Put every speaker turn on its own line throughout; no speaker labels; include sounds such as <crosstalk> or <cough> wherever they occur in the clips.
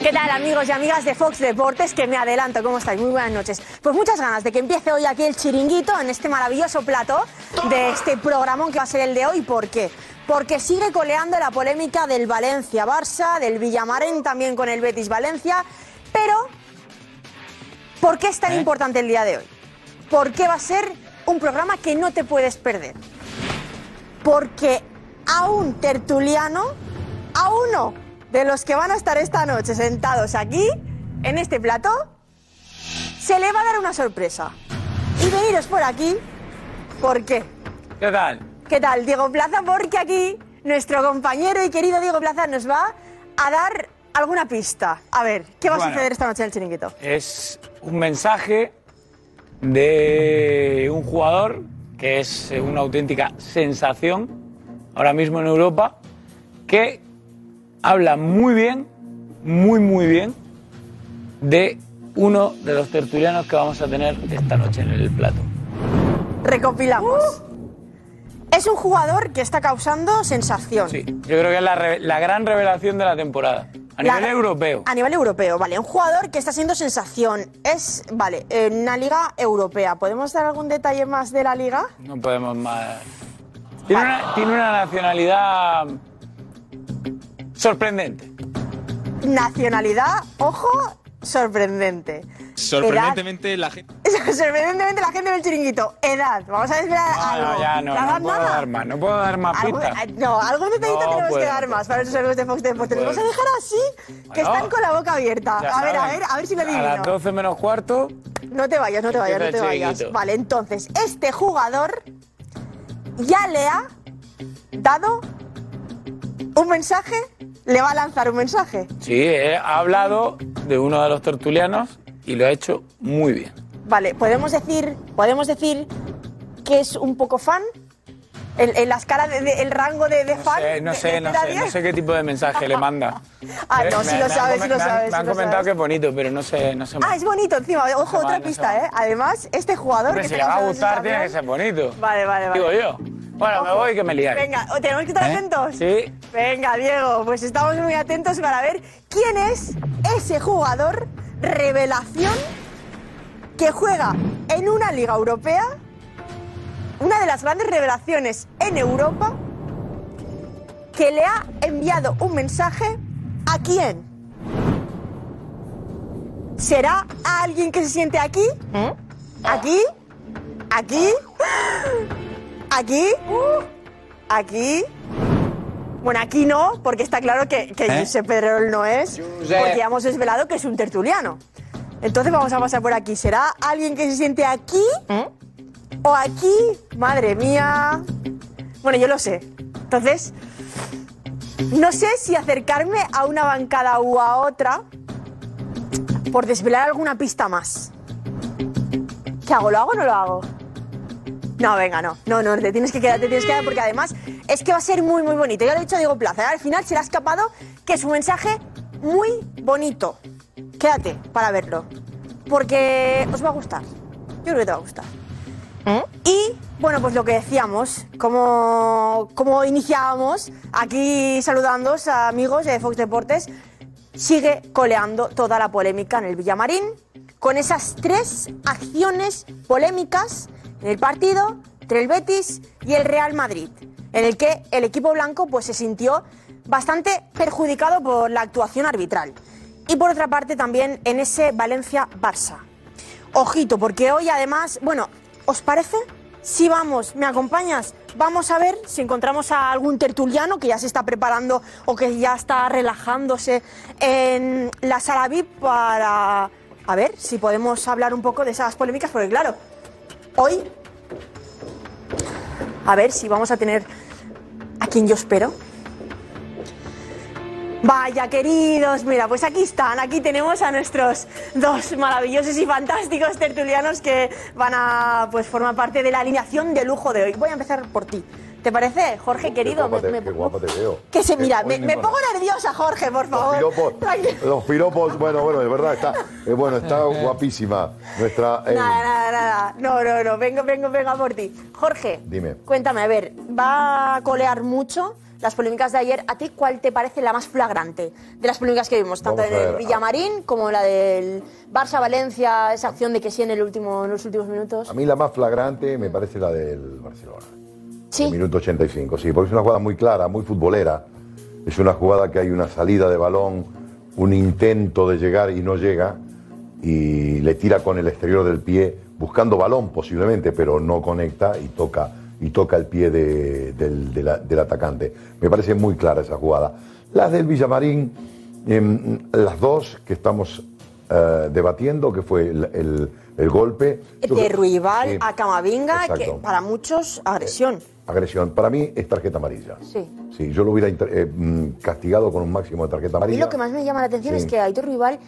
¿Qué tal amigos y amigas de Fox Deportes? Que me adelanto, ¿cómo estáis? Muy buenas noches. Pues muchas ganas de que empiece hoy aquí el chiringuito en este maravilloso plato de este programón que va a ser el de hoy. ¿Por qué? Porque sigue coleando la polémica del Valencia-Barça, del Villamarén también con el Betis-Valencia. Pero, ¿por qué es tan importante el día de hoy? ¿Por qué va a ser un programa que no te puedes perder? Porque a un tertuliano, a uno de los que van a estar esta noche sentados aquí, en este plató, se le va a dar una sorpresa. Y veniros por aquí, ¿por qué?
¿Qué tal?
¿Qué tal, Diego Plaza? Porque aquí nuestro compañero y querido Diego Plaza nos va a dar alguna pista. A ver, ¿qué va a
Bueno.
suceder esta noche en el chiringuito?
Es un mensaje de un jugador que es eh, una auténtica sensación ahora mismo en Europa, que habla muy bien, muy, muy bien de uno de los tertulianos que vamos a tener esta noche en el plato.
Recopilamos. Es un jugador que está causando sensación.
Yo creo que es la, re- la gran revelación de la temporada, a
La-
nivel europeo.
A nivel europeo, vale. Un jugador que está siendo sensación. Es, vale, en una liga europea. ¿Podemos dar algún detalle más de la liga?
No podemos más. Tiene una, tiene una nacionalidad sorprendente.
Nacionalidad, ojo, sorprendente.
Sorprendentemente la gente...
Edad- <laughs> sorprendentemente la gente del chiringuito. Edad. Vamos a desvelar algo.
No, Ah, ya no,
¿La edad
no puedo
nada?
dar más, no puedo dar más
Algún-
pistas.
eh, no, algún detallito
No
tenemos
puedo.
que dar más Pues para este los amigos de Fox Deportes. Los
Puedo.
vamos a dejar así, que
Bueno.
están con la boca abierta.
Ya
a ver, a
saben,
ver, a ver si lo
A las
adivino.
12 menos cuarto,
No te vayas, no te vayas, no te
Empieza el
vayas.
chiringuito.
Vale, entonces, este jugador ya le ha dado un mensaje, le va a lanzar un mensaje.
sí, he hablado de uno de los tertulianos y lo ha hecho muy bien.
Vale, podemos decir, podemos decir que es un poco fan. En, en la escala, de- de- el rango de, de fan.
Eh, no
de-
sé,
de
no
cero a
sé, no
diez.
sé qué tipo de mensaje le manda.
<laughs> Ah,
Eh,
no,
me-
sí
me
lo
han
sabes, sí
comen-
lo
me han-
sabes.
Me
sí
han
lo
comentado
sabes.
que es bonito, pero no sé, no sé.
Ah, es bonito encima. Ojo,
No se
otra
va, no se
pista, ¿eh? Además, este jugador
Hombre,
que
si
te
le va a
causa
gustar,
sensación-
tiene que ser bonito.
Vale, vale, vale.
Digo yo. Bueno, me voy que me liáis.
Venga, ¿o tenemos que estar
¿Eh?
atentos.
Sí.
Venga, Diego, pues estamos muy atentos para ver quién es ese jugador revelación que juega en una liga europea, una de las grandes revelaciones en Europa, que le ha enviado un mensaje a quién. ¿Será a alguien que se siente aquí? ¿Aquí? ¿Aquí? ¿Aquí? ¿Aquí? Bueno, aquí no, porque está claro que, que
¿Eh?
Josep Pedrerol no es,
Josep.
porque ya hemos desvelado que es un tertuliano. Entonces vamos a pasar por aquí. ¿Será alguien que se siente aquí? ¿O aquí? Madre mía. Bueno, yo lo sé. Entonces, no sé si acercarme a una bancada u a otra por desvelar alguna pista más. ¿Qué hago? ¿Lo hago o no lo hago? No, venga, no. No, no, te tienes que quedar, te tienes que quedar porque además es que va a ser muy, muy bonito. Ya lo he dicho a Diego Plaza, ¿eh? al final se le ha escapado que es un mensaje muy bonito. Quédate para verlo. Porque os va a gustar. Yo creo que te va a gustar. Y bueno, pues lo que decíamos, como, como iniciábamos aquí saludándoos a amigos de Fox Deportes, sigue coleando toda la polémica en el Villamarín con esas tres acciones polémicas en el partido entre el Betis y el Real Madrid, en el que el equipo blanco pues, se sintió bastante perjudicado por la actuación arbitral. Y por otra parte también en ese Valencia-Barça. Ojito, porque hoy además, bueno, ¿os parece? Si vamos, ¿me acompañas? Vamos a ver si encontramos a algún tertuliano que ya se está preparando o que ya está relajándose en la sala VIP para... A ver si podemos hablar un poco de esas polémicas, porque claro, hoy... A ver si vamos a tener a quien yo espero. Vaya, queridos, mira, pues aquí están, aquí tenemos a nuestros dos maravillosos y fantásticos tertulianos que van a pues, formar parte de la alineación de lujo de hoy. Voy a empezar por ti. ¿te parece, Jorge, querido?
Qué guapa, te,
Me- me-
qué guapa te veo. Eh,
que se mira,
Hoy
me, me
mismo,
pongo nerviosa, Jorge, por favor.
piropos.
Tranquilo.
Los piropos, bueno, bueno, de verdad está, eh, bueno, está guapísima nuestra. eh,
Nada, nada, nada. No, no, no. Vengo, vengo, vengo a por ti. Jorge,
Dime.
cuéntame, a ver, ¿va a colear mucho? las polémicas de ayer, ¿a ti cuál te parece la más flagrante de las polémicas que vimos? Tanto
Vamos a
en el
ver,
Villamarín como la del Barça-Valencia, esa acción de que sí en, el último, en los últimos minutos.
A mí la más flagrante me parece la del Barcelona.
Sí.
El minuto 85, sí, porque es una jugada muy clara, muy futbolera. Es una jugada que hay una salida de balón, un intento de llegar y no llega. Y le tira con el exterior del pie, buscando balón posiblemente, pero no conecta y toca, y toca el pie de- del, de la- del atacante. Me parece muy clara esa jugada. Las del Villamarín, em, las dos que estamos eh, debatiendo, que fue el, el- el golpe. Yo
Eh, De
creo-
Ruibal
sí,
a Camavinga, que
exacto. Eh,
para muchos, agresión.
agresión. Para mí es tarjeta amarilla.
Sí.
Sí, yo lo hubiera inter- eh, mm, castigado con un máximo de tarjeta
A mí
amarilla.
lo que más me llama la atención
Sí.
es que Aitor Rival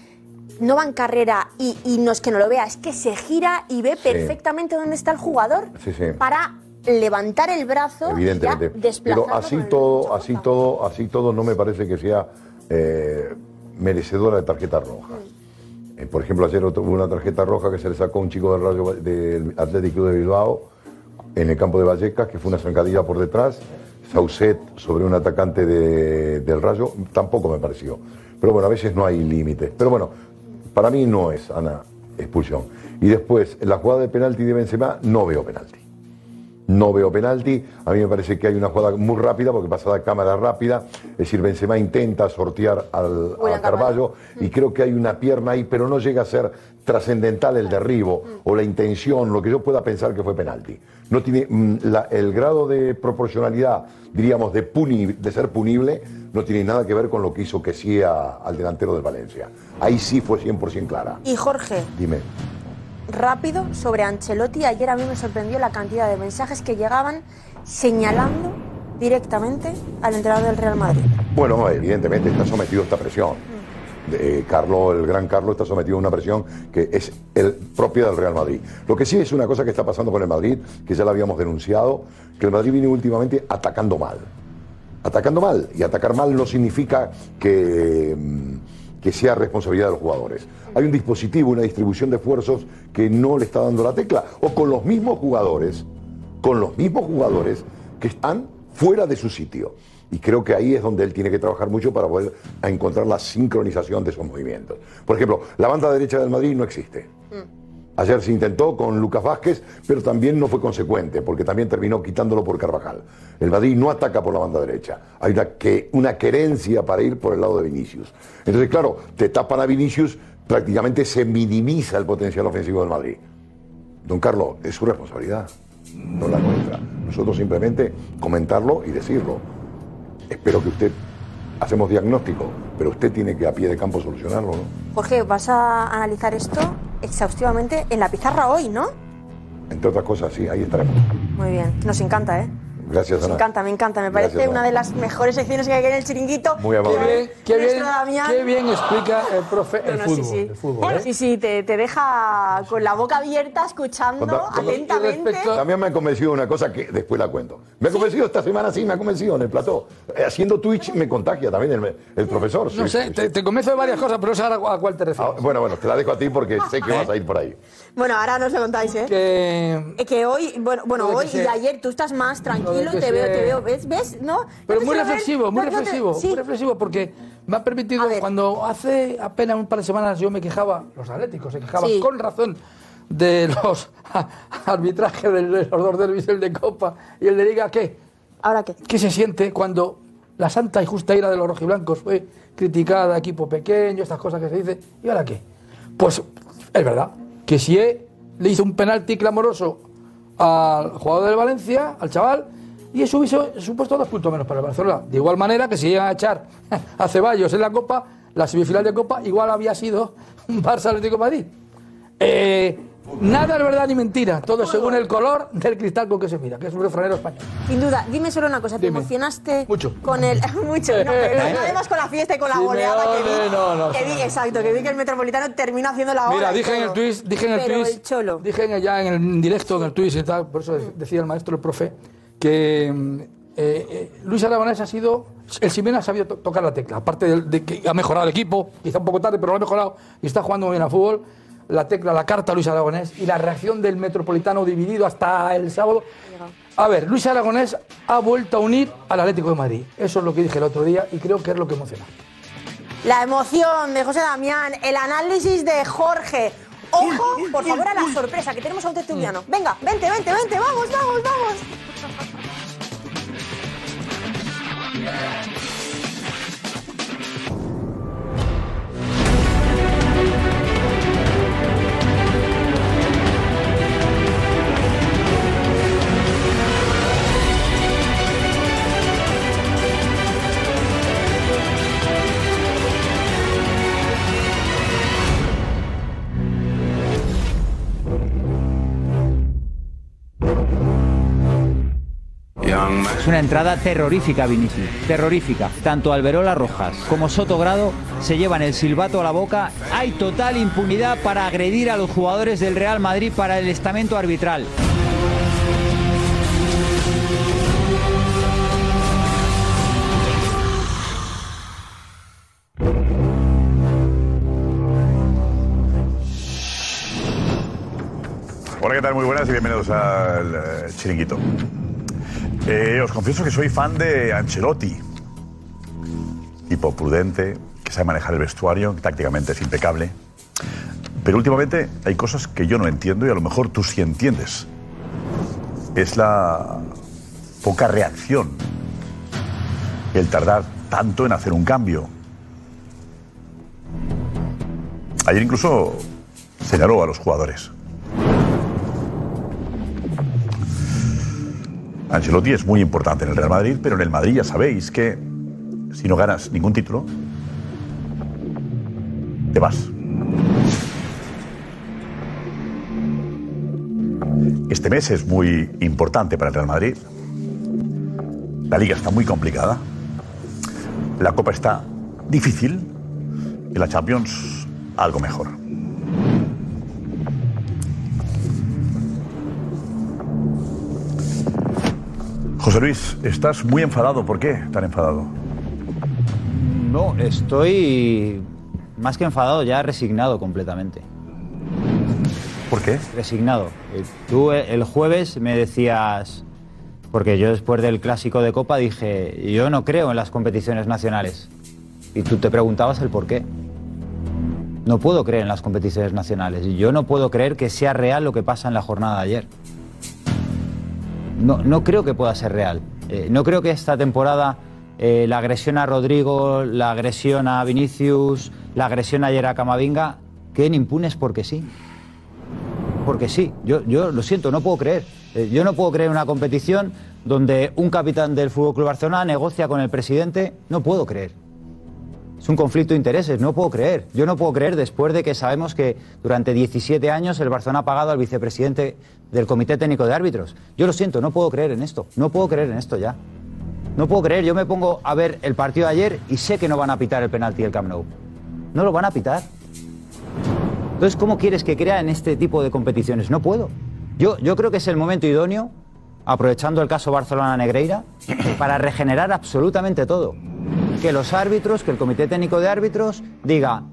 no va en carrera y, y no es que no lo vea, es que se gira y ve perfectamente dónde está el jugador
Sí, sí.
para levantar el brazo
Evidentemente.
y ya desplazarlo
Pero así
con el-
todo, así todo, así todo no me parece que sea eh, merecedora de tarjeta roja. Eh, por ejemplo, ayer otro- hubo una tarjeta roja que se le sacó a un chico del Rayo Va- del Athletic Club de Bilbao en el campo de Vallecas, que fue una zancadilla por detrás. Saucet sobre un atacante de- del Rayo tampoco me pareció. Pero bueno, a veces no hay límites. Pero bueno, para mí no es, Ana, expulsión. Y después, en la jugada de penalti de Benzema no veo penalti. No veo penalti. A mí me parece que hay una jugada muy rápida porque pasa la cámara rápida. Es decir, Benzema intenta sortear al,
Uy,
a
a Carvalho.
Carballo y creo que hay una pierna ahí, pero no llega a ser trascendental el derribo o la intención, lo que yo pueda pensar que fue penalti. No tiene mm, la- el grado de proporcionalidad, diríamos, de, puni- de ser punible, no tiene nada que ver con lo que hizo que sí al delantero de Valencia. Ahí sí fue 100% clara.
Y Jorge,
Dime.
rápido sobre Ancelotti, ayer a mí me sorprendió la cantidad de mensajes que llegaban señalando directamente al entrenador del Real Madrid.
Bueno, evidentemente está sometido a esta presión. Eh, Carlos, el gran Carlos está sometido a una presión que es el, propia del Real Madrid. Lo que sí es una cosa que está pasando con el Madrid, que ya la habíamos denunciado, que el Madrid viene últimamente atacando mal. Atacando mal. Y atacar mal no significa que, mm, que sea responsabilidad de los jugadores. Hay un dispositivo, una distribución de esfuerzos que no le está dando la tecla. O con los mismos jugadores con los mismos jugadores que están fuera de su sitio. Y creo que ahí es donde él tiene que trabajar mucho para poder a encontrar la sincronización de esos movimientos. Por ejemplo, la banda derecha del Madrid no existe. Ayer se intentó con Lucas Vázquez, pero también no fue consecuente, porque también terminó quitándolo por Carvajal. El Madrid no ataca por la banda derecha. Hay una, que, una querencia para ir por el lado de Vinicius. Entonces, claro, te tapan a Vinicius, prácticamente se minimiza el potencial ofensivo del Madrid. Don Carlos, es su responsabilidad, no la nuestra. Nosotros simplemente comentarlo y decirlo. Espero que usted, hacemos diagnóstico, pero usted tiene que a pie de campo solucionarlo, ¿no?
Jorge, vas a analizar esto exhaustivamente en la pizarra hoy, ¿no?
Entre otras cosas, sí, ahí estaremos.
Muy bien, nos encanta, ¿eh?
Gracias,
Me
Ana.
encanta, me encanta. Me
Gracias,
parece una
Ana.
de las mejores secciones que hay en el chiringuito.
Muy amable.
Nuestro
Qué bien,
qué bien-
Damián.
qué bien explica el profe el
No,
fútbol.
sí, sí.
el fútbol, ¿eh?
Sí, sí, te, te deja con la boca abierta, escuchando
Cuando- cuando-
atentamente.
También me ha convencido de una cosa que después la cuento. Me ha convencido esta semana, sí, me ha convencido en el plató. Eh, Haciendo Twitch me contagia también el, el profesor.
No
sí,
sé,
sí.
te, te convenzo de varias cosas, pero no sé ahora a cuál te refieres.
Ah, bueno, bueno, te la dejo a ti porque
<laughs>
sé
¿Eh?
que vas a ir por ahí.
Bueno, ahora nos lo contáis, ¿eh?
Que...
Eh, Que hoy, bueno, bueno
Lo de
hoy
que
y
se-
ayer tú estás más tranquilo,
que
te veo,
se-
te veo, ¿ves? ¿Ves? ¿No?
Pero
No te
muy
suelo ver-
reflexivo, muy
no- no te-
reflexivo,
sí.
muy reflexivo, porque me ha permitido, cuando hace apenas un par de semanas yo me quejaba, los atléticos se quejaban
Sí.
con razón de <laughs> los arbitrajes de los dos derbis, el de Copa y el de Liga, ¿qué?
¿Ahora qué?
¿Qué se siente cuando la santa y justa ira de los rojiblancos fue criticada, equipo pequeño, estas cosas que se dice ¿Y ahora qué? Pues es verdad que si le hizo un penalti clamoroso al jugador del Valencia, al chaval, y eso hubiese supuesto dos puntos menos para el Barcelona. De igual manera que si llegan a echar <laughs> a Ceballos en la Copa, la semifinal de Copa igual había sido <laughs> un Barça Atlético de Madrid. Eh, nada es verdad ni mentira, todo según el color del cristal con que se mira, que es un refranero español.
Sin duda, dime solo una cosa, ¿te emocionaste con el <laughs> mucho?
<laughs>
No, pero no, además con la fiesta y con la
Simeone,
goleada que vi,
no, no,
que vi,
Simeone.
exacto, que vi que el Metropolitano terminó haciendo la obra.
Mira,
y
dije en
todo.
el twist, dije en el
Pero
twist, dije en- ya en el directo, en el twist y tal, por eso de- decía el maestro, el profe, que mm, eh, eh, Luis Aragonés ha sido, el Simeone ha sabido to- tocar la tecla, aparte del- de, que ha mejorado el equipo, quizá un poco tarde, pero lo ha mejorado y está jugando muy bien al fútbol. la tecla, la carta a Luis Aragonés y la reacción del Metropolitano dividido hasta el sábado. A ver, Luis Aragonés ha vuelto a unir al Atlético de Madrid. Eso es lo que dije el otro día y creo que es lo que emociona.
La emoción de José Damián, el análisis de Jorge. Ojo, por favor, a la sorpresa, que tenemos a un tertuliano. Venga, vente, vente, vente, vamos, vamos, vamos.
Es una entrada terrorífica, Vinicius. Terrorífica. Tanto Alberola Rojas como Sotogrado se llevan el silbato a la boca. Hay total impunidad para agredir a los jugadores del Real Madrid para el estamento arbitral.
Hola, ¿qué tal? Muy buenas y bienvenidos al eh, Chiringuito. Eh, os confieso que soy fan de Ancelotti. Tipo prudente, que sabe manejar el vestuario, que tácticamente es impecable. Pero últimamente hay cosas que yo no entiendo y a lo mejor tú sí entiendes. Es la poca reacción. El tardar tanto en hacer un cambio. Ayer incluso señaló a los jugadores. Ancelotti es muy importante en el Real Madrid, pero en el Madrid ya sabéis que si no ganas ningún título, te vas. Este mes es muy importante para el Real Madrid. La liga está muy complicada. La copa está difícil. Y la Champions algo mejor. José Luis, estás muy enfadado. ¿Por qué tan enfadado?
No, estoy más que enfadado, ya resignado completamente.
¿Por qué?
Resignado. Eh, Tú eh, el jueves me decías, porque yo después del clásico de Copa dije, yo no creo en las competiciones nacionales. Y tú te preguntabas el por qué. No puedo creer en las competiciones nacionales. y Yo no puedo creer que sea real lo que pasa en la jornada de ayer. No, no creo que pueda ser real. Eh, no creo que esta temporada eh, la agresión a Rodrigo, la agresión a Vinicius, la agresión ayer a Camavinga queden impunes porque sí. Porque sí, yo, yo lo siento, no puedo creer. Eh, yo no puedo creer en una competición donde un capitán del Fútbol Club Barcelona negocia con el presidente. No puedo creer. Es un conflicto de intereses, no puedo creer. Yo no puedo creer después de que sabemos que durante 17 años el Barcelona ha pagado al vicepresidente del Comité Técnico de Árbitros. Yo lo siento, no puedo creer en esto, no puedo creer en esto ya. No puedo creer, yo me pongo a ver el partido de ayer y sé que no van a pitar el penalti del Camp Nou. No lo van a pitar. Entonces, ¿cómo quieres que crea en este tipo de competiciones? No puedo. Yo, yo creo que es el momento idóneo, aprovechando el caso Barcelona-Negreira, <coughs> para regenerar absolutamente todo. Que los árbitros, que el Comité Técnico de Árbitros diga,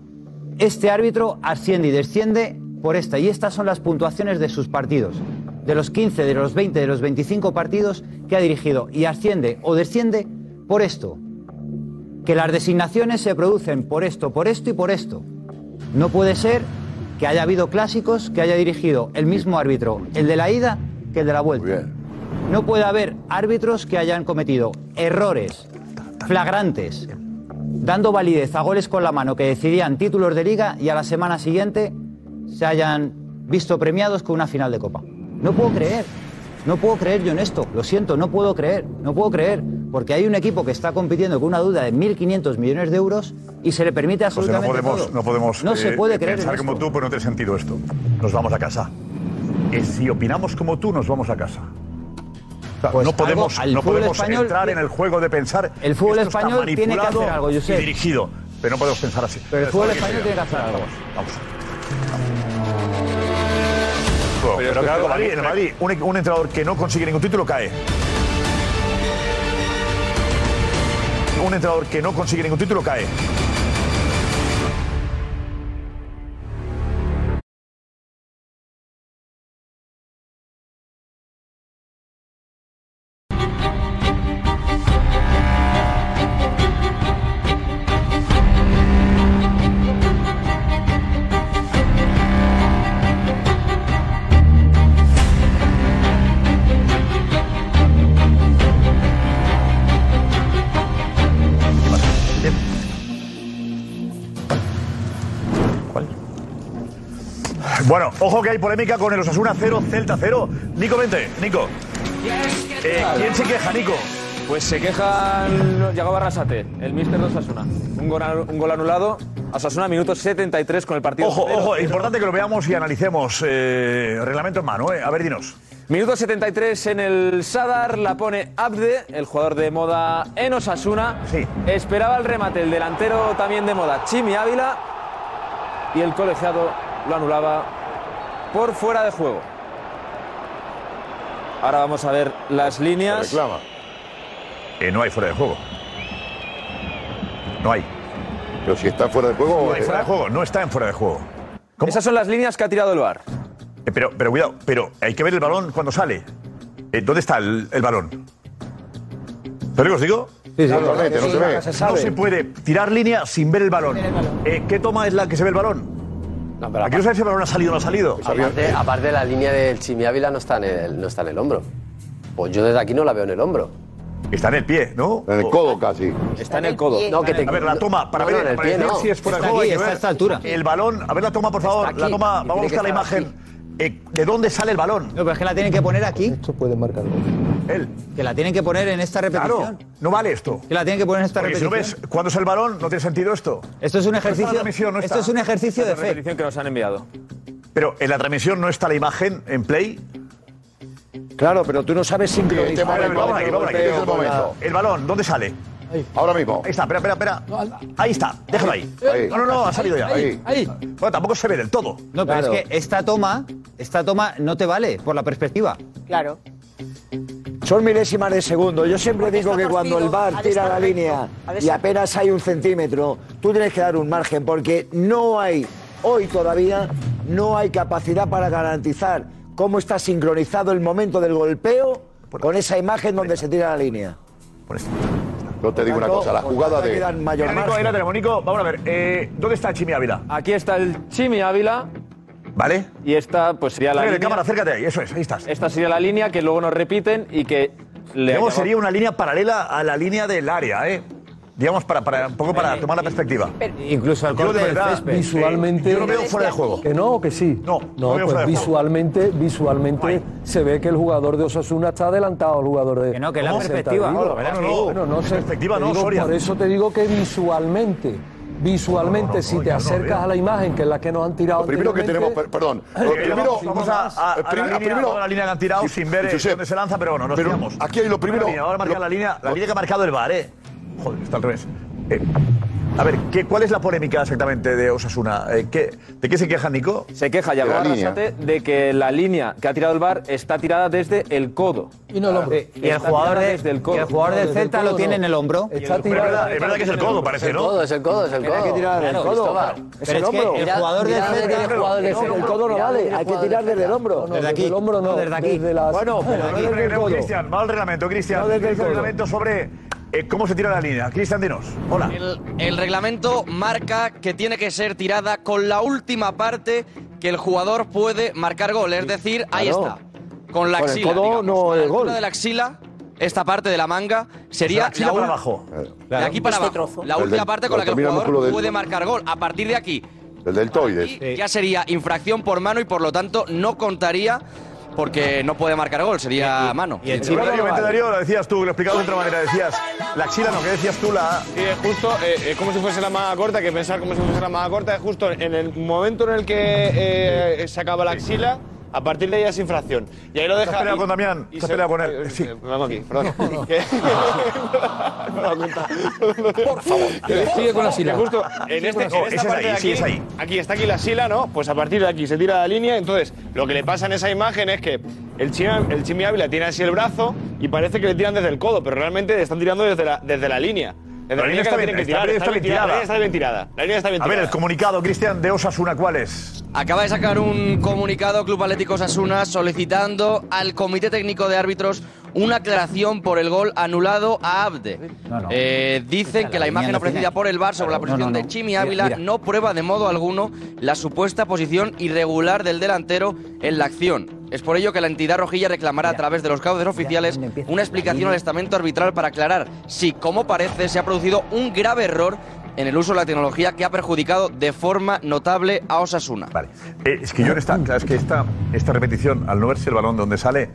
este árbitro asciende y desciende por esta. Y estas son las puntuaciones de sus partidos. De los 15, de los 20, de los 25 partidos que ha dirigido. Y asciende o desciende por esto. Que las designaciones se producen por esto, por esto y por esto. No puede ser que haya habido clásicos que haya dirigido el mismo árbitro, el de la ida que el de la vuelta. No puede haber árbitros que hayan cometido errores flagrantes, dando validez a goles con la mano que decidían títulos de liga y a la semana siguiente se hayan visto premiados con una final de copa. No puedo creer, no puedo creer yo en esto, lo siento, no puedo creer, no puedo creer, porque hay un equipo que está compitiendo con una duda de 1.500 millones de euros y se le permite
José, no
absolutamente
podemos,
todo.
no podemos
No se
eh,
puede creer en
pensar
esto.
como tú, pues no tiene sentido esto. Nos vamos a casa. Eh, si opinamos como tú, nos vamos a casa. O sea,
Pues
no
algo-
podemos,
al
no
fútbol
podemos
español-
entrar en el juego de pensar.
El fútbol
esto está
español tiene que
manipulado
hacer algo,
y
Josep.
dirigido. Pero no podemos pensar así.
Pero el fútbol
Vamos,
español tiene que hacer algo.
Vamos. Pero, claro, Madrid, en el Madrid, un, e-, un entrenador que no consigue ningún título cae. Un entrenador que no consigue ningún título cae. ¿Cuál? Bueno, ojo que hay polémica con el Osasuna 0, Celta 0. Nico, vente, Nico. Eh, ¿Quién se queja, Nico?
Pues se quejan. Llegaba Arrasate, el míster de Osasuna. Un gol, anu- un gol anulado. a Osasuna, minuto 73 con el partido.
Ojo,
cero,
ojo,
cero.
importante que lo veamos y analicemos. eh, reglamento en mano, eh. A ver, dinos.
Minuto 73 en el Sadar, la pone Abde, el jugador de moda en Osasuna. Esperaba el remate, el delantero también de moda, Chimi Ávila. Y el colegiado lo anulaba por fuera de juego. Ahora vamos a ver las líneas.
reclama. Eh, no hay fuera de juego. No hay.
Pero si está fuera de juego. eh,
No hay fuera de juego, no está en fuera de juego.
Esas son las líneas que ha tirado el bar.
pero, pero cuidado, pero hay que ver el balón cuando sale. Eh, ¿Dónde está el, el balón? ¿Pero os digo?
sí. Totalmente, no se ve.
se sabe. No se puede tirar línea sin ver el balón. Eh, ¿Qué toma es la que se ve el balón? Aquí no se ve si el balón ha salido o no ha salido.
Aparte, eh, aparte la línea del Chimi Ávila no está en el, no está en el hombro. Pues yo desde aquí no la veo en el hombro.
Está en el pie, ¿no?
En el codo casi.
Está en el codo. No, que te-
A ver, la toma, para
no,
ver,
no, en el
para
pie,
decir
no.
si es fuera de
Está
juego.
aquí,
hay que
está
ver
a esta altura.
El balón, a ver la toma, por favor.
Está
La
aquí,
toma,
que
vamos a
tiene que
buscar la
estar
imagen. Eh, ¿De dónde sale el balón?
No, pero es que la tienen que poner aquí. Esto puede marcar.
Él.
Que la tienen que poner en esta repetición.
Claro, no vale esto.
Que la tienen que poner en esta
Porque si no
repetición.
ves cuándo es el balón, no tiene sentido esto.
Esto es un
No está la
ejercicio.
transmisión, no
esto
está.
es un ejercicio de
La
fe.
repetición que nos han enviado.
Pero en la transmisión no está la imagen en play.
Claro, pero tú no sabes sincronizar.
A ver, vamos aquí, vamos aquí.
Golpeo,
El balón, ¿dónde sale?
Este Ahora mismo.
Ahí está, espera, espera, espera. Ahí está, déjalo ahí.
Ahí.
No, no, no, ha salido ya.
Ahí.
Ahí.
Bueno, tampoco se ve del todo.
No, pero es que esta toma, esta toma no te vale por la perspectiva.
Claro.
Son milésimas de segundo. Yo siempre
Porque
digo
está
que cuando
torcido,
el
ha
bar tira
de estar
la
recto,
línea
ha de
y
estar-
apenas hay un centímetro, tú tienes que dar un margen porque no hay, hoy todavía, no hay capacidad para garantizar cómo está sincronizado el momento del golpeo con esa imagen donde se tira la línea.
Yo te digo una cosa, la jugada
Hay que dar
de.
mayor
Mira, Nico, ahí
margen.
la tenemos, Nico. Vamos a ver, eh, ¿dónde está Chimi Ávila?
Aquí está el Chimi Ávila
¿Vale?
y esta pues sería la
Mira, de
línea.
cámara, acércate ahí, eso es, ahí estás.
Esta sería la línea que luego nos repiten y que le
Digamos,
llamamos-
sería una línea paralela a la línea del área, ¿eh? Digamos, para, para-
Eh,
un poco para tomar la perspectiva.
Incluso al
Yo,
corte
de
del
verdad,
césped.
Visualmente.
Yo lo veo fuera de juego.
¿Que no o que sí?
No, no
pues
veo fuera de juego.
visualmente, visualmente se ve que el jugador de Osasuna está adelantado al jugador de.
Que no, que es la
¿Cómo?
perspectiva.
Celta de Vigo.
No, no, no.
Bueno, no
Es
sé.
perspectiva,
Te
no,
digo,
Soria.
Por eso te digo que visualmente, visualmente, si te
yo no
acercas
veo.
a la imagen, que es la que nos han tirado.
Lo primero que tenemos,
anteriormente,
per- perdón, lo
Eh,
primero,
vamos- vamos a, a- a
eh, prim-
la, línea,
a primero-
a la línea que han tirado
Sí,
sin ver eh,
Josep,
dónde se lanza, pero bueno, nos
pero
tiramos.
aquí hay lo primero-
ahora marcar
lo-
la línea, la
lo-
línea que ha marcado el VAR, ¿eh? Joder, está al revés. Eh, a ver, ¿qué, ¿cuál es la polémica exactamente de Osasuna? Eh, ¿qué- ¿De qué se queja Nico?
Se queja ya
la línea.
Arrasate de que la línea que ha tirado el bar está tirada desde el codo.
Y no lo
Eh, Y el
Está
jugador,
tirada
de-
desde el
y
codo.
el jugador del
Desde el
Celta
codo
lo tiene
no.
en el hombro.
Está
Pero Es verdad,
tirada.
es verdad que es el codo, parece,
el
¿no?
codo, es el codo, es el codo.
Hay que tirar del
Claro,
codo.
Cristóbal.
Es
Pero
el
es que
hombro.
el jugador del
Mira,
Celta-
mira, mira,
jugador del
el
Celta.
codo no
Mira,
vale,
mira,
hay que
jugador del
tirar desde el
Celta.
hombro.
No, no,
Desde
desde
aquí.
el hombro no.
No, desde aquí.
Desde las-
Bueno, pero
desde
no
aquí.
desde el
Tenemos,
codo.
Cristian, mal reglamento, Cristian.
No desde el
Tenemos
codo.
reglamento sobre eh, cómo se tira la línea. Cristian, dinos. Hola.
El, el reglamento marca que tiene que ser tirada con la última parte que el jugador puede marcar gol. Es decir, ahí
Claro.
está. Con la
Con el
axila.
codo,
digamos.
no
A la
el
altura
gol.
de la axila, esta parte de la manga, sería
La axila
la
para
ul-
abajo.
De aquí para
Este
abajo.
trozo.
La
Eh, El
última
del-
parte con la que el
termina el
jugador
músculo del-
puede marcar gol. A partir de aquí,
El deltoides.
y ya sería infracción por mano y por lo tanto no contaría porque no puede marcar gol, sería mano.
Y el
Sí,
chico
bueno, obviamente, Darío, lo decías tú, lo explicabas de otra manera. Decías, la axila no, que decías tú la.
Sí, es justo, eh, eh, como si fuese la manga corta, que pensar como si fuese la manga corta, es justo en el momento en el que eh, se acaba la axila, a partir de ahí es infracción. Y ahí lo deja.
Te has peleado
y-
con Damián, te
y
has
se-
peleado con él,
eh,
sí.
eh, Vamos aquí, perdón. Que- No me he dado cuenta. <laughs> Por favor.
Sigue con la axila. Oh,
Justo en, este, en
No,
esta
ese es
parte de
ahí,
aquí,
sí, es ahí.
aquí está aquí la axila, ¿no? Pues a partir de aquí se tira la línea. Entonces, lo que le pasa en esa imagen es que el Chimi, el Chimi Ávila tiene así el brazo y parece que le tiran desde el codo, pero realmente le están tirando desde la, desde la línea. Desde
La línea está
que
bien-
tienen que
está
tirar,
bien- está bien tirada.
La línea está bien tirada. La línea está bien
A ver,
tirada.
el comunicado, Cristian, de Osasuna, ¿cuál es?
Acaba de sacar un comunicado Club Atlético Sasuna solicitando al Comité Técnico de Árbitros una aclaración por el gol anulado a Abde.
No, no.
Eh, dicen
La
que la
línea
imagen
no
ofrecida
tiene-
por el VAR sobre la
Claro, no,
posición
no,
de
no.
Chimi
Mira,
Ávila
mira.
no prueba de modo alguno la supuesta posición irregular del delantero en la acción. Es por ello que la entidad rojilla reclamará a través de los cauces oficiales
¿dónde empieza?
una
La
explicación
línea.
al estamento arbitral para aclarar si, como parece, se ha producido un grave error en el uso de la tecnología que ha perjudicado de forma notable a Osasuna.
Vale. Eh, es que yo en esta, claro, es que esta, esta repetición, al no verse el balón de donde sale,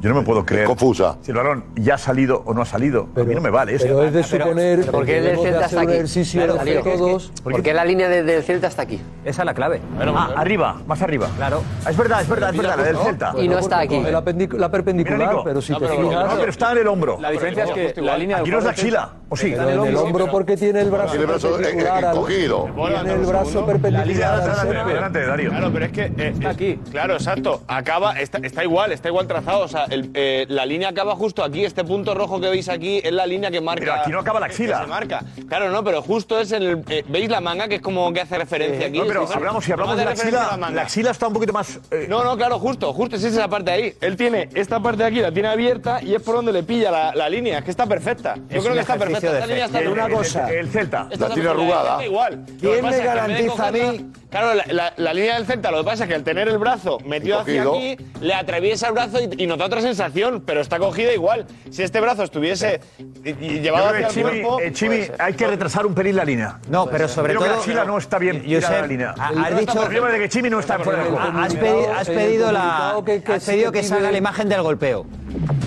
yo no me puedo creer. confusa. Si el balón ya ha salido o no ha salido, a mí no me vale. ¿eh? eso.
pero es de suponer
pero ¿por qué
que
el del
debemos de hacer
Celta está
un
aquí?
ejercicio
Claro,
entre
Darío, es que-
todos.
¿Por qué la línea de- del Celta hasta aquí?
Esa es la clave.
ah, arriba, más arriba. Claro. Es verdad, es verdad, es verdad, la del Celta.
Y no está aquí.
La, pendic- la perpendicular,
Mira, Nico.
pero si
No,
te
pero-
fijas...
no, Ah, pero está en el hombro.
La diferencia es que la línea
Aquí no es la axila, ¿o sí?
Pero en el hombro porque tiene el brazo
Tiene el brazo, eh,
perpendicular
eh,
al-
encogido.
Tiene el brazo
La línea
perpendicular
de
al
atrás,
centro.
adelante,
adelante, Darío.
Claro, pero es que. eh, es- Claro, exacto. Acaba, está, está igual, está igual trazado. O sea, el- eh, la línea acaba justo aquí. Este punto rojo que veis aquí es la línea que marca.
Pero aquí no acaba la
que-
axila.
que se marca. Claro, no, pero justo es en el. eh, ¿Veis la manga que es como que hace referencia aquí?
No, pero
Es que-
hablamos, si
no
hablamos
hace
de la
referencia a
axila,
manga.
la axila eh. está un poquito más.
No, no, claro, justo, justo, es esa parte de ahí. Él tiene esta parte de aquí, la tiene abierta y es por donde le pilla la, la línea. Es que está perfecta. Yo
Es
creo
un
que está
ejercicio
perfecta.
de
Esta línea
fe.
está
Y el-
perfecta.
el- el Celta,
Esta
la
está
tiene
perfecta,
arrugada.
da Igual. Lo que
¿Quién me
pasa es que en vez de
garantiza a mí-
cogerla- Claro, la, la- la línea del Celta, lo que pasa es que al tener el brazo metido hacia
Encogido.
aquí, le atraviesa el brazo y, y nos da otra sensación, pero está cogida igual. Si este brazo estuviese y- y llevado
Yo creo que
hacia el
Chimi,
cuerpo.
eh, Chimi,
puede ser.
hay que retrasar un pelín la línea.
No, pero sobre
Creo que
todo-
la axila no está bien
Josep,
tirada la línea.
ha- has No está dicho-
El problema de que Chimi no está fuera de juego. Eh,
Has pedido, has pedido la, has pedido que salga la imagen del golpeo.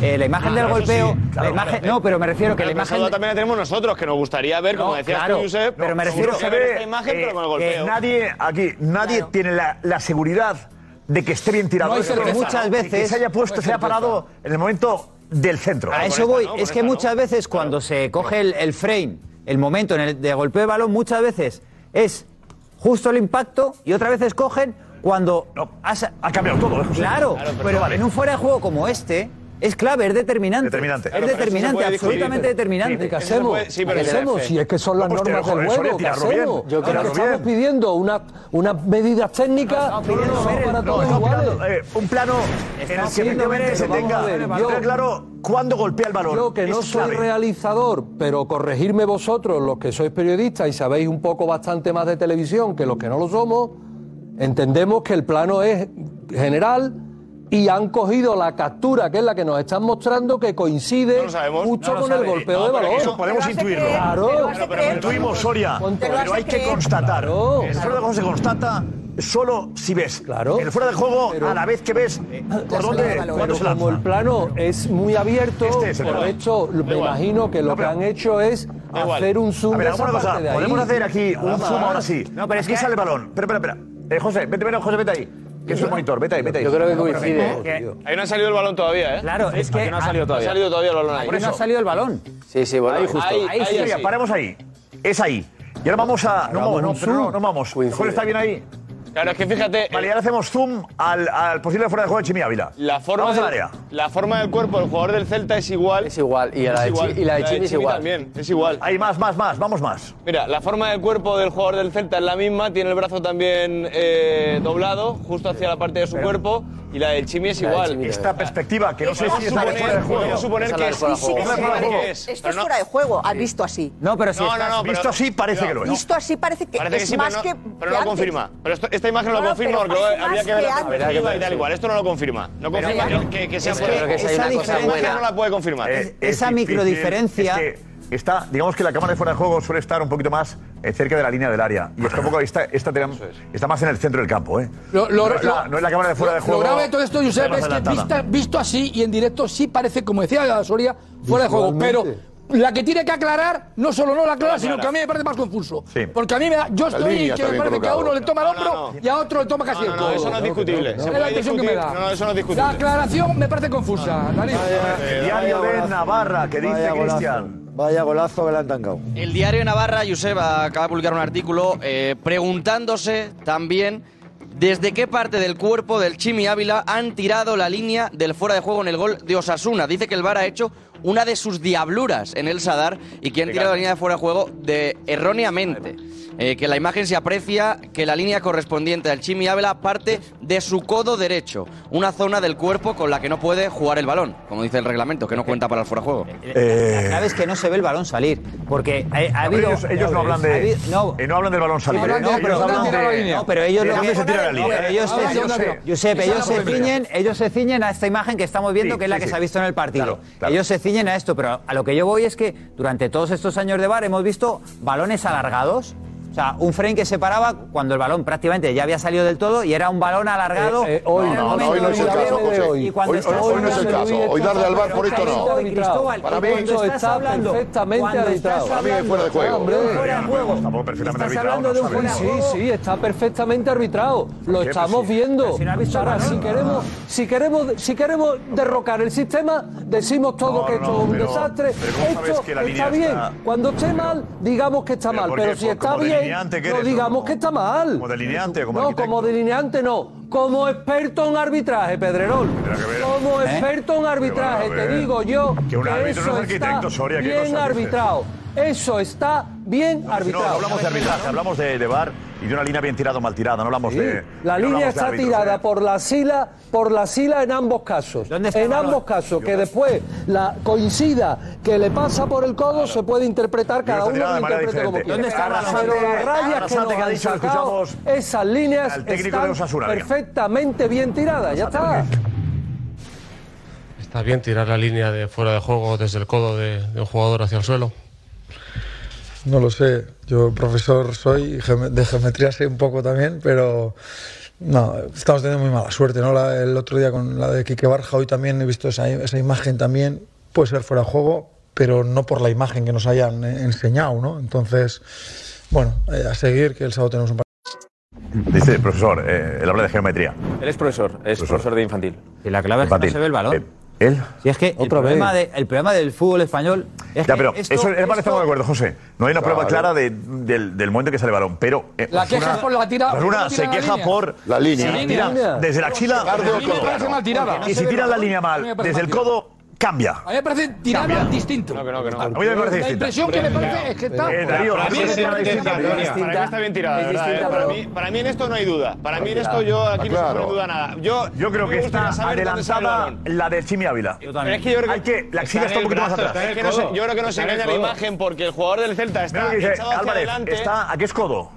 Eh, la imagen
Ah,
del
eso
golpeo.
sí, claro,
la imagen,
eh,
claro.
no, pero me refiero que
Pero
la imagen.
esa también la tenemos nosotros, que nos gustaría ver, como decías
claro,
tú, Josep.
pero me
nos
refiero-
gustaría ver esta imagen, pero con el
que
golpeo.
eh, nadie aquí, nadie tiene la, la seguridad de que esté bien tirado.
No hay
Porque
certeza.
muchas veces que se haya puesto,
no hay
se
certeza.
haya parado en el momento del centro.
A eso voy. es que muchas veces cuando se coge el, el frame, el momento en el de golpeo de balón, muchas veces es justo el impacto y otras veces cogen cuando has-
ha cambiado todo. ¿eh, José?
Claro,
Claro, pero
pero,
no vale.
en un fuera de juego como este es clave, es determinante.
Determinante.
Es
Claro, pero eso se
determinante,
puede discutir.
absolutamente determinante.
Sí, ¿Qué eso se hacemos? puede- sí, pero ¿Qué se hacemos? debe.
Si es que son las
No, pues,
normas
joder,
del
eso
juego,
le
¿qué
tirarlo bien.
hacemos?
Yo
Es que
creo que
estamos pidiendo una- unas medidas técnicas que son para
No,
todos
estamos
iguales.
mirando, eh, un plano en el que efectivamente se tenga tenga claro cuándo golpea el balón.
Yo que no
Eso es
soy
clave.
realizador, pero corregirme vosotros, los que sois periodistas y sabéis un poco bastante más de televisión que los que no lo somos, entendemos que el plano es general y han cogido la captura, que es la que nos están mostrando, que coincide mucho
No lo
con el
sabe.
golpeo
No,
de
pero
balón.
Eso podemos intuirlo.
Claro.
Pero, pero intuimos, Soria. Pero hay que constatar. El fuera de juego se constata solo si ves. Claro. El fuera de juego a la vez que ves por dónde cuándo
Pero
se lanza.
como el plano es muy abierto,
Este es el
por
problema.
hecho, me imagino que lo que han hecho es hacer un zoom
A ver,
de esa
hagamos una
parte de
cosa.
ahí.
Podemos hacer aquí
Nada
un zoom
más.
ahora sí. No, pero es que sale el balón. Espera, espera, espera. Eh, José, vete, vete, José, vete ahí. Que es un monitor, vete ahí, vete ahí.
Yo creo que
No, pero
coincide,
que- que-
Ahí no ha salido el balón todavía, ¿eh?
Claro, es que.
no ha salido todavía. el balón ahí.
Por eso. no ha salido el balón.
Sí, sí, bueno.
Ahí justo.
Ahí,
Ahí,
ahí,
Mira,
sí.
paramos ahí. Es ahí. Y ahora vamos a. No,
Hagamos
vamos, no,
un
pero no,
zoom.
no vamos. Mejor está bien ahí.
Claro, es que fíjate.
Vale, y ahora hacemos zoom al, al posible fuera de juego de Chimi Ávila.
La forma,
Vamos al
del,
área.
la forma del cuerpo del jugador del Celta es igual. Es igual.
y la de Chi- y la de Chimi es igual.
También, es igual.
Hay más, más, más. Vamos más.
Mira, la forma del cuerpo del jugador del Celta es la misma. Tiene el brazo también eh, doblado, justo hacia la parte de su cuerpo. Y la del Chimi es igual.
Esta perspectiva, que no sé
Podemos
si es la de
suponer-
fuera de juego.
podemos suponer que es-
Sí, sí, que
Fuera de juego.
sí.
es.
Esto
Pero
es
no-
fuera de juego, has visto así.
No, pero
si No, no, estás- no, pero-
visto así, parece que lo es.
Visto así parece que
Parece que
es
sí,
más
pero no,
que.
pero
que
no lo
antes.
confirma. Pero esto- esta imagen no
No,
lo
no,
confirma
pero
porque
parece
luego habría que ver
más que
la
antes.
perspectiva y tal igual. Esto no lo confirma. No
Pero
confirma
claro,
que, que sea
es
fuera de
que
juego.
esa
Esta imagen
diferencia-
no la puede confirmar.
Eh,
Esa
es difícil,
microdiferencia-
es que está, digamos que la cámara de fuera de juego suele estar un poquito más eh, cerca de la línea del área. Y está, un poco, esta, esta te- está más en el centro del campo. ¿eh?
Lo- lo-
no, es la,
lo-
no es la cámara de fuera de
lo
juego.
grave de todo esto, Josep,
más
es que vista-
adelantada.
visto así y en directo sí parece, como decía Soria, fuera de juego. Pero
Visualmente.
la que tiene que aclarar, no solo no la aclara,
No la
sino
aclara.
que a mí me parece más confuso.
Sí.
Porque a mí me da- yo
La
estoy
línea
que
está
me
bien
parece que a
colocado.
uno le toma el
No, no,
hombro y a otro le toma casi
No,
el
no,
codo.
eso no es discutible.
Es
Se
la
puede
impresión que me da.
discutir. No, no, eso no es discutible.
La aclaración me parece confusa, Darío.
Diario de Navarra, que dice
Vaya golazo.
Cristian.
Vaya golazo que le han tancado.
El diario de Navarra, Joseba, acaba de publicar un artículo eh, preguntándose también desde qué parte del cuerpo del Chimi Ávila han tirado la línea del fuera de juego en el gol de Osasuna. Dice que el VAR ha hecho una de sus diabluras en el Sadar y que han tirado la línea de fuera de juego de erróneamente. Eh, que en la imagen se aprecia que la línea correspondiente al Chimi Ávila parte de su codo derecho, una zona del cuerpo con la que no puede jugar el balón, como dice el reglamento, que no cuenta para el fuera de
Eh,
juego.
La clave es que no se ve el balón salir. Porque eh, ha, ha
No, pero
habido.
ellos, ellos no hablan
ha
de,
habido- no,
eh, no hablan del balón salido.
no,
ellos
pero,
hablan de-
no, pero ellos
de
lo
dónde
que-
se tira
no,
la línea.
pero ¿eh? ellos,
Ah,
ellos-
yo sé.
Josep,
Esa es
ellos
la
se
polémica.
ciñen, ellos se ciñen a esta imagen que estamos viendo,
Sí,
que es la
sí,
que
sí.
se ha visto en el partido.
Claro, claro.
Ellos se ciñen a esto, pero a lo que yo voy es que durante todos estos años de bar hemos visto balones alargados. O sea, un frame que se paraba cuando el balón prácticamente ya había salido del todo y era un balón alargado.
Eh, eh, hoy
en el
no, no,
momento
hoy no es el
clave
caso,
de
José.
Y cuando
Hoy-
estás
hoy- hoy no es el
hablando-
caso. Hoy darle al VAR por esto no.
Pero, Cristóbal,
Para mí,
cuando estás
está
hablando-
perfectamente
cuando estás
arbitrado.
hablando-
Para mí es fuera de juego.
Hombre,
Fuera de
fuera de juego.
Tampoco perfectamente
Estás
arbitrado.
hablando de un
vamos a
juego.
ver.
Sí, sí, está perfectamente arbitrado. Lo
Oye,
estamos
pues sí.
viendo.
Pero si no ha visto el
Ahora,
balón.
si queremos, si queremos, si queremos derrocar el sistema, decimos todo
No,
que
no,
esto es un
pero-
desastre.
pero ¿cómo sabes
Esto
que la
está
línea
bien.
está-
Cuando esté mal, digamos que está mal.
porque-
Pero si
por-
está
como
bien,
delineante que
no
eres, ¿no?
digamos que está mal.
Como delineante, como
No,
arquitecto.
como delineante no. Como experto en arbitraje, Pedrerol.
Tendrá que ver.
Como
¿Eh?
experto en arbitraje,
Pero vamos a
te
ver.
digo yo
Que un árbitro no
eso
es arquitecto,
está
Soria, ¿qué
bien
cosas dices?
arbitrado. Eso está bien
Si No,
arbitrado.
no hablamos de arbitraje, hablamos de, de bar y de una línea bien tirada o mal tirada, no hablamos de.
La
no hablamos
línea
de
está
árbitros,
tirada
¿eh?
por la sila, por la sila en ambos casos. en ambos casos, que después la coincida que le pasa por el codo se puede interpretar cada
está
uno
tirada
lo
de manera
interprete como
diferente.
quiera.
¿Dónde está
Pero
Arrasate?
las rayas que
Arrasate
nos
que ha
han
dicho,
sacado,
escuchamos
esas líneas
al técnico de
están
Osasuna, diga.
perfectamente bien tiradas. Ya está.
Está bien tirar la línea de fuera de juego desde el codo de, de un jugador hacia el suelo.
No lo sé, yo profesor soy, y geome- de geometría sé un poco también, pero no, estamos teniendo muy mala suerte, ¿no? La- el otro día con la de Quique Barja, hoy también he visto esa, esa imagen también, puede ser fuera de juego, pero no por la imagen que nos hayan eh, enseñado, ¿no? Entonces, bueno, eh, a seguir, que el sábado tenemos un partido.
Dice el profesor, eh, él habla de geometría.
Él es profesor, es profesor, de infantil.
Y la clave es que no
Infantil. Eh,
se ve el balón.
Él.
Si es que el problema, de- el problema del fútbol español es
Ya,
que
pero
esto-
eso es
esto-
vale, estamos de acuerdo, José. No hay una
Claro.
prueba clara de- del, del momento que sale el balón, pero. eh,
La queja
Osasuna-
es por la tira-
Osasuna
por la
se
tira de la
queja
línea.
por.
La línea.
Si
La
tira
línea.
desde la axila.
Cardio
desde el
a mí me
codo.
parece mal tirada.
Y si tiran la línea
A mí me
mal,
parece
desde
mal
el codo, cambia.
A mí me parece tirada distinto. No, que no, que no.
A mí me parece
La
distinta.
impresión que me parece es que está.
Eh, Darío,
A mí me
sí,
parece
sí,
que está
sí,
Para
sí,
mí
sí.
está bien tirada, de
Es
verdad,
distinta,
¿eh? para,
pero-
mí, para mí en esto no hay duda. Para mí en
Está
esto yo
claro.
aquí no se
Está
pone
claro.
duda nada. Yo,
Yo creo
me
que
gustaría
está
saber dónde sale el
adelantada
balón.
la del Chimi Ávila. Yo
Pero es que yo creo que,
Hay que la axila
en
está
el
un poquito más
brazo,
atrás.
está en el codo. yo creo que no se
Está en el
engaña la
codo.
imagen porque el jugador del Celta
Mira lo
está
que dice
echado hacia
Álvarez,
adelante.
está, ¿a qué es codo?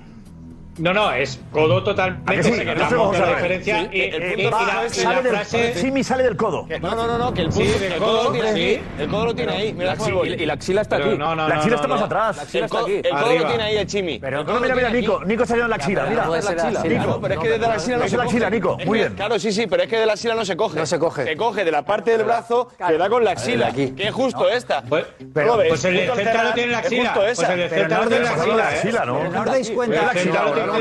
No, no, es codo totalmente.
¿A que sí?
porque
No
la
sé cómo
mucha
sabe.
diferencia.
eh,
Sí,
y,
el
y-
punto
y la-
bajo es-
y
sale
la
del-
frase.
Chimi sale del codo.
No, no, no, no, que el,
Sí,
punto-
del
el codo lo
codo,
tiene
sí.
aquí. El codo lo tiene ahí. Mira
La
cómo
axila-
el
y la axila está
Pero
aquí.
no, no,
la
no,
axila
no,
está
no.
más atrás.
La axila
El
está
codo-
aquí.
El codo lo
Arriba.
tiene ahí el Chimi. El
Pero el
codo
codo
lo
mira,
tiene
mira,
aquí.
Nico, Nico salió en la
Claro,
axila, mira.
no es la axila.
Nico.
Claro, pero es que
No,
desde la axila no
es
se
la
coge.
axila, Nico,
Es
muy
que-
bien. Claro, sí, sí, pero es que de la axila no se coge. No se coge. Se coge de la parte del brazo que da con la axila, que es justo esta.
pero-
¿No ves?
pues el
Justo
Celta
lateral,
lo tiene en la
es
axila.
justo esa.
Pues el Pero Celta no lo tiene en la hablamos de axila, axila, ¿eh? ¿no? Pero no os dais cuenta.
El
El Celta lo tiene en la axila.
Sí, no,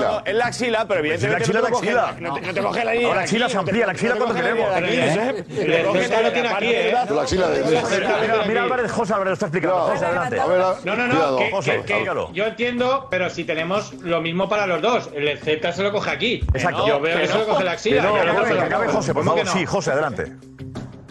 no, Es la axila, pero
Pues La
evidentemente
axila,
no
la
te coge
axila.
no te- no te coge la línea.
Ahora
de
la axila
aquí,
se amplía, la axila
no te
cuando
coge la
queremos.
línea de aquí, ¿eh? Josep. Te coge
Celta
la parte
¿eh?
del brazo.
Mira, mira Álvarez, José Álvarez lo está explicando. José, adelante.
No, no, no. que- que- que yo entiendo, pero si tenemos lo mismo para los dos. El Z se lo coge aquí.
Exacto.
Yo veo que se lo coge la axila.
No,
y el otro se
que
lo
acabe
coge.
José, por
¿Cómo que
favor.
no?
Sí, José, adelante.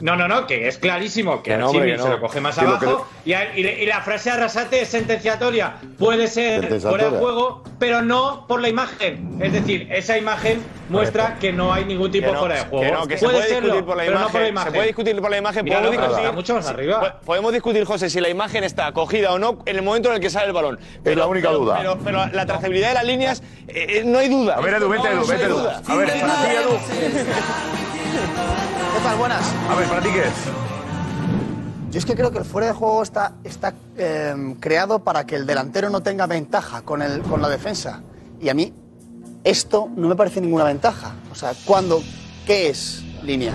No, no, no, que es clarísimo que
Que
el
no, hombre,
Chimi
que no.
se lo coge más
Que lo que
abajo y, a- y le- y la frase de Arrasate es sentenciatoria. Puede ser
Sentenciatoria.
fuera de juego, pero no por la imagen. Es decir, esa imagen muestra que no hay ningún tipo
Que no,
fuera de juego.
que no, que se puede discutir por la
pero no por la
imagen.
imagen.
Se puede discutir por la imagen.
Míralo,
podemos
pero
discutir-
está mucho más
sí,
arriba.
po- Podemos discutir, José, si la imagen está cogida o no en el momento en el que sale el balón. Pero-
la única
pero-
duda.
Pero, pero la trazabilidad de las líneas, eh, eh, no hay duda.
A ver, Edu, vente,
No, no
Edu,
hay
vente, Edu.
duda.
A ver, para ti, Edu.
¿Qué tal? Buenas.
A ver, para ti, ¿qué es?
Yo es que creo que el fuera de juego está, está eh, creado para que el delantero no tenga ventaja con, el, con la defensa. Y a mí esto no me parece ninguna ventaja. O sea, cuando ¿qué es línea?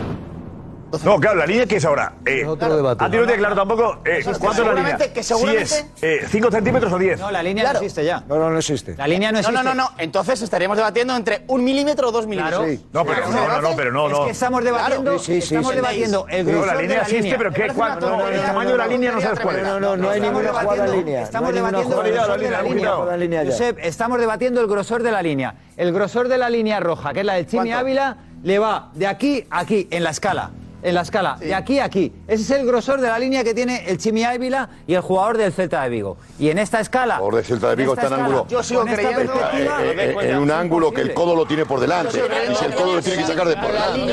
No, claro, la línea que es ahora. Eh,
Claro. debate.
A ti no tiene claro tampoco. Eh,
Eso es que
¿Cuánto es la línea?
seguramente- que seguramente-
Si es 5 centímetros o 10.
No, la línea no Claro. existe
ya.
No, no, no existe.
La línea no existe.
No, no, no. Entonces estaríamos debatiendo entre un milímetro o dos milímetros.
No, pero no, no, no, pero no,
Es
no.
que estamos debatiendo, estamos debatiendo el
Pero
grosor
la
de
línea
la
existe,
línea.
pero ¿qué? ¿Cuánto? el tamaño de la línea no sabes cuál es.
No, no, no hay ninguna jugada en línea.
Estamos
no hay
debatiendo
ninguna
el
jugada
grosor
en
de la
ninguna jugada en
línea.
línea ya.
Josep, estamos debatiendo el grosor de la línea. El grosor de la línea roja, que es la del Chimi Ávila, le va de aquí a aquí en la escala. En la escala, de aquí a aquí. Ese es el grosor de la línea que tiene el Chimi Ávila y el jugador del Celta de Vigo. Y en esta escala.
Por decir, el Celta de Vigo
en esta
está en
escala,
ángulo.
Yo sigo
Con esta
creyendo.
perspectiva, eh, eh, en un ángulo que el codo lo tiene por delante. Y si el codo lo tiene que sacar de por delante.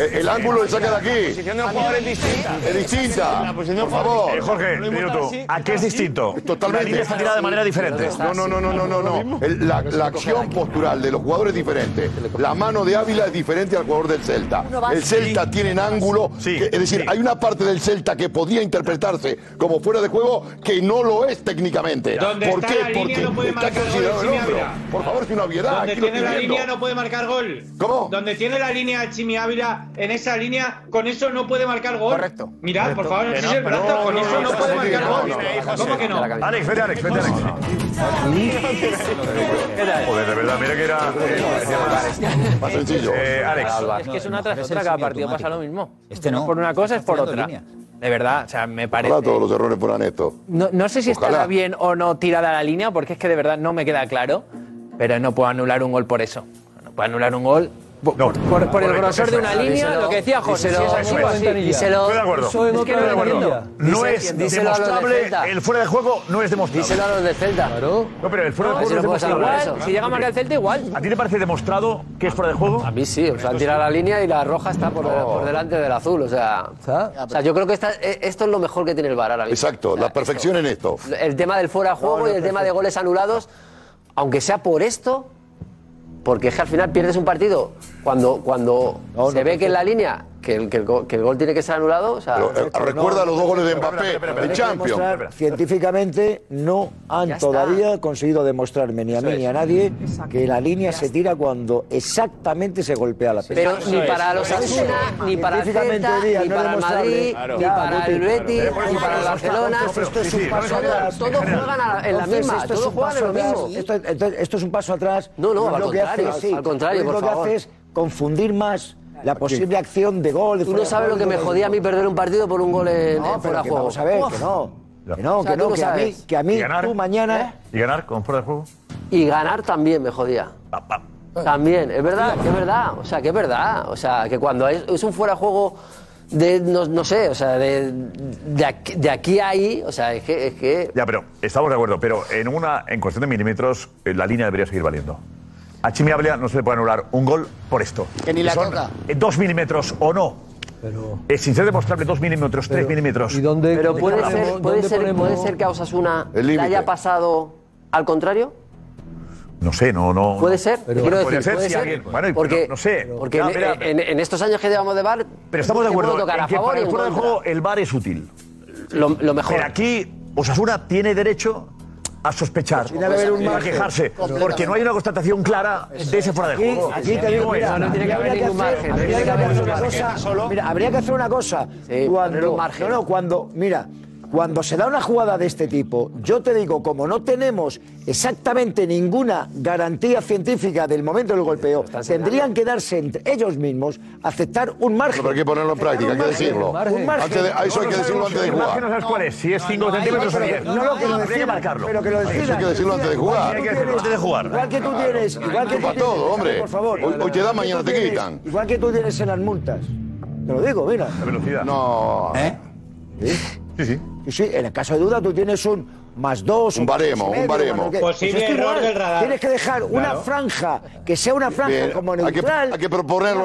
Eh, El ángulo le saca de aquí. La posición
de los jugadores es distinta.
Es distinta. Por favor.
Eh, Jorge, dilo tú. ¿A qué es distinto?
Totalmente.
La línea está tirada de manera diferente.
No, no, no, no, no, no. no. El- la, la acción postural de los jugadores es diferente. La mano de Ávila es diferente al jugador del Celta.
Uno va
El
así.
Celta tienen ángulo. que- es decir, hay una parte del Celta que podía interpretarse como fuera de juego que no lo es técnicamente.
Donde
¿Por
está
qué?
la línea
Porque
no puede
está
marcar gol
considerado el
Chimi
hombro.
Ávila.
Por favor, es una obviedad.
Donde
aquí lo
tiene
estoy
la
viendo.
línea no puede marcar gol. ¿Cómo? Donde tiene la línea Chimi Ávila, en esa línea, con eso no puede marcar gol. Correcto. Mirad, por favor,
Que
no
no,
el brazo,
no,
con
no,
eso
no,
no,
no,
puede
no,
marcar
no,
gol.
no, no, no,
¿Cómo que no?
Alex, vete, Alex, vete, Alex. Joder, de verdad, mira que era. Más sencillo. Eh, Alex.
Es que es una tras otra, cada partido pasa lo mismo.
Este no.
Por una cosa es por otra. De verdad, o sea, me parece.
Ojalá todos los errores fueran estos.
No, no sé si
Ojalá.
estará bien o no tirada la línea, porque es que de verdad no me queda claro, pero no puedo anular un gol por eso. No puedo anular un gol por, por- por el
correcto,
grosor
eso
de
es.
una línea,
Díselo-
lo que decía José,
díselo-
si es así pues o así.
Díselo- Estoy de acuerdo.
Eso en
Es
otra
que no lo
entiendo.
entiendo. No es
Díselo a los de
demostrable.
Celta.
El fuera de juego no es demostrable.
Díselo a los de Celta.
No, pero el fuera
No, si no
de juego no es
puedo
demostrable.
hablar de eso. Si llega a marcar el Celta, igual.
¿A ti te parece demostrado que es fuera de juego?
A mí sí, o sea, han tirado la línea y la roja está por, por delante del azul, o sea, o sea, yo creo que esta- e- esto es lo mejor que tiene el VAR ahora mismo.
Exacto, la perfección en esto.
El tema del fuera de juego y el tema de goles anulados, aunque sea por esto, porque es que al final pierdes un partido cuando, cuando se ve que en la línea que el, que el go- que el gol tiene que ser anulado, o sea,
eh, Recuerda los dos goles de
Espera, espera,
Mbappé,
espera, espera,
de
espera,
Champions.
espera,
demostrar, científicamente no
Ya
han
está.
todavía conseguido demostrarme ni a mí
Eso
ni
es.
a nadie que la línea se tira cuando exactamente se golpea la pelota.
Pero ni para los Asuna, ni para el
Científicamente hoy
Celta,
día
ni
no
para el
demostrable.
Madrid, ni
Ya,
para el
Guti,
Betis,
pero por eso
ni para el
estamos-
Barcelona.
pero esto es un paso atrás.
Todos juegan a la- en la
Entonces,
misma,
esto es
todos
un
juegan en
paso
lo mismo.
atrás. Esto, entonces, esto es un paso atrás.
No, no,
Lo
al
que
contrario,
hace-
al contrario,
lo
por
que
favor.
hace es confundir más la posible acción de gol. de
Tú
fuera
no
de
sabes lo
juego,
que me
de-
jodía a mí perder un partido por un gol en, en fuera
No, pero
de
que
juego.
vamos a ver,
Uf.
que no. Que no,
O sea,
que
tú
no,
no
que a mí,
sabes.
que a mí
¿Y ganar? ¿Eh?
tú mañana...
¿Y ganar con fuera de juego?
Y ganar también me jodía. También, es verdad, que es verdad. O sea, que es verdad. O sea, que cuando es, es un fuera de juego de, no, no sé, o sea, de, de, aquí, de aquí a ahí, o sea, es que... Es que
Ya, pero estamos de acuerdo, pero en una en cuestión de milímetros eh, la línea debería seguir valiendo. A Chimi Ávila no se le puede anular un gol por esto.
Que ni la
son
toca.
eh, Dos milímetros o no. Eh, sin ser demostrable, dos milímetros, tres milímetros. ¿Y
dónde,
Pero puede ser, puede, ser, puede ser que a Osasuna
El
le
límite.
haya pasado al contrario.
No sé, no, no.
Puede ser,
Pero-
quiero
Puede
decir,
ser,
puede
si
ser.
alguien- bueno, y-
porque,
pero no sé.
Porque eh,
Ya,
en-
espera,
en, en estos años que llevamos de bar,
Pero estamos de acuerdo
tocar
en
a
que
favor
para
y
el
en
fuera de
contra.
juego el VAR es útil.
Lo, mejor.
Pero aquí Osasuna tiene derecho a sospechar,
debe haber un
a
margen.
quejarse,
Completamente.
porque no hay una constatación clara de ese fuera de
Aquí,
juego.
aquí te digo, mira, habría que hacer-
¿eh?
habría que hacer una cosa. Mira, habría que hacer una cosa.
poner
Cuando,
un margen.
no, no, cuando, mira, cuando se da una jugada de este tipo, yo te digo, como no tenemos exactamente ninguna garantía científica del momento del golpeo, tendrían que darse entre ellos mismos aceptar un margen.
Pero hay que ponerlo en práctica, hay que
Aceptar un
decirlo.
margen, un margen.
Antes de- a eso hay que decirlo antes de
El margen
jugar.
no sabes cuál es, si es 5 centímetros o
pero-
10.
no, no, que lo
Habría
decidan,
marcarlo.
pero que lo
Eso hay
decidan.
decirlo antes de jugar.
Hay que decirlo antes de jugar.
Igual que tú tienes, igual que tú
Para
tienes,
todo, hombre.
Por favor.
Hoy- hoy te dan,
Igual que
mañana
tú
te
tienes-
quitan.
Igual que tú tienes en las multas. Te lo digo, mira.
La velocidad.
No.
Sí, sí.
Sí, sí, en el caso de duda tú tienes un más dos.
Un
o tres
baremo,
y
un
medio,
baremo.
cuando Pues que-
Posible
esto
error del radar.
Tienes que dejar una
Claro.
franja, que sea una franja
Bien,
como
hay que-
neutral.
hay que proponerlo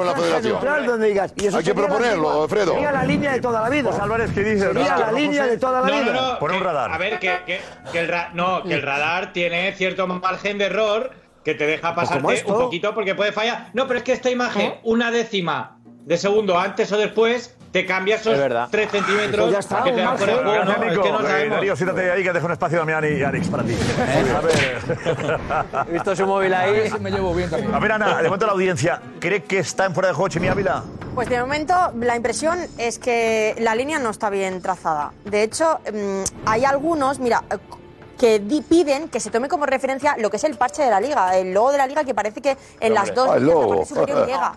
una
en la
franja
federación.
neutral donde digas, y eso
Hay que
sería la
proponerlo,
misma-
Alfredo.
Sería la línea de toda la vida.
Álvarez, ¿qué dice?
Sería la
José?
línea de toda la
No,
vida.
no, no. Por un
que-
radar.
A ver, que, que- que el ra- no, que el radar tiene cierto margen de error que te
Pues
deja
como
pasarte
esto.
un poquito porque puede fallar. No, pero es que esta imagen, una décima de segundo antes o después, te cambia esos
Es verdad. Pues
3 centímetros
ya está,
que te dan por el juego.
Gracias,
No, es
Nico.
que no
Eh,
sabemos.
Darío, <laughs> siéntate ahí que dejo un espacio a Damián y Alex para ti. A ver.
He visto su móvil ahí. Ese
me llevo bien también. A ver, Ana, de momento la audiencia. ¿Cree que está en fuera de juego Chimi Ávila?
Pues de momento la impresión es que la línea no está bien trazada. De hecho, mm, hay algunos, mira, eh, que di- piden que se tome como referencia lo que es el parche de la liga, el logo de la liga que parece que en
hombre.
las dos
Ah, el
líneas, la
logo.
parte
<laughs>
superior llega.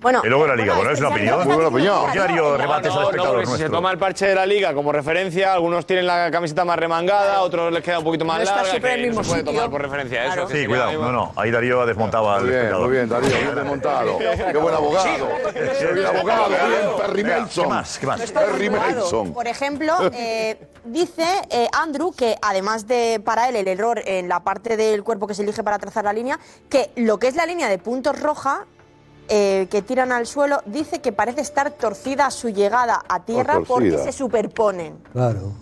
Bueno,
y luego la Liga, bueno, es una opinión.
Muy buena opinión.
Yo, Darío, rebates al
No, no,
espectador
porque si se
nuestro.
toma el parche de la liga como referencia, algunos tienen la camiseta más remangada, otros les queda un poquito más
No está
larga.
siempre
que
en el
no
mismo
se puede
sitio.
tomar por referencia eso. que
Sí,
se
cuidado.
queda
No, no, ahí Darío ha desmontado al
Muy bien,
espectador.
muy bien, Darío, bien desmontado. Qué buen abogado. Qué buen abogado, bien, Perry
Venga,
Mason.
¿Qué más? ¿Qué
No
más?
está regulado. Por
<laughs>
ejemplo, eh, dice eh, Andrew que además de para él el error en la parte del cuerpo que se elige para trazar la línea, que lo que es la línea de puntos roja eh, que tiran al suelo, dice que parece estar torcida a su llegada a tierra
Oh, torcida.
porque se superponen.
Claro.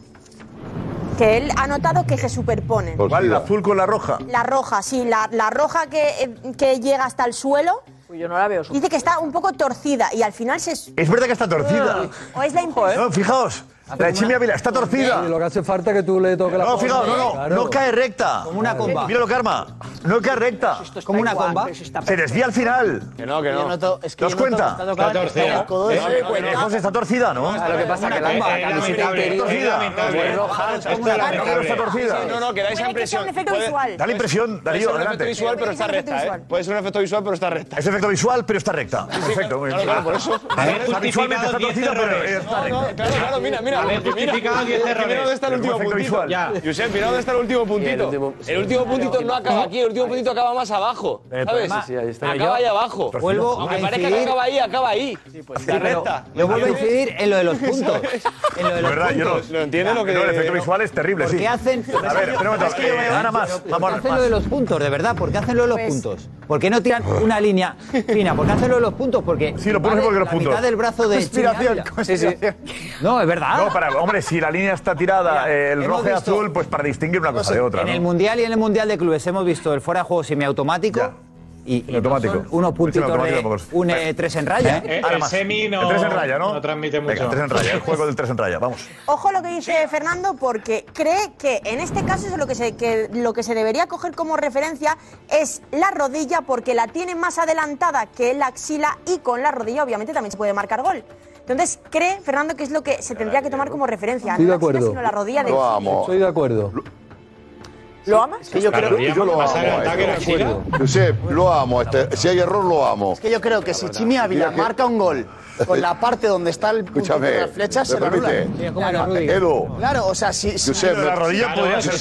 Que él ha notado que se superponen.
¿Cuál? ¿La azul con la roja?
La roja, sí, la, la roja que, eh, que llega hasta el suelo yo no la veo.
Dice que está un poco torcida y al final se.
Es verdad que está
<laughs>
Ah,
torcida.
O es la
eh.
impresión.
No, fijaos. La de Chimi Ávila está torcida.
Y lo que hace falta es que tú le toques la
No,
polla.
fijaos, no, no.
Claro.
No cae recta.
Como una comba.
Mira lo que arma. No cae recta.
Pues
Como una igual, comba. pero
Se desvía al final.
Que no, que
no.
no. Yo noto- es que
¿Te das
yo noto
cuenta?
que está tocada, Está torcida. está en el codo,
Eh,
¿no?
eh, eh, José, está torcida, ¿no?
Ah, lo que pasa que la-
Comba,
eh,
la camiseta
lamentable,
interior
eh, lamentable.
torcida. Es roja,
Esto
es
es
la
lamentable.
cara está torcida.
Sí, no, no, que da esa impresión. Puede-
Da la impresión,
puede
Darío,
ser un
adelante.
efecto visual, pero está recta, ¿eh? Puede ser un efecto visual, pero está recta.
Es efecto visual, pero está recta. Perfecto, muy bien.
claro, este por eso.
Eh, está visualmente está torcida, pero eh, está recta.
Claro, claro, mira, mira.
Haber
mira,
justificado
este
mira,
10
mira
errores.
eh.
dónde está el este
Pero
último
con efecto
puntito.
visual. Ya.
Josep, mira dónde está el último puntito.
último- sí.
El último puntito no acaba aquí, el último puntito acaba más abajo.
Eh,
¿Sabes?
problema- Sí, sí, ahí está.
Acaba ahí abajo.
Vuelvo
Aunque
a
parezca que
incidir-
acaba ahí, acaba ahí. Está
pero
recta.
Yo vuelvo a incidir en lo de
<laughs>
los puntos. En lo de los
verdad, yo
puntos.
no- no entiendo lo que- No, el efecto visual es terrible,
¿Por
sí.
qué hacen?
A ver, espera un momento,
Es que yo
eh,
veo-
gana más,
pero ¿por qué
vamos,
hacen
más.
lo de los puntos, de verdad? ¿Por qué hacen lo de los puntos? ¿Por qué no tiran
<laughs>
una línea fina? ¿Por qué hacen lo de los puntos? Porque sí,
lo pones porque los
la
puntos.
mitad del brazo de Chimi
Conspiración,
Ávila.
conspiración.
No, es verdad.
No, para, hombre, si la línea está tirada, eh, el
hemos
rojo y
visto-
azul, pues para distinguir una cosa de otra.
En
¿no?
el Mundial y en el Mundial de Clubes hemos visto el fuera de juego semiautomático y, y
automático.
son unos puntitos
automático
de
tampoco es.
un eh, tres en raya.
Eh,
¿eh?
Pues ahora más. El tres en raya, ¿no?
transmite
Venga,
mucho.
tres en raya, el
<laughs>
juego del tres en raya, vamos.
Ojo lo que dice Fernando, porque cree que en este caso es lo que, se, que lo que se debería coger como referencia es la rodilla, porque la tiene más adelantada que la axila y con la rodilla obviamente también se puede marcar gol. Entonces cree Fernando que es lo que se tendría que tomar como referencia,
Estoy de
no la axila,
acuerdo.
sino la rodilla de
Estoy de acuerdo.
¿Lo amas?
que yo
Claro,
creo-
yo
yo
lo
lo amo,
amo.
eh,
eh,
de
yo lo
acuerdo.
amo. Josep, lo amo. este, si hay error, lo amo.
Es que yo creo que si Chimi Ávila
Mira que-
marca un gol con la parte donde está el puntito
Escúchame,
de la flecha,
¿me
se lo anula.
permite? Mira, ¿cómo la rodilla? Edu.
Claro, o sea, si... si-
Josep, me- Claro, Josep,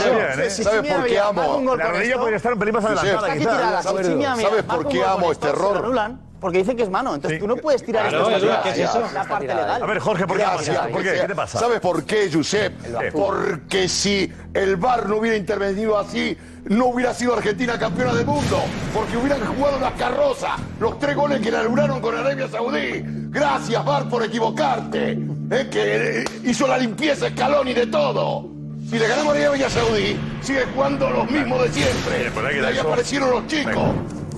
¿Sabes por qué amo?
¿eh? La rodilla podría estar un pelín más
Josep,
adelantada,
¿sabes
quizás.
por qué ¿Sabes por qué amo este error?
Porque dicen que es mano, entonces tú no puedes tirar
Claro,
esto.
Edu, ¿qué es eso?
La parte legal.
A ver, Jorge, ¿por qué amas?
Gracias,
¿Por qué?
Josep.
¿Qué te pasa?
¿Sabes por qué, Josep? Porque si el VAR no hubiera intervenido así, no hubiera sido Argentina campeona del mundo. Porque hubieran jugado las carrozas, los tres goles que le anularon con Arabia Saudí. Gracias, VAR, por equivocarte. Es que eh, hizo la limpieza escalón y de todo. Si le ganamos a Arabia Saudí, sigue jugando los mismos de siempre.
Mire, por ahí
Y
queda
ahí
eso.
aparecieron los chicos.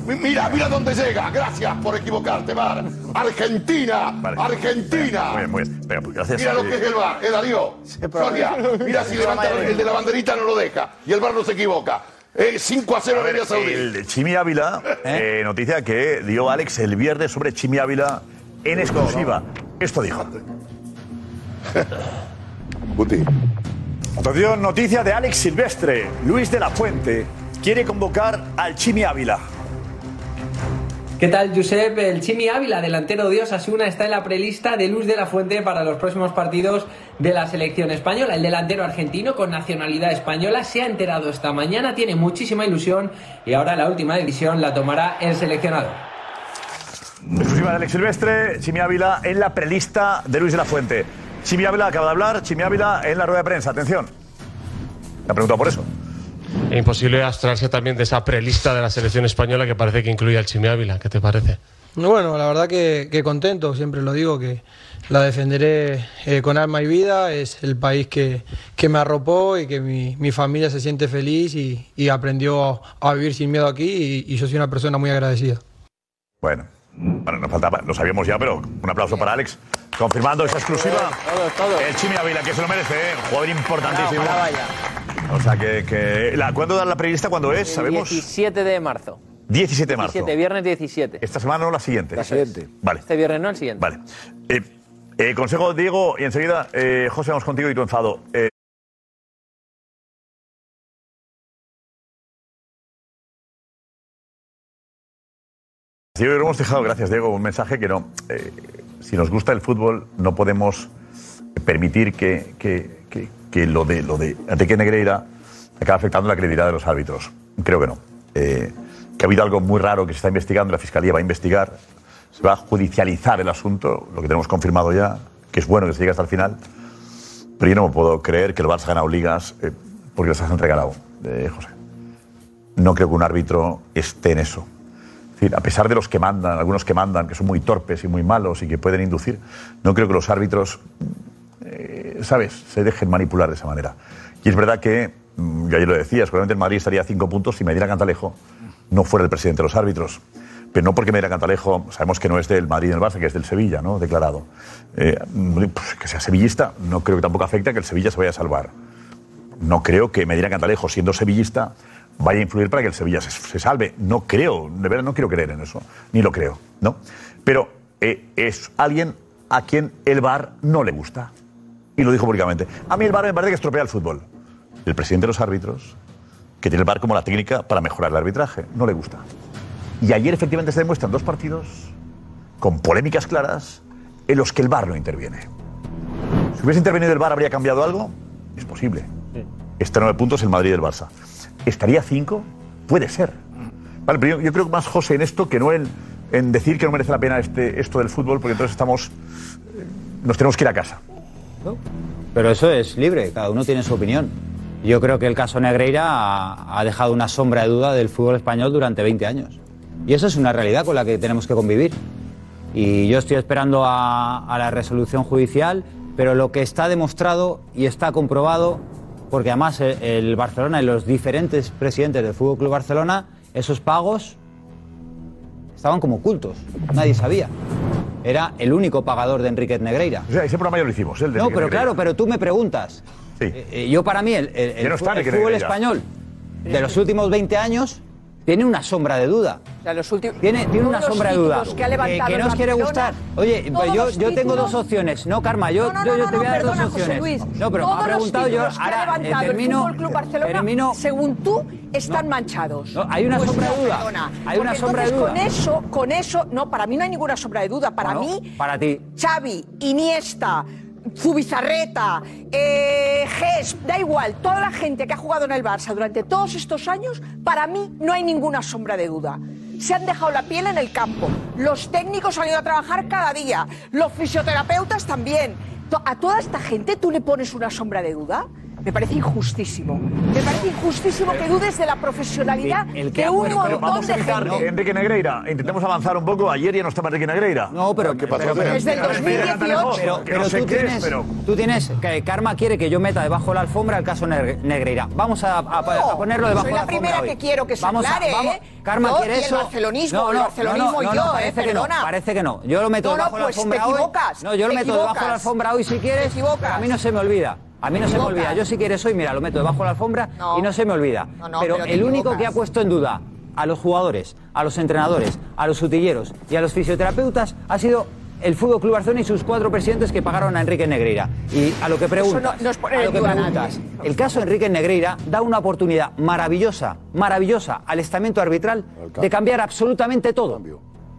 Mi- Mira, mira dónde llega. Gracias por equivocarte, VAR. Argentina, Argentina.
Muy bien, muy bien. Venga, pues gracias.
Mira lo que es el bar, el Darío. Sonia, mira si levanta el de la banderita no lo deja. Y el bar no se equivoca. Eh, 5 a 0 Arabia Saudí.
El de Chimi Ávila, eh, noticia que dio Alex el viernes sobre Chimi Ávila en exclusiva. Esto dijo.
Guti.
Atención, noticia de Alex Silvestre. Luis de la Fuente quiere convocar al Chimi Ávila.
¿Qué tal, Josep? El Chimi Ávila, delantero de Osasuna, está en la prelista de Luz de la Fuente para los próximos partidos de la selección española. El delantero argentino con nacionalidad española se ha enterado esta mañana, tiene muchísima ilusión y ahora la última decisión la tomará el seleccionador.
Exclusiva de Alex Silvestre, Chimi Ávila en la prelista de Luis de la Fuente. Chimi Ávila acaba de hablar, Chimi Ávila en la rueda de prensa. Atención. La pregunta por eso.
E imposible abstraerse también de esa prelista de la selección española que parece que incluye al Chimi Ávila. ¿Qué te parece?
Bueno, la verdad que, que contento, siempre lo digo, que la defenderé eh, con alma y vida, es el país que, que me arropó y que mi, mi familia se siente feliz y, y aprendió a, a vivir sin miedo aquí y- y yo soy una persona muy agradecida.
Bueno, bueno, nos faltaba, lo sabíamos ya, pero un aplauso para Alex. Confirmando esa exclusiva. El Chimi Ávila, que se lo merece, ¿eh? un jugador importantísimo. O sea, que. que- la- ¿Cuándo da la prelista? ¿Cuándo es? Sabemos.
17 de marzo.
17 de marzo.
17, viernes 17.
Esta semana o la siguiente.
La siguiente.
Vale.
Este viernes no, el siguiente.
Vale. Eh, eh, consejo, Diego, y enseguida, eh, José, vamos contigo y tu enfado. Eh, Sí, yo creo que hemos dejado, gracias Diego, un mensaje que no. eh, si nos gusta el fútbol, no podemos permitir que, que- que- que lo de lo de Enrique Negreira acabe afectando la credibilidad de los árbitros. Creo que no. Eh, que ha habido algo muy raro que se está investigando, la fiscalía va a investigar, se va a judicializar el asunto, lo que tenemos confirmado ya, que es bueno que se llegue hasta el final. Pero yo no me puedo creer que el Barça ha ganado ligas eh, porque las han regalado, eh, José. No creo que un árbitro esté en eso. Es decir, a pesar de los que mandan, algunos que mandan, que son muy torpes y muy malos y que pueden inducir, no creo que los árbitros, eh, ¿sabes?, se dejen manipular de esa manera. Y es verdad que, mm, yo ayer lo decía, seguramente el Madrid estaría a cinco puntos si Medina Cantalejo no fuera el presidente de los árbitros. pero no porque Medina Cantalejo, sabemos que no es del Madrid y del Barça, que es del Sevilla, ¿no? Declarado. Eh, pues, que sea sevillista, no creo que tampoco afecte a que el Sevilla se vaya a salvar. No creo que Medina Cantalejo, siendo sevillista, vaya a influir para que el Sevilla se, se salve. No creo, de verdad no quiero creer en eso, ni lo creo, ¿no? Pero eh, es alguien a quien el VAR no le gusta. Y lo dijo públicamente. A mí el VAR me parece que estropea el fútbol. El presidente de los árbitros, que tiene el VAR como la técnica para mejorar el arbitraje, no le gusta. Y ayer efectivamente se demuestran dos partidos con polémicas claras en los que el VAR no interviene. Si hubiese intervenido el VAR, ¿habría cambiado algo? Es posible. Está a Este nueve puntos el Madrid y el Barça. ¿Estaría a cinco? Puede ser. Vale, pero yo, yo creo que más José en esto que no en, en decir que no merece la pena este, esto del fútbol, porque entonces estamos. eh, Nos tenemos que ir a casa.
Pero eso es libre, cada uno tiene su opinión. Yo creo que el caso Negreira ha, ha dejado una sombra de duda del fútbol español durante 20 años. Y eso es una realidad con la que tenemos que convivir. Y yo estoy esperando a, a la resolución judicial, pero lo que está demostrado y está comprobado, porque además el, el Barcelona y los diferentes presidentes del Fútbol Club Barcelona, esos pagos estaban como ocultos, nadie sabía. Era el único pagador de Enriquez Negreira.
O sea, ese programa ya lo hicimos, el de
No,
Enrique
pero
Negreira.
claro, pero tú me preguntas. Eh, eh, yo para mí, el, el-
Ya
el
no está
fu- el
Enrique
fútbol
Negreira.
español de los últimos 20 años tiene una sombra de duda. tiene, tiene una
Todos los
sombra de duda. Eh,
títulos que ha levantado
nos
el
quiere
Barcelona,
gustar. Oye,
todos
pues yo,
los
yo tengo
títulos-
dos opciones. No, Karma, yo,
No, no,
yo- yo
no,
te voy a
no,
dar
perdona,
dos
José
opciones.
Luis.
no, pero me
Todos
ha
los
preguntado yo.
títulos que ha
Ahora eh,
levantado el
termino.
Fútbol Club Barcelona,
termino-
según tú, están manchados.
No, hay una
Pues
sombra
no,
de duda.
perdona.
Hay una
Porque
sombra de
entonces
duda.
Con eso, con eso, no, para mí no hay ninguna sombra de duda. Para
Bueno,
mí,
Para ti.
Xavi, Iniesta, Zubizarreta, eh, Gess, da igual, toda la gente que ha jugado en el Barça durante todos estos años, para mí no hay ninguna sombra de duda. Se han dejado la piel en el campo. Los técnicos han ido a trabajar cada día. Los fisioterapeutas también. To- A toda esta gente tú le pones una sombra de duda. Me parece injustísimo. Me parece injustísimo que dudes de la profesionalidad de un
Bueno, pero
montón
vamos a
de
evitar
gente.
Enrique Negreira, intentemos avanzar un poco. Ayer ya no estaba Enrique Negreira. No,
pero
¿qué pasó?
pero- Desde el
Pero-
2018.
Pero,
que
pero
no sé
tú,
qué es,
tienes,
pero-
tú tienes que Karma quiere que yo meta debajo de la alfombra el caso Neg- Negreira. Vamos a, a- a
No,
ponerlo debajo
soy
de la alfombra.
la primera
hoy.
que quiero que se
vamos a-
aclare,
vamos-
¿eh?
Karma
Yo
quiere
y el
eso.
barcelonismo, el barcelonismo y
no,
yo, ¿eh?
parece que
Perdona.
no, parece que no. Yo lo meto
No, no,
debajo de la
pues te
alfombra hoy.
equivocas,
No, yo lo
te
meto debajo de la
equivocas.
alfombra hoy si quieres.
Te equivocas.
pero A mí no se me olvida. A mí no
Te
se me
equivocas.
olvida. Yo si quieres hoy, mira, lo meto debajo de la alfombra y no se me olvida.
No, no,
pero
pero te
el único que
equivocas.
ha puesto en duda a los jugadores, a los entrenadores, a los sutilleros y a los fisioterapeutas ha sido el Fútbol Club Barcelona y sus cuatro presidentes que pagaron a Enrique Negreira. Y a lo que preguntas,
no- no es poner
a
en
lo que
duda a
preguntas, el caso Enrique Negreira da una oportunidad maravillosa, maravillosa al estamento arbitral de cambiar absolutamente todo.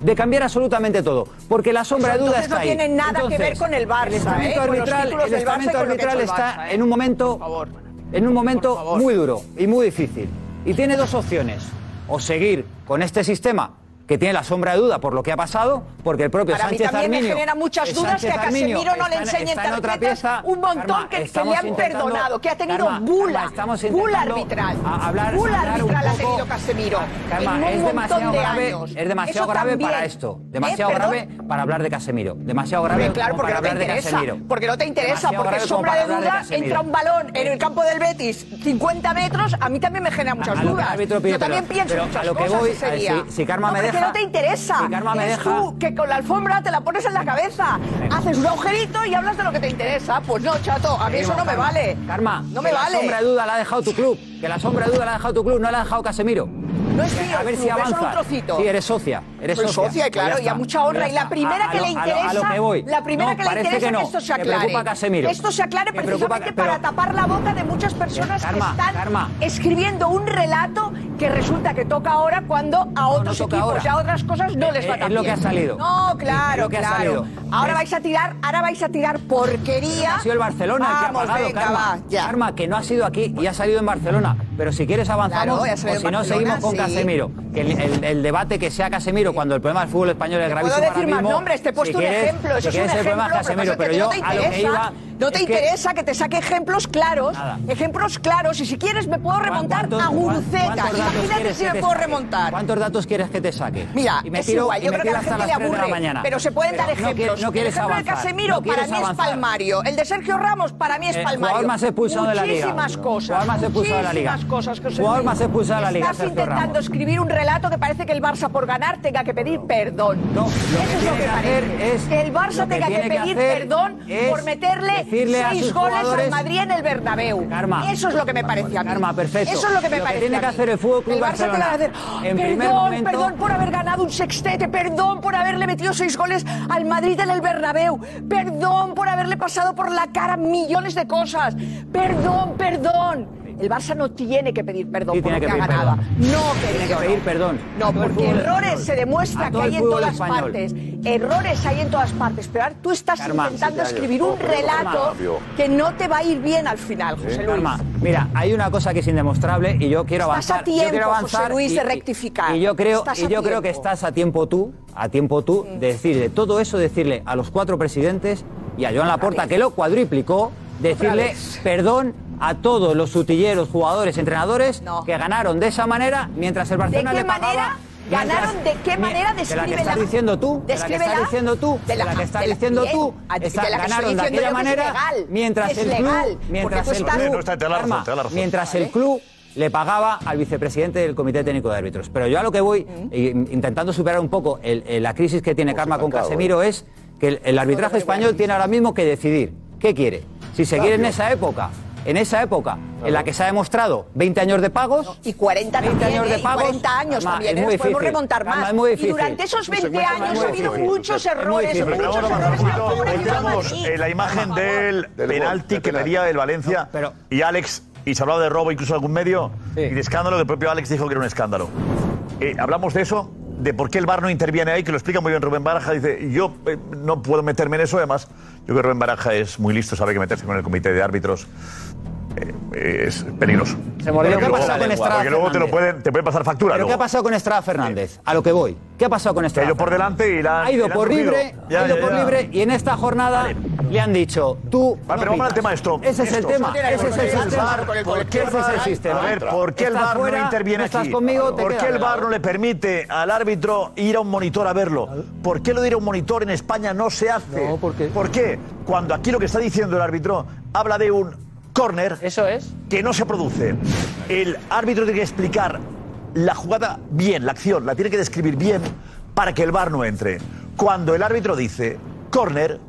De cambiar absolutamente todo, porque la sombra de duda
Entonces
está
no
ahí.
tiene nada
Entonces,
que ver con el Barça,
El estamento
¿eh? Con los
arbitral,
títulos
el
del Barça y
estamento
con lo que ha
arbitral
hecho el
está
Barça, ¿eh?
en un momento en un momento muy duro y muy difícil. Y tiene dos opciones. O seguir con este sistema que tiene la sombra de duda por lo que ha pasado, porque el propio
Para mí
Sánchez
también me
Arminio-
genera muchas
el
dudas
Sánchez
que a
Arminio
Casemiro no le
está en-
enseñen
está en otra
tarjetas,
pieza.
un montón
Karma,
que- que le
estamos
han
intentando-
perdonado, que ha tenido
Karma,
bula,
Karma, estamos
bula
intentando
arbitral,
a- hablar-
bula
hablar un
arbitral ha
poco-
tenido Casemiro
Karma,
en un
es
montón
demasiado
de
grave,
años.
es demasiado
Eso
grave
también.
para esto,
¿Eh?
demasiado
Perdón.
grave para hablar de Casemiro, demasiado grave
Hombre, claro,
como
porque
para
no te
hablar de
interesa.
Casemiro.
Porque no te interesa,
Demasiado
porque
grave como
sombra
para
de
hablar de
duda
Casemiro.
entra un balón en el campo del Betis 50 metros, a mí también me genera muchas
a lo que el
dudas.
árbitro pide,
Yo también
pero-
pienso
pero a
muchas
lo que
cosas
voy,
ese
a ver,
día.
si- si Karma
No,
me
porque
deja-
no te interesa.
si Karma me
Eres
deja-
tú que con la alfombra te la pones en la cabeza, haces un agujerito y hablas de lo que te interesa. Pues no, chato, a mí
Seguimos,
eso no me
Karma.
vale.
Karma,
no me
que
vale.
La sombra de duda la ha dejado tu club. Que la sombra de duda la ha dejado tu club, no la ha dejado Casemiro. No
es mío
A
el
ver si
club, es
avanza.
solo un trocito.
Sí, eres socia. Eres
Soy socia,
Pues
claro,
ya
y
está,
a mucha honra.
pues ya
Y la
está.
primera que
lo-
le
a lo- a lo
interesa-
que voy.
la primera
No,
que le
parece
interesa
que, no.
que esto se
Me
aclare.
preocupa Casemiro.
Esto se aclare
Me preocupa
precisamente
Ca-
para
pero-
tapar la boca de muchas personas
Karma,
que están
Karma.
escribiendo un relato que resulta que toca ahora cuando a otros
toca
equipos
ahora. Eh,
y a otras cosas no les va
es
tan
lo que
bien.
ha salido.
No,
Es
claro,
lo que ha
claro.
salido.
Ahora
Es-
vais a tirar, ahora vais a tirar porquería.
Ha sido el Barcelona el que
Vamos,
ha pagado,
venga,
Karma.
va, ya.
Karma, que no ha sido aquí y ha salido en Barcelona. Pero si quieres avanzamos,
Claro, ya ha salido
o si
en
no,
Barcelona,
seguimos con
sí.
Casemiro. Que el, el- el debate que sea Casemiro cuando el problema del fútbol español es
Te
gravísimo
Puedo
ahora
decir más
mismo,
nombres, te he
si
puesto un
quieres-
ejemplo,
si
eso es un
quieres, el
ejemplo,
problema es Casemiro,
pasa
pero
que
yo
no te
a lo que
interesa,
iba...
no te
es que-
interesa que te saque ejemplos claros,
Nada.
ejemplos claros, y si quieres me puedo remontar a Guruceta,
¿Cuántos datos
imagínate
quieres
si
que
me
te
puedo
saque?
remontar.
¿Cuántos datos quieres que te saque?
Mira,
Y me
es
tiro-
igual,
y
yo
me
creo que
tiro
a la
hasta
gente le
las tres de la
aburre,
mañana.
pero se pueden dar
Pero no
ejemplos.
quieres- no quieres
el ejemplo
avanzar,
de Casemiro
no
para
quieres
mí es
avanzar.
palmario, el de Sergio Ramos para mí es
Eh,
palmario.
jugador más expulsado de la liga.
Muchísimas cosas,
Jugador más expulsado de la liga.
muchísimas cosas que os
Jugador
envío.
más expulsado de la liga,
Estás
Sergio
intentando cuando escribir un relato que parece que el Barça por ganar tenga que pedir perdón. Eso es lo que parece. que el
lo
Barça
que
tenga que,
tiene que
pedir
hacer
perdón
es
por meterle
decirle a
seis
sus
goles al
jugadores-
Madrid en el Bernabéu.
Karma.
Eso es lo que me parece a mí.
Karma, perfecto.
Eso es lo que me
Lo que
parece
tiene
a
que
mí.
hacer el Fútbol Club
El Barça que
Barcelona.
lo va a hacer.
En primer
perdón,
momento-
perdón por haber ganado un sextete, perdón por haberle metido seis goles al Madrid en el Bernabéu, perdón por haberle pasado por la cara millones de cosas, perdón, perdón. El Barça no tiene que pedir perdón
Sí,
por
tiene
lo que,
que
ha
pedir
ganado.
perdón.
No
Tiene
pedir
que pedir perdón.
no, porque
fútbol
errores
español.
se
A
demuestra que
todo
hay
el
en
fútbol
todas
español.
partes. Errores hay en todas partes. Pero ahora tú estás
Karma,
intentando
siete años.
escribir un
Ojo,
relato
cambio.
que no te va a ir bien al final, José Luis.
Karma, mira, hay una cosa que es indemostrable y yo quiero
Estás
avanzar.
a tiempo,
yo quiero avanzar
José Luis,
y-
de rectificar.
Y yo creo,
Estás
y
a
yo creo que
tiempo.
estás a tiempo tú, a tiempo tú, de decir de todo eso, decirle a los cuatro presidentes y a Joan Laporta, que lo cuadriplicó, decirle
vez.
perdón a todos los sutilleros, jugadores, entrenadores que ganaron de esa manera mientras el Barcelona
qué
le pagaba.
manera ganaron? ¿De qué
mi- De la
manera?
que
Descríbela.
estás diciendo tú, de la que estás
Descríbela.
diciendo tú, de la que estás diciendo
bien,
tú,
a- de
esa-
la que
ganaron
estoy
de
diciendo
aquella
yo que es
manera
legal.
mientras
Es
el
legal,
club,
porque
mientras
tú
el
estás-
club,
No, está, te da la razón,
Karma,
te da la razón.
mientras el
Vale.
club le pagaba al vicepresidente del Comité Técnico de Árbitros. Pero yo a lo que voy, i- intentando superar un poco el- el- la crisis que tiene Karma con Casemiro, es que el, el arbitraje español tiene ahora mismo que decidir qué quiere. Si se quiere en esa época, en esa época en la que se ha demostrado 20 años de pagos,
Y 40 también,
años de
¿eh? Y
pagos,
40 años
Karma,
también,
es
¿eh?
muy
Nos podemos
difícil.
remontar más.
Karma, es muy
y
difícil.
durante esos 20
Karma, es
años
muy
ha habido
difícil.
muchos
Es muy
errores,
difícil.
muchos
Vamos a avanzar
errores.
un
que han
poquito. Ahí
favorecido al
tenemos
Madrid.
eh, la imagen del penalti que pedía el Valencia y Alex, y se hablaba de robo incluso en algún medio, y de escándalo que el propio Alex dijo que era un escándalo. Eh, ¿Hablamos de eso? De por qué el VAR no interviene ahí, que lo explica muy bien Rubén Baraja. Dice, yo eh, no puedo meterme en eso, además, yo creo que Rubén Baraja es muy listo, sabe que meterse con el comité de árbitros eh, es peligroso.
Se mordió.
Porque
¿Qué
luego-
pasa con Estrada
Porque luego te, lo
Fernández?
pueden, te pueden pasar factura.
¿Pero qué ha
luego.
pasado con Estrada Fernández? A lo que voy. ¿Qué ha pasado con Estrada?
Ha ido por
Fernández?
delante y la han-
Ha ido
y la han
por
cogido.
libre,
Ya,
ha ido
ya,
por
ya.
libre y en esta jornada le han dicho, tú.
Vale, pero vamos al tema de esto.
Ese es el
Esto.
tema.
Eso tiene que
Ese es
ver
el
con el
sistema.
VAR, con el
¿Por qué ese es el
colectivo.
sistema?
A ver, ¿por qué el
Estás
VAR
fuera,
no interviene
no estás
aquí?
conmigo, te
¿Por qué
quedas.
el VAR no le permite al árbitro ir a un monitor a verlo? ¿Por qué lo de ir a un monitor en España no se hace? ¿Por qué? Cuando aquí lo que está diciendo el árbitro habla de un córner. Eso es. Que no se produce. El árbitro tiene que explicar la jugada bien, la acción, la tiene que describir bien para que el VAR no entre. Cuando el árbitro dice córner,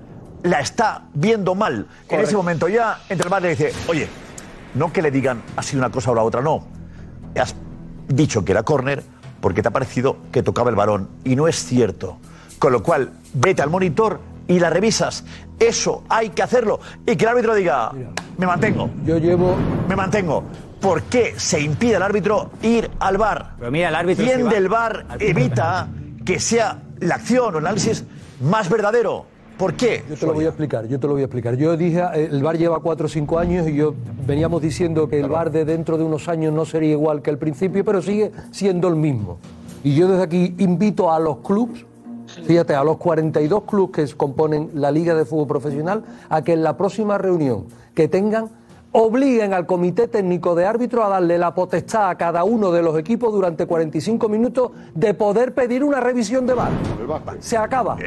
la está viendo mal. En ese momento ya entre el VAR le dice, oye, no que le digan ha sido una cosa o la otra, no. Has dicho que era córner porque te ha parecido que tocaba el varón y no es cierto. Con lo cual, vete al monitor y la revisas. Eso hay que hacerlo. Y que el árbitro diga, me mantengo.
Yo llevo...
Me mantengo. ¿Por qué se impide al árbitro ir al bar?
Pero mira, el árbitro
¿Quién
es que va
del bar
al punto
evita que sea la acción o el análisis más verdadero? ¿Por qué?
Yo te lo voy a explicar, yo te lo voy a explicar. Yo dije, eh, el bar lleva 4 o 5 años y yo veníamos diciendo que el bar de dentro de unos años no sería igual que el principio, pero sigue siendo el mismo. Y yo desde aquí invito a los clubs, fíjate, a los 42 clubs que componen la Liga de Fútbol Profesional, a que en la próxima reunión que tengan obliguen al comité técnico de árbitro a darle la potestad a cada uno de los equipos durante 45 minutos de poder pedir una revisión de VAR. Se acaba.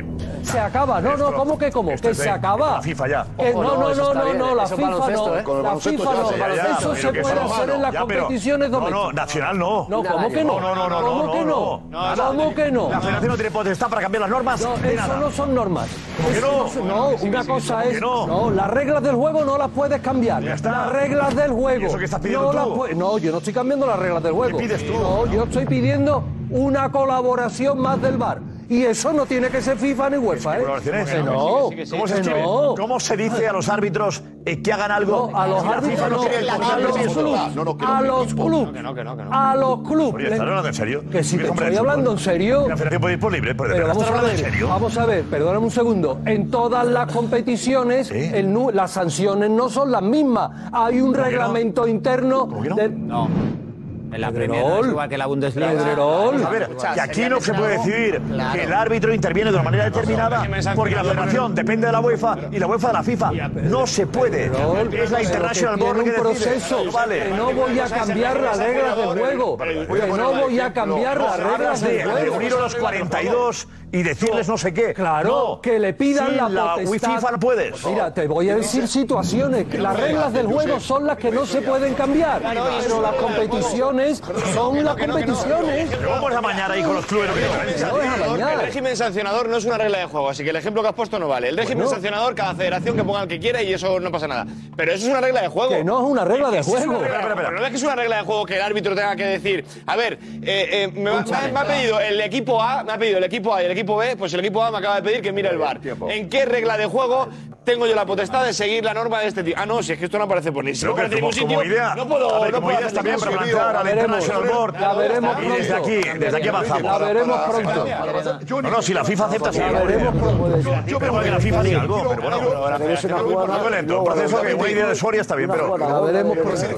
Se acaba. No, no, ¿cómo que cómo? Que
es de-
se acaba.
la FIFA ya.
Que
Ojo,
no,
no,
no,
eso
no,
está
no,
bien.
no, la
Eso es
FIFA
baloncesto,
no.
¿eh? Con el
La
baloncesto
FIFA
ya
no.
se- ya, ya,
Eso
pero
se
que
puede
eso-
hacer en las
Ya, pero-
competiciones
no,
domésticas.
no, Nacional no.
No, ¿cómo que no?
No, no, no, no.
¿Cómo que no?
Nada.
¿Cómo que no?
La federación no tiene potestad para cambiar las normas.
No,
de
eso
nada.
no son normas.
¿Cómo que no?
Eso No,
Sí, sí,
Oh, una
sí,
cosa
¿cómo
es.
que no?
No, las reglas del juego no las puedes cambiar.
Ya está.
Las reglas del juego.
¿Y eso qué estás pidiendo
no,
tú?
las pue- no, yo no estoy cambiando las reglas del juego. pides tú? No, yo estoy pidiendo una colaboración más del VAR. Y eso no tiene que ser FIFA ni UEFA, ¿eh?
Colaboraciones.
Que no.
¿Cómo se
que
escribe?
no.
¿Cómo se dice a los árbitros eh, que hagan algo?
No, a los
Si la
árbitros
FIFA
no,
quiere
a
controlar
los
eso.
clubs,
No, no, que no,
a
que no.
los clubs.
Que no, que no, que no.
A los clubes.
Oye, ¿estás hablando en serio?
Que sí, que
Hombre,
estoy hablando en serio.
La federación puede ir por libre, pero,
Pero
¿estás
vamos a
hablando
ver,
en serio?
vamos a ver, perdóname un segundo. En todas las competiciones el nu- las sanciones no son las mismas. Hay un
¿Cómo que no?
reglamento interno. de-
No. En la Premier no
Pedrerol.
es igual que la Bundesliga.
A ver, que aquí no se puede decidir que el árbitro interviene de una manera determinada porque la federación depende de la UEFA y la UEFA de la FIFA. No se puede. Es la International
Pero
Board
que
que
tiene un proceso.
decide. Vale.
Que no voy a cambiar las reglas del juego. Que no voy a cambiar las reglas
Hablas de
del juego.
reunir a los 42
y decirles no, sé qué.
Claro, que le pidan
Sin
la
la
potestad. Pues
Wi-Fi fan puedes.
Mira, te voy a decir situaciones. Las reglas del juego son las que no se pueden cambiar.
Claro, y
Pero
eso-
las competiciones son las competiciones.
Vamos a mañar ahí con los clubes.
amañar.
El régimen sancionador no es una regla de juego, así que el ejemplo que has puesto no vale. El régimen
Bueno.
sancionador, cada federación que ponga el que quiera y eso no pasa nada. Pero eso es una regla de juego.
Que no es una regla de
Eso es una
juego.
regla de
Espera, espera, espera.
Pero no es que es una regla de juego que el árbitro tenga que decir, a ver, eh, eh, me, va- me ha- me ha pedido el equipo A, me ha pedido el equipo A y el equipo B, pues el equipo A me acaba de pedir que mire el bar. ¿En qué regla de juego tengo yo la potestad de seguir la norma de este tipo? Ah, no, si es que esto no aparece por ni si
Creo
no
que
aparece en
como-
ningún sitio,
como idea-
no puedo,
a ver,
no
como
puedo
ideas
hacer
también
ningún
para
sitio.
plantear al
La veremos,
International Board.
la veremos
Y desde
pronto.
aquí, desde aquí avanzamos.
La veremos pronto.
No, no, si la FIFA acepta, sí. Yo creo que la FIFA diga algo, pero bueno. Muy lento, el proceso que buena idea de Soria está bien, pero...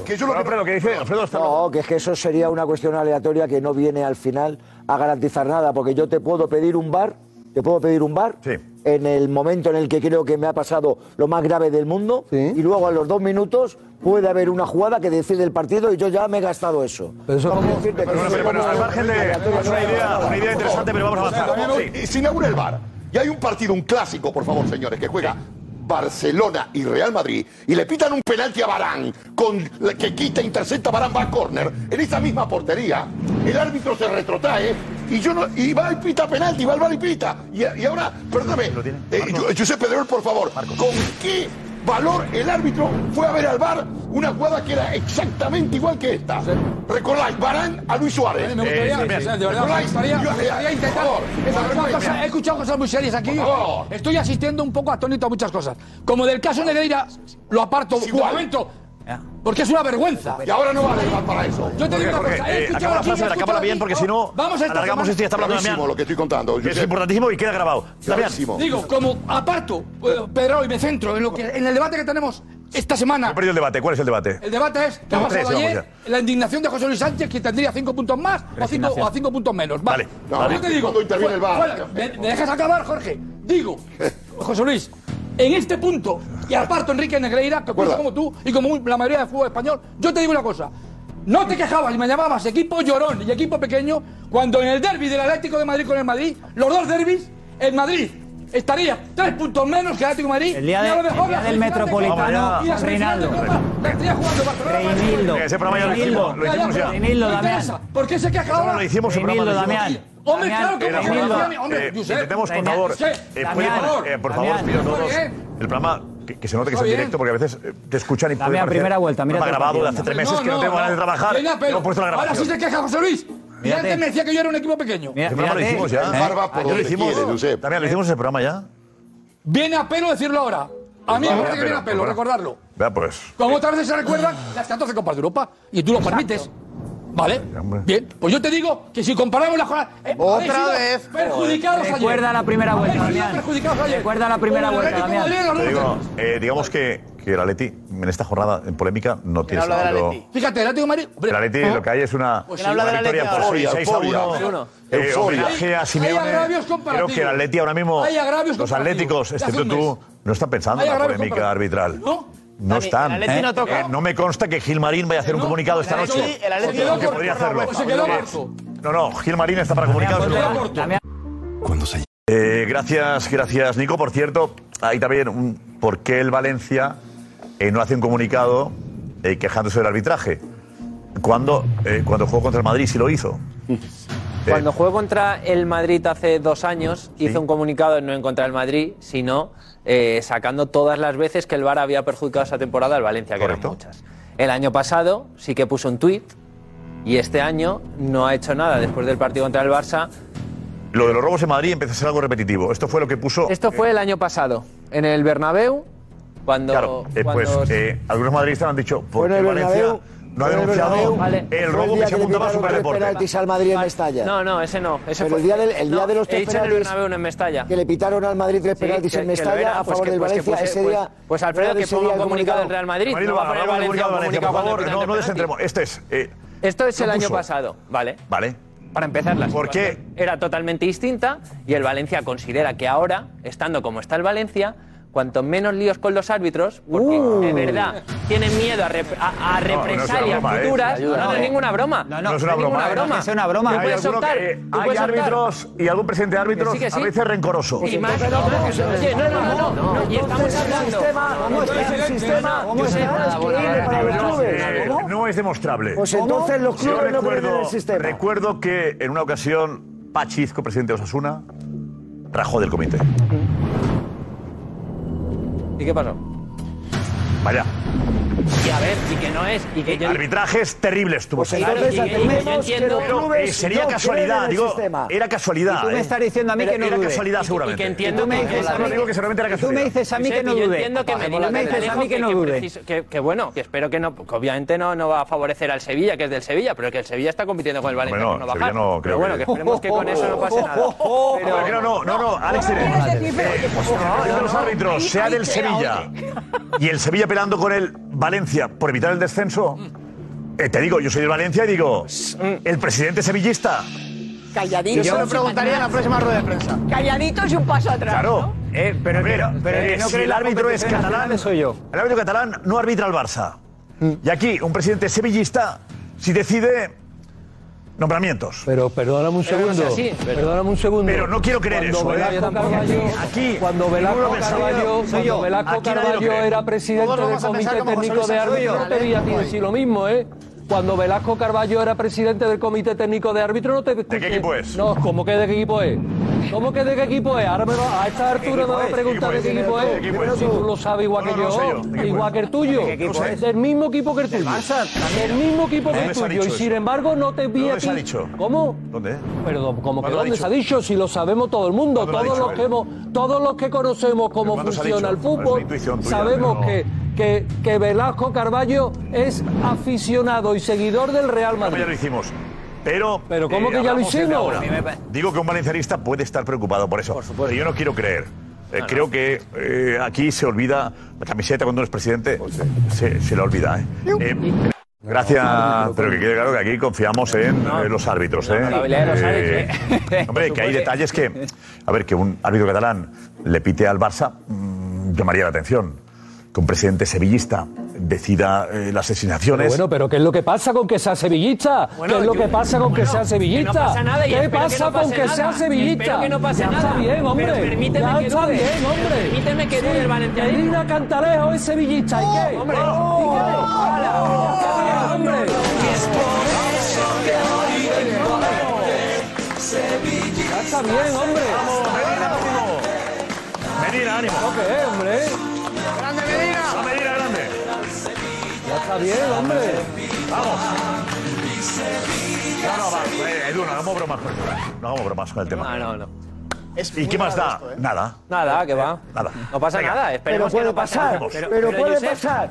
Que yo lo que... lo que dice Alfredo está...
No, que es que eso sería una cuestión aleatoria que no viene al final a garantizar nada, porque yo te puedo pedir un bar, te puedo pedir un bar en el momento en el que creo que me ha pasado lo más grave del mundo, y luego a los dos minutos puede haber una jugada que decide el partido y yo ya me he gastado eso.
Bueno, pero bueno, al margen de... Es una idea, una idea interesante, pero vamos a avanzar. Sí.
Y se inaugura el bar. Y hay un partido, un clásico, por favor, señores, que juega Barcelona y Real Madrid y le pitan un penalti a Barán, con la que quita, intercepta Barán, va a córner, en esa misma portería. El árbitro se retrotrae y yo no, y va y pita penalti, va al bar y pita. Y, y ahora, perdóname, eh, Ju- Josep Pedrerol, por favor, ¿con qué valor el árbitro fue a ver al bar una jugada que era exactamente igual que esta? Recordáis, Barán a Luis Suárez.
Me gustaría,
Eh, sí,
de
sí.
verdad, me
Recordáis,
gustaría,
yo-
me gustaría intentar.
por favor,
Es una
por
cosa-
favor.
he escuchado cosas muy serias aquí.
Por favor.
Estoy asistiendo un poco atónito a muchas cosas. Como del caso Negreira, lo aparto de
igual.
momento. Porque es una vergüenza.
Y ahora no vale el bar para eso.
Yo te digo una
Jorge,
cosa.
eh,
He escuchado
acaba la
aquí,
frase,
he escuchado
acábala bien,
aquí.
porque si no,
Vamos a esta
alargamos
semana.
esto y está hablando
Clarísimo
Damián.
lo que estoy contando.
Es importantísimo y queda grabado. Damián.
Clarísimo.
Digo, como aparto, eh, Pedro, y me centro en, lo que, en el debate que tenemos esta semana.
He perdido el debate. ¿Cuál es el debate?
El debate es qué ha
Vamos,
pasado
tres,
ayer,
vamos
la indignación de José Luis Sánchez, que tendría cinco puntos más o cinco,
Resignación.
o cinco puntos menos. Vale.
Vale, vale.
Yo te digo,
Cuando interviene el VAR.
fuera, ¿me, me dejas acabar, Jorge?
<laughs>
Digo, José Luis, en este punto, y aparto Enrique Negreira, que pienso como tú y como la mayoría del fútbol español, yo te digo una cosa. No te quejabas y me llamabas equipo llorón y equipo pequeño cuando en el derby del Atlético de Madrid con el Madrid, los dos derbis, el Madrid estaría tres puntos menos que el Atlético de Madrid.
El día
y a
de-
lo mejor
el día
la
del
semifinal de
Metropolitano,
Copa y la semifinal de
Reinaldo.
Copa la estaría jugando Barcelona.
Reinildo.
Ese programa ya lo hicimos, lo hicimos ya.
Reinildo,
No
Damián.
interesa, ¿Por qué se queja ahora?
Lo hicimos, pero
Reinildo,
vamos, lo
Ah, Damián.
hicimos.
Hombre, claro que
Era
me
jornada.
Damián, hombre,
Eh,
Josep.
Intentemos, por
Damián,
favor,
Josep,
eh, puede
Damián.
poner- eh, por favor,
Damián.
pido a todos
Está
el programa que, que se note que
Está
es
bien.
en directo porque a veces eh, te escuchan y puede
Damián,
parecer
primera vuelta,
un
mira
programa
todo el
grabado de
partido,
hace tres
No,
meses que no
no,
tengo ganas de
no.
trabajar.
Venga, pero
hemos puesto la
ahora sí
grabación.
se queja José Luis. Y
Mírate.
antes me decía que yo era un equipo pequeño.
Ese programa lo hicimos ya.
Eh,
El bar va por
Ayer lo
donde
hicimos.
quiere, Josep.
Damián, lo hicimos ese programa ya.
Viene a pelo decirlo ahora. A mí me
Venga,
parece que
pero,
viene a pelo
pero,
recordarlo.
Vea, pues.
Como otras veces se recuerdan las 14 Copas de Europa y tú lo permites. ¿Vale? Bien, pues yo te digo que si comparamos las jornadas. eh,
Otra
habéis sido
vez.
Perjudicados ayer.
Recuerda la primera vuelta,
Habéis sido
Damián.
perjudicados ayer.
Recuerda la primera
Con el
vuelta,
Atlético de
Damián.
Madrid en
Te
los
digo,
luces.
eh, digamos que, que el Atleti en esta jornada en polémica no tiene
habla del
sentido.
Atleti? Fíjate, el Atlético de Madrid. hombre,
El Atleti
¿no?
lo que hay es una,
Pues
una
habla del
victoria
Atleti
por
ahora.
6 a
Euforia,
1.
euforia.
Eh,
Euforia.
homenaje a
Hay
Simeone.
agravios
Creo
comparativos.
que el Atleti ahora mismo,
Hay agravios
los
comparativos.
atléticos,
De hace
excepto
un
tú, no están pensando
Hay
en la
agravios
polémica arbitral.
¿No? Dani,
No
el
están. Eh,
Atleti no toca.
no me consta que Gilmarín vaya a hacer un comunicado esta
el Atleti-
noche.
el Atleti
aunque
no corta
podría
por la
hacerlo.
boca, se quedó
Eh,
corto. pues,
No, no, Gilmarín está para comunicados. pero- Eh, gracias, gracias, Nico. Por cierto, hay también un por qué el Valencia eh, no hace un comunicado eh, quejándose del arbitraje. Cuando, eh, cuando jugó contra el Madrid sí
<laughs>
lo hizo.
Cuando jugó contra el Madrid hace dos años, hizo un comunicado no en contra del Madrid, sino eh, sacando todas las veces que el VAR había perjudicado esa temporada al Valencia, que eran muchas. El año pasado sí que puso un tuit y este año no ha hecho nada después del partido contra el Barça.
Lo de los robos en Madrid empezó a ser algo repetitivo. Esto fue lo que puso.
Esto fue el año pasado, en el Bernabéu, cuando...
Claro, eh, pues
cuando-
eh, algunos madridistas han dicho,
Fue
¿por qué
en el
Valencia
Bernabéu,
no ha
fue en el
denunciado
Bernabéu, vale.
el
Pues
Fue el
robo
día
que se
que le
apuntaba a
quitaron tres
Superdeporte?
penaltis al Madrid en Mestalla.
No, no, ese no. Ese
Pero
fue-
el día del- el día de los
he
tres
dicho en el
penaltis-
Bernabéu, no en Mestalla.
Que le pitaron al Madrid tres
Sí,
penaltis
que-
en
que lo
Mestalla
era,
a
pues
favor
que-
del
pues que
Valencia
puse-
ese día.
pues- pues Alfredo,
Madrid
que
ese
ponga
día
un comunicado del Real Madrid.
Marilo,
No va a
va,
poner
va, va,
Valencia
va,
un
Valencia,
comunicado
por
cuando
favor,
pitan
no,
el
no
penalti.
descentremos. Este es. eh,
Esto es
lo
el año
puso.
pasado, ¿vale?
Vale.
Para empezar, la
¿Por
situación era totalmente distinta y el Valencia considera que ahora, estando como está el Valencia, cuanto menos líos con los árbitros, porque de verdad tienen miedo a, rep- a- a
Uh. No, no es una
represalias
broma, ¿eh?
futuras. No, no,
Ayuda.
es ninguna broma.
No, es una broma.
ninguna
¿eh?
broma. Tú
Hay
puedes
alguno
optar,
que-
tú
hay
puedes optar.
árbitros y algún presidente de árbitros
Que sí, que sí.
a veces rencoroso.
Y más, y más- oye, no, no, no, no, no, y estamos hablando.
¿Cómo está el sistema? ¿Cómo
Josep,
está? Es creíble para los
no,
clubes.
eh, no es demostrable.
Pues entonces los
Yo
clubes no creen
recuerdo,
en el sistema.
Recuerdo que en una ocasión Pachizco, presidente de Osasuna, rajó del comité.
¿Y qué pasó?
Vaya. Eh,
Y a ver, y que no es. Y que yo-
Arbitrajes terribles tuvo.
Pues entonces
Claro, y- y- y
admitimos
yo entiendo-
que los
Pero,
clubes
eh, sería
no creen
casualidad,
en el
digo,
sistema.
era casualidad.
Y tú me
eh.
estás diciendo a mí
Era-
que no
Era
dudes. Y-
casualidad
y que
seguramente.
entiendo Y tú me que- dices a
no
mí-
digo que seguramente era
y tú me
casualidad.
dices a mí
Josep,
que no
yo
dude.
entiendo que
Vale,
Medina
tú me dices a
Cantalejo
mí que no
que
dude.
preciso- que- que bueno, que espero que no, que obviamente no, no va a favorecer al Sevilla, que es del Sevilla, pero que el Sevilla está compitiendo con el Valencia
Bueno,
por no
Sevilla
bajar.
no creo
pero bueno, que esperemos que con eso no
<laughs>
pase nada.
<laughs> Pero que no, no, no, no, Alex tiene. Eh, pues, de los árbitros, sea del Sevilla y el Sevilla peleando con el Valencia por evitar el descenso. eh, te digo, yo soy del Valencia y digo, el presidente sevillista.
Calladito.
Yo se lo preguntaría en la próxima rueda de prensa.
Calladitos y un paso atrás.
Claro. pero
pero el que no
eh, si
cree en
el
la
árbitro es
competición
catalán,
nacional soy yo.
El árbitro catalán no arbitra al Barça. Y aquí, un presidente sevillista, si decide nombramientos.
Pero perdóname un
Pero no
segundo.
sea así, pero-
perdóname un segundo.
Pero no quiero creer
Cuando
eso, ¿eh?
Velasco
Tampoco.
Carballo-
Aquí,
cuando
ninguno lo
Velasco
pensaba.
Carballo,
Soy
cuando
yo.
Velasco
Aquí nadie lo
Carballo
cree.
era presidente
Todos lo
del
vamos a
comité
pensar como José
técnico
Luis
de árbitros,
Arroyo.
no te diría a ti
Vale.
decir lo mismo, ¿eh? Cuando Velasco Carballo era presidente del comité técnico de árbitros, no te ¿De qué equipo es? No, ¿cómo que de qué equipo es? ¿Cómo que de qué equipo es? Ahora me va- a esta altura me va a preguntar de qué equipo es. Si tú lo sabes igual que yo, igual que el tuyo.
equipo es?
Del mismo equipo que el tuyo. Del mismo equipo que
¿Dónde
el
se ha
tuyo. Y
dicho
sin
eso?
embargo no te vi
¿Dónde
a
se ha
ti.
dicho?
¿Cómo?
¿Dónde?
Perdón, como que
¿Cuándo lo ha
dónde se ha
dicho?
dicho, si lo sabemos todo el mundo,
¿Cuándo lo ha
todos
dicho
los que
él?
hemos, todos los que conocemos cómo
cuándo se ha
funciona el
dicho? Es una
fútbol,
intuición tuya,
sabemos
pero-
que, que, que Velasco Carballo es aficionado y seguidor del Real
Bueno,
Madrid.
ya lo hicimos. Pero. eh,
Pero ¿cómo que ya lo
hablamos desde
hicimos?
ahora.
A mí me pa-
Digo que un valencianista puede estar preocupado por eso. Pero yo no quiero creer. Eh,
no.
creo que eh, aquí se olvida la camiseta cuando uno es presidente. Se, se la olvida, ¿eh? Eh, Gracias, pero que quede claro que aquí confiamos en eh, los árbitros. ¿eh?
la habilidad de los
Eh, <laughs> Hombre, que hay detalles que. A ver, que un árbitro catalán le pite al Barça mm, llamaría la atención. Que un presidente sevillista decida eh, las
Pero
asesinaciones.
bueno, pero ¿qué es lo que pasa con que sea sevillista?
Bueno,
¿Qué es lo
yo-
que pasa con que
bueno,
sea
que no
sevillista?
pasa nada y
¿Qué
espero que
pasa
no
con
pase
que
nada.
sea sevillista?
Espero que no pase
ya
nada.
Está bien, hombre.
Pero permíteme
ya
que
está
dude.
bien, hombre.
Permíteme que
Sí,
dude el valencianismo.
Medina Cantalejo es sevillista. ¿Y qué? Hombre. ¿Y qué? Hala, ya está bien, hombre. Ya está bien, hombre.
Medina, ánimo.
¿Qué es, hombre?
¡Grande Medina! ¡A Medina grande!
Ya está bien, hombre.
¡Vamos! No, no, va, eh, Edu, no hagamos bromas con el tema. No hagamos bromas con el tema.
No, no, no.
¿Y qué más da? Nada.
Nada, que va.
Nada.
No pasa
Venga.
nada, esperemos que no pase nada. Josep,
Pero yo no,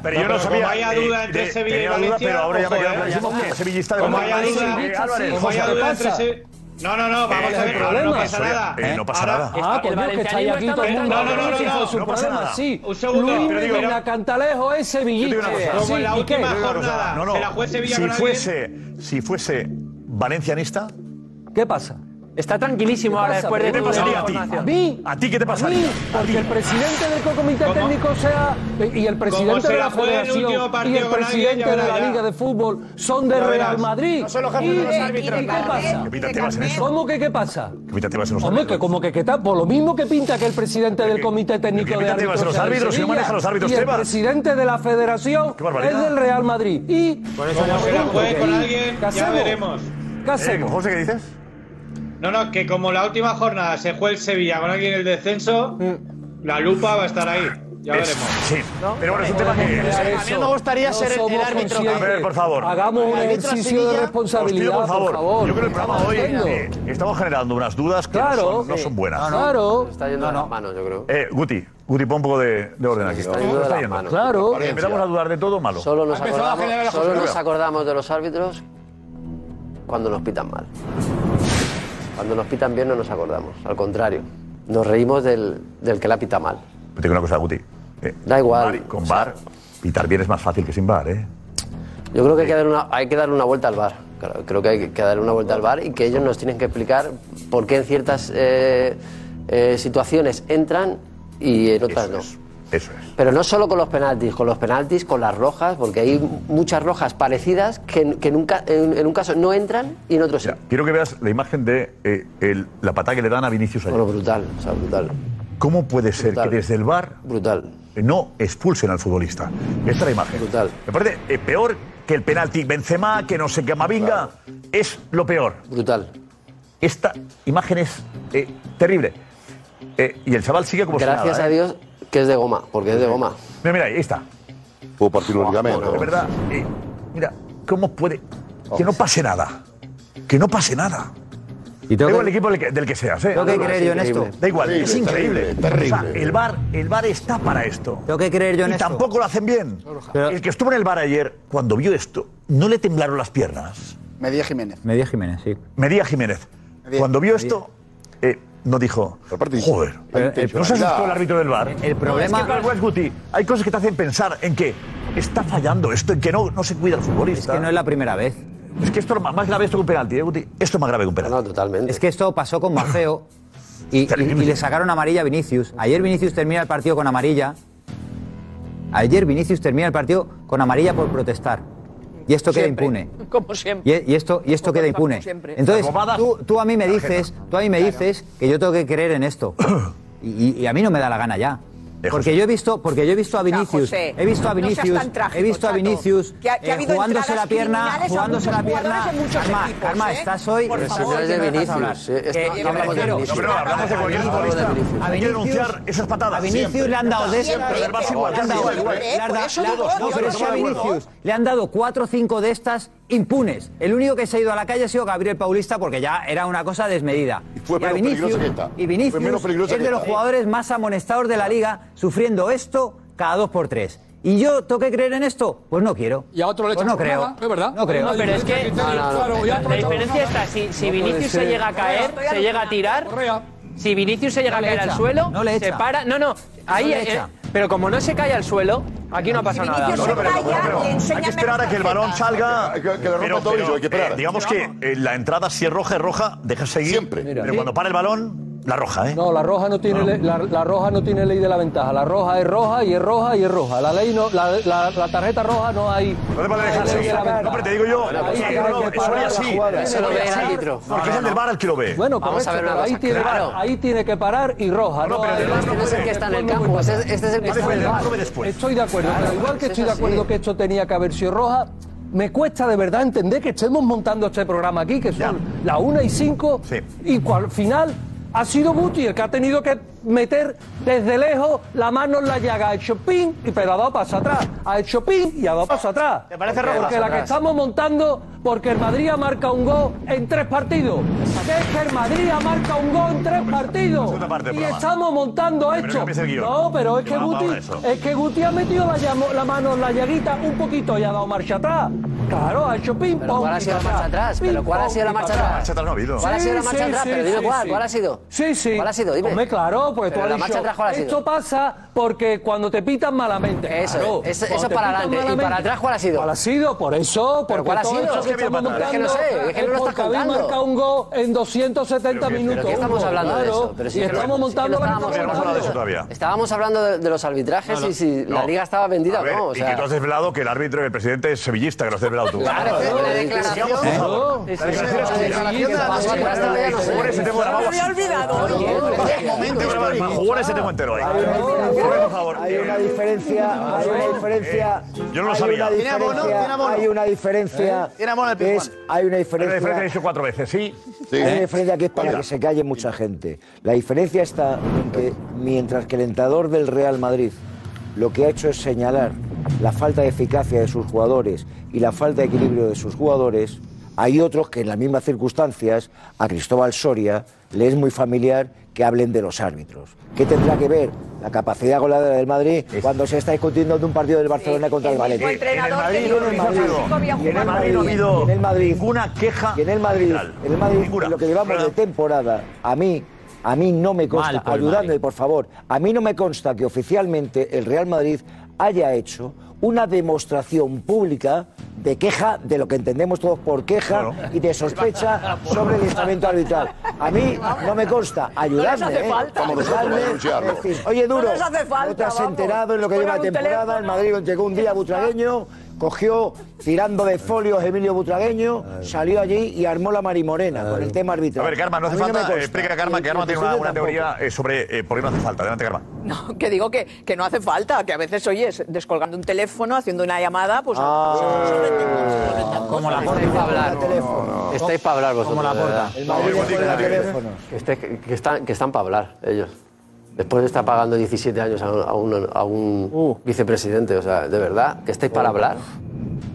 pero
sabía.
como haya duda entre Sevilla y
Eh, tenía
Valencia,
pero ahora ya me
ojo,
queda
eh,
clarísimo
ya está.
que sevillista de
Como
verdad.
haya duda,
Eh, Álvarez,
como haya
José,
duda entre
pasa?
Se- No, no, no, vamos
Eh, el
a ver, ahora
problema.
no pasa
Soria,
nada.
eh, no pasa
Ahora-
nada.
Ah, coño, que estáis aquí todo el mundo.
No, no, no, no,
Hijo de
no,
su
no pasa
problema,
nada.
sí.
Un segundo,
Luis
pero digo-
Medina Cantalejo es
Yo
sevillista.
te digo una cosa.
Sí, ¿y qué?
No, no. si fuese, si fuese valencianista,
¿qué pasa?
Está tranquilísimo ahora después de
¿Qué te
tu
pasaría a ti?
información.
¿A mí?
¿A ti qué te
A mí,
pasaría?
porque el presidente del comité técnico sea y el presidente
se
de
la
la
juegue el
federación
último
y
partido
el
con alguien,
presidente
ya
de la
verás.
Liga de Fútbol son del
Ya verás.
Real Madrid.
No son los
¿Y,
jefes de los
y-
árbitros,
y qué
claro.
pasa?
¿Qué pinta te vas en eso?
¿Cómo que qué pasa?
¿Qué pinta te vas en los
Hombre, que como que, que tal, por lo mismo que pinta que el presidente del comité técnico de
pinta te
árbitros.
vas a los
de
árbitros? Si no
Sevilla
maneja los árbitros,
y el
Tebas.
presidente de la federación
barbaridad.
es del Real Madrid. Y
Como se la juegue con
¿Y
alguien,
qué
ya
hacemos?
veremos.
¿Qué hacemos?
pues,
José, ¿qué dices?
No, no, que como la última jornada se juegue el Sevilla con alguien en el descenso, la lupa va a estar ahí. Ya
Es-
veremos.
Sí, pero bueno, es un tema que.
A mí me gustaría
ser el- el árbitro.
A ver, por favor.
Hagamos un
El árbitro
ejercicio de
Sevilla. Os
responsabilidad,
pido,
por
por favor.
favor.
Yo creo que el programa hoy
Entiendo.
eh, estamos generando unas dudas que
Claro.
no, son, no son buenas.
Claro.
Está yendo de las manos, yo creo.
Eh, Guti, Guti, pon un poco de, de orden aquí.
está yendo de las manos. Claro.
Vale, empezamos a dudar de todo, malo. Ah,
Solo nos,
Ha empezado a
acordamos,
generar la
solo
José
nos
Luis.
acordamos de los árbitros cuando nos pitan mal. Cuando nos pitan bien no nos acordamos, al contrario. Nos reímos del, del que la pita mal.
Te digo una cosa, Guti. Eh,
Da igual.
bar y- con bar, pitar bien es más fácil que sin bar, ¿eh?
Yo creo que hay que darle una, hay que darle una vuelta al bar. Claro, creo que hay que darle una vuelta al bar y que ellos nos tienen que explicar por qué en ciertas eh, eh, situaciones entran y en otras no.
Eso es.
Pero no solo con los penaltis, con los penaltis, con las rojas, porque hay muchas rojas parecidas que, que nunca, en, en un caso no entran y en otro sí.
Quiero que veas la imagen de eh, el- la patada que le dan a Vinicius ayer.
brutal, o sea, brutal.
¿Cómo puede ser
Brutal.
que desde el bar eh,
brutal.
no expulsen al futbolista? Esta es la imagen. Brutal. Me parece eh, peor que el penalti Benzema, que no sé qué Mavinga, es lo peor.
Brutal.
Esta imagen es eh, terrible. Eh, y el chaval sigue como si
Gracias
nada,
a
¿eh?
Dios que es de goma, porque es de goma.
Mira, mira, ahí está.
Puedo partir los ligamentos.
De verdad, eh, mira, ¿cómo puede...? Que
Oh.
no pase nada. Que no pase nada.
Y
da
tengo
igual
que-
el equipo del que, del que seas, ¿eh?
Tengo que creer yo en esto.
Da igual, es
Terrible,
increíble.
terrible,
O sea, el bar, el bar está para esto.
Tengo que creer yo en
y
esto.
tampoco lo hacen bien. el que estuvo en el bar ayer, cuando vio esto, no le temblaron las piernas.
Medía Jiménez.
Medía Jiménez, sí.
Medía Jiménez. Cuando vio esto, eh, no dijo, joder,
Pero el-
no se asustó el árbitro del bar.
El problema-
es que Carl Guti, hay cosas que te hacen pensar en que está fallando esto, en que no, no se cuida el futbolista. Es que no
es la primera vez.
Es que esto es más grave esto que un penalti, ¿eh, Guti? Esto es más grave que un penalti.
No, totalmente.
Es que esto pasó con
<laughs>
Maceo y, y- y le sacaron amarilla a Vinicius. Ayer Vinicius termina el partido con amarilla. Ayer Vinicius termina el partido con amarilla por protestar. Y esto queda
Siempre.
impune.
Como siempre.
Y, y esto, y esto queda impune.
siempre.
Entonces,
Las bobadas
tú, tú a mí me
ajena.
dices, tú a mí me dices que yo tengo que creer en
<coughs>
esto. Y, y- y a mí no me da la gana ya.
Eh,
Porque yo he visto, porque yo he visto a Vinicius,
José,
he visto a
no seas
Vinicius,
tan trágico,
he visto a
Chato,
Vinicius
que ha- que ha
eh,
habido
jugándose la
entradas
pierna,
criminales a
jugándose la
muchos
pierna.
jugadores en muchos
Karma,
equipos,
Karma,
¿eh?
estás hoy,
Por
por
eso
favor,
no es de
que me
Vinicius,
dejas hablar.
eh, esto-
Que-
hablamos
que
de
me refiero.
Vinicius.
Yo
No, pero hablamos de cualquier futbolista.
A
Hay que
Vinicius,
denunciar esas
patadas.
a Vinicius
Siempre.
le han dado de
Siempre,
estas.
del Barça igual,
Le han dado-
siempre, igual.
¿eh?
le han
Por
dado-
eso
le han
digo,
dado-
yo
no, pero
no
es que a
me acuerdo.
Vinicius le han dado 4 o 5 de estas impunes. El único que se ha ido a la calle ha sido Gabriel Paulista porque ya era una cosa desmedida. Y,
fue
a
menos
Vinicius,
peligrosa que esta.
y
Fue
Vinicius
menos peligrosa
es
que
de los
esta.
jugadores más amonestados de la liga, sufriendo esto cada 2 por 3 ¿Y yo tengo que creer en esto? Pues no quiero. ¿Y a otro
le
Pues
echas
no
por
creo.
nada, es verdad.
No creo.
No, pero es que- No, no, no. Claro, ya
La diferencia está, si, si Vinicius se llega a caer, se llega a tirar. Si Vinicius se llega
No le
a caer al
echa.
suelo,
No le
se
echa.
para. No, no, ahí.
le
eh,
echa. Ah,
pero como no se cae al suelo, aquí no ha pasado nada.
No, no, pero- pero- hay que esperar a que el balón salga.
Que- que le rompa todo y hay que esperar.
eh, digamos que eh, la entrada, si es roja, es roja, deja seguir. Siempre. Pero
Sí.
cuando para el balón, la roja, ¿eh?
No, la roja no tiene le- la, la roja no tiene ley de la ventaja. La roja es roja y es roja y es roja. La ley no, la, la- la tarjeta roja no hay.
No te vale dejar seguir. No, pero te digo yo,
Ahí
eh,
pues, hay
no,
que
eso
parar
era
la
así.
jugada.
Eso lo ve el árbitro. Porque es el del VAR el que lo ve.
Bueno,
Vamos
correcto,
a ver una
pero este ahí
cosa,
tiene,
claro.
VAR, ahí tiene que parar y roja. No, pero
Este es el que está en el campo, este es este es el que está en el campo.
Estoy de acuerdo,
Claro,
pero igual
pues
que
es
estoy de
así.
acuerdo que esto tenía que haber sido roja, me cuesta de verdad entender que estemos montando este programa aquí, que son las 1 y 5, y cu- al final ha sido Buti el que ha tenido que meter desde lejos la mano en la llaga. Ha hecho pin, y pero ha dado paso atrás. Ha hecho pin y ha dado paso atrás.
¿Te parece
Porque
roja?
Porque la que
Atrás.
estamos montando, porque el Madrid ha marcado un gol en tres partidos. Es que el Madrid ha marcado un gol en tres partidos.
del
Y
programa.
estamos montando
Pero
esto.
cambies el guión.
No, pero es que
Ah,
Vamos
Guti,
ahora a eso.
es que Guti ha metido la, llamo- la mano en la llaguita un poquito y ha dado marcha atrás. Claro, ha hecho ping pong.
Pero ¿cuál ha sido la marcha atrás? ¿Pero cuál ha sido la marcha atrás? ¿Cuál ha sido la marcha atrás? Pero dime cuál, ¿cuál ha sido?
Sí, sí.
¿Cuál ha sido? Dime.
Hombre, claro, porque tú
Pero
has
la
dicho,
marcha atrás, ¿cuál ha sido?
esto pasa porque cuando te pitan malamente.
Eso,
claro,
eso-
cuando te
eso para
pitan
adelante. ¿Y para atrás cuál ha sido?
¿Cuál ha sido? Por eso, porque
cuál ha
todo
sido?
esto
Es que
que
viene
estamos
para
montando
atrás. Es que no sé, es que no lo
porque
estás
habéis
contando.
marcado un gol en 270 minutos.
¿Pero qué estamos
Hugo,
hablando de
claro,
eso? Pero si
y
es que no-
estamos
es que no
montando la
estábamos
marcha
hablando de
atrás.
eso. Estábamos hablando de, de los arbitrajes
No, no.
y si la
No.
liga estaba vendida
A
o
ver,
no. O
y
sea,
que tú has desvelado que el árbitro y el presidente es sevillista, que lo has desvelado tú.
Claro, pero la
eh,
declaración-
Sigamos, por favor.
Sí, sí,
La
sí,
declaración es
sí,
tuya.
sí, sí, sí, sí, sí, sí, sí, sí,
Jugar ese tema grabado así. Jugar ese tema entero eh. ahí.
Hay una diferencia, hay una diferencia.
Eh, Yo no lo
hay
sabía.
una
Tiene abono,
diferencia-
tiene abono. ¿Eh?
Hay una diferencia.
Tiene abono el
que es-
Pizjuán.
Hay una
Pero La diferencia he
diferencia.
dicho cuatro veces, ¿sí?
Hay una
¿Eh?
diferencia que es para
Oiga.
que se calle mucha gente. La diferencia está en que mientras que el entrenador del Real Madrid lo que ha hecho es señalar la falta de eficacia de sus jugadores y la falta de equilibrio de sus jugadores, hay otros que en las mismas circunstancias, a Cristóbal Soria le es muy familiar que hablen de los árbitros. ¿Qué tendrá que ver la capacidad goleadora del Madrid cuando se está discutiendo de un partido del Barcelona contra el Valencia?
Eh, en el Madrid no ha habido- en el Madrid no ha habido
en el Madrid,
ninguna queja.
Y en el Madrid,
general.
en el Madrid, lo que llevamos de temporada, a mí, a mí no me
Mal
consta,
por el
ayudándome por favor, a mí no me consta que oficialmente el Real Madrid haya hecho una demostración pública de queja, de lo que entendemos todos por queja y de sospecha sobre el estamento arbitral. A mí no me consta, ayudarme,
No les hace
¿eh?
falta. Como nosotros,
Ayudadme,
denunciarlo.
es decir, oye Duro,
No les hace falta,
no te has
vamos.
enterado en lo que lleva
Juegan un
temporada, el Madrid llegó un día butragueño, cogió tirando de folios Emilio Butragueño, salió allí y armó la marimorena con el tema arbitral.
A ver, Karma, no hace
mí me
falta. eh,
consta.
explica, Karma,
Y
que
el
Karma tiene una, una
presidente
teoría eh, sobre eh, por qué no hace falta. Adelante, Karma.
No, que digo que, que no hace falta, que a veces oyes descolgando un teléfono, haciendo una llamada, pues.
Ah.
Como la porta. Estáis para hablar. Estáis para hablar vosotros.
Como la porta.
de verdad.
El Madrid
No,
con el
estáis-
teléfono.
que estáis- Que, están, que están para hablar ellos. Después de estar pagando 17 años a un, a un- a un vicepresidente, o sea, de verdad, que estáis para hablar.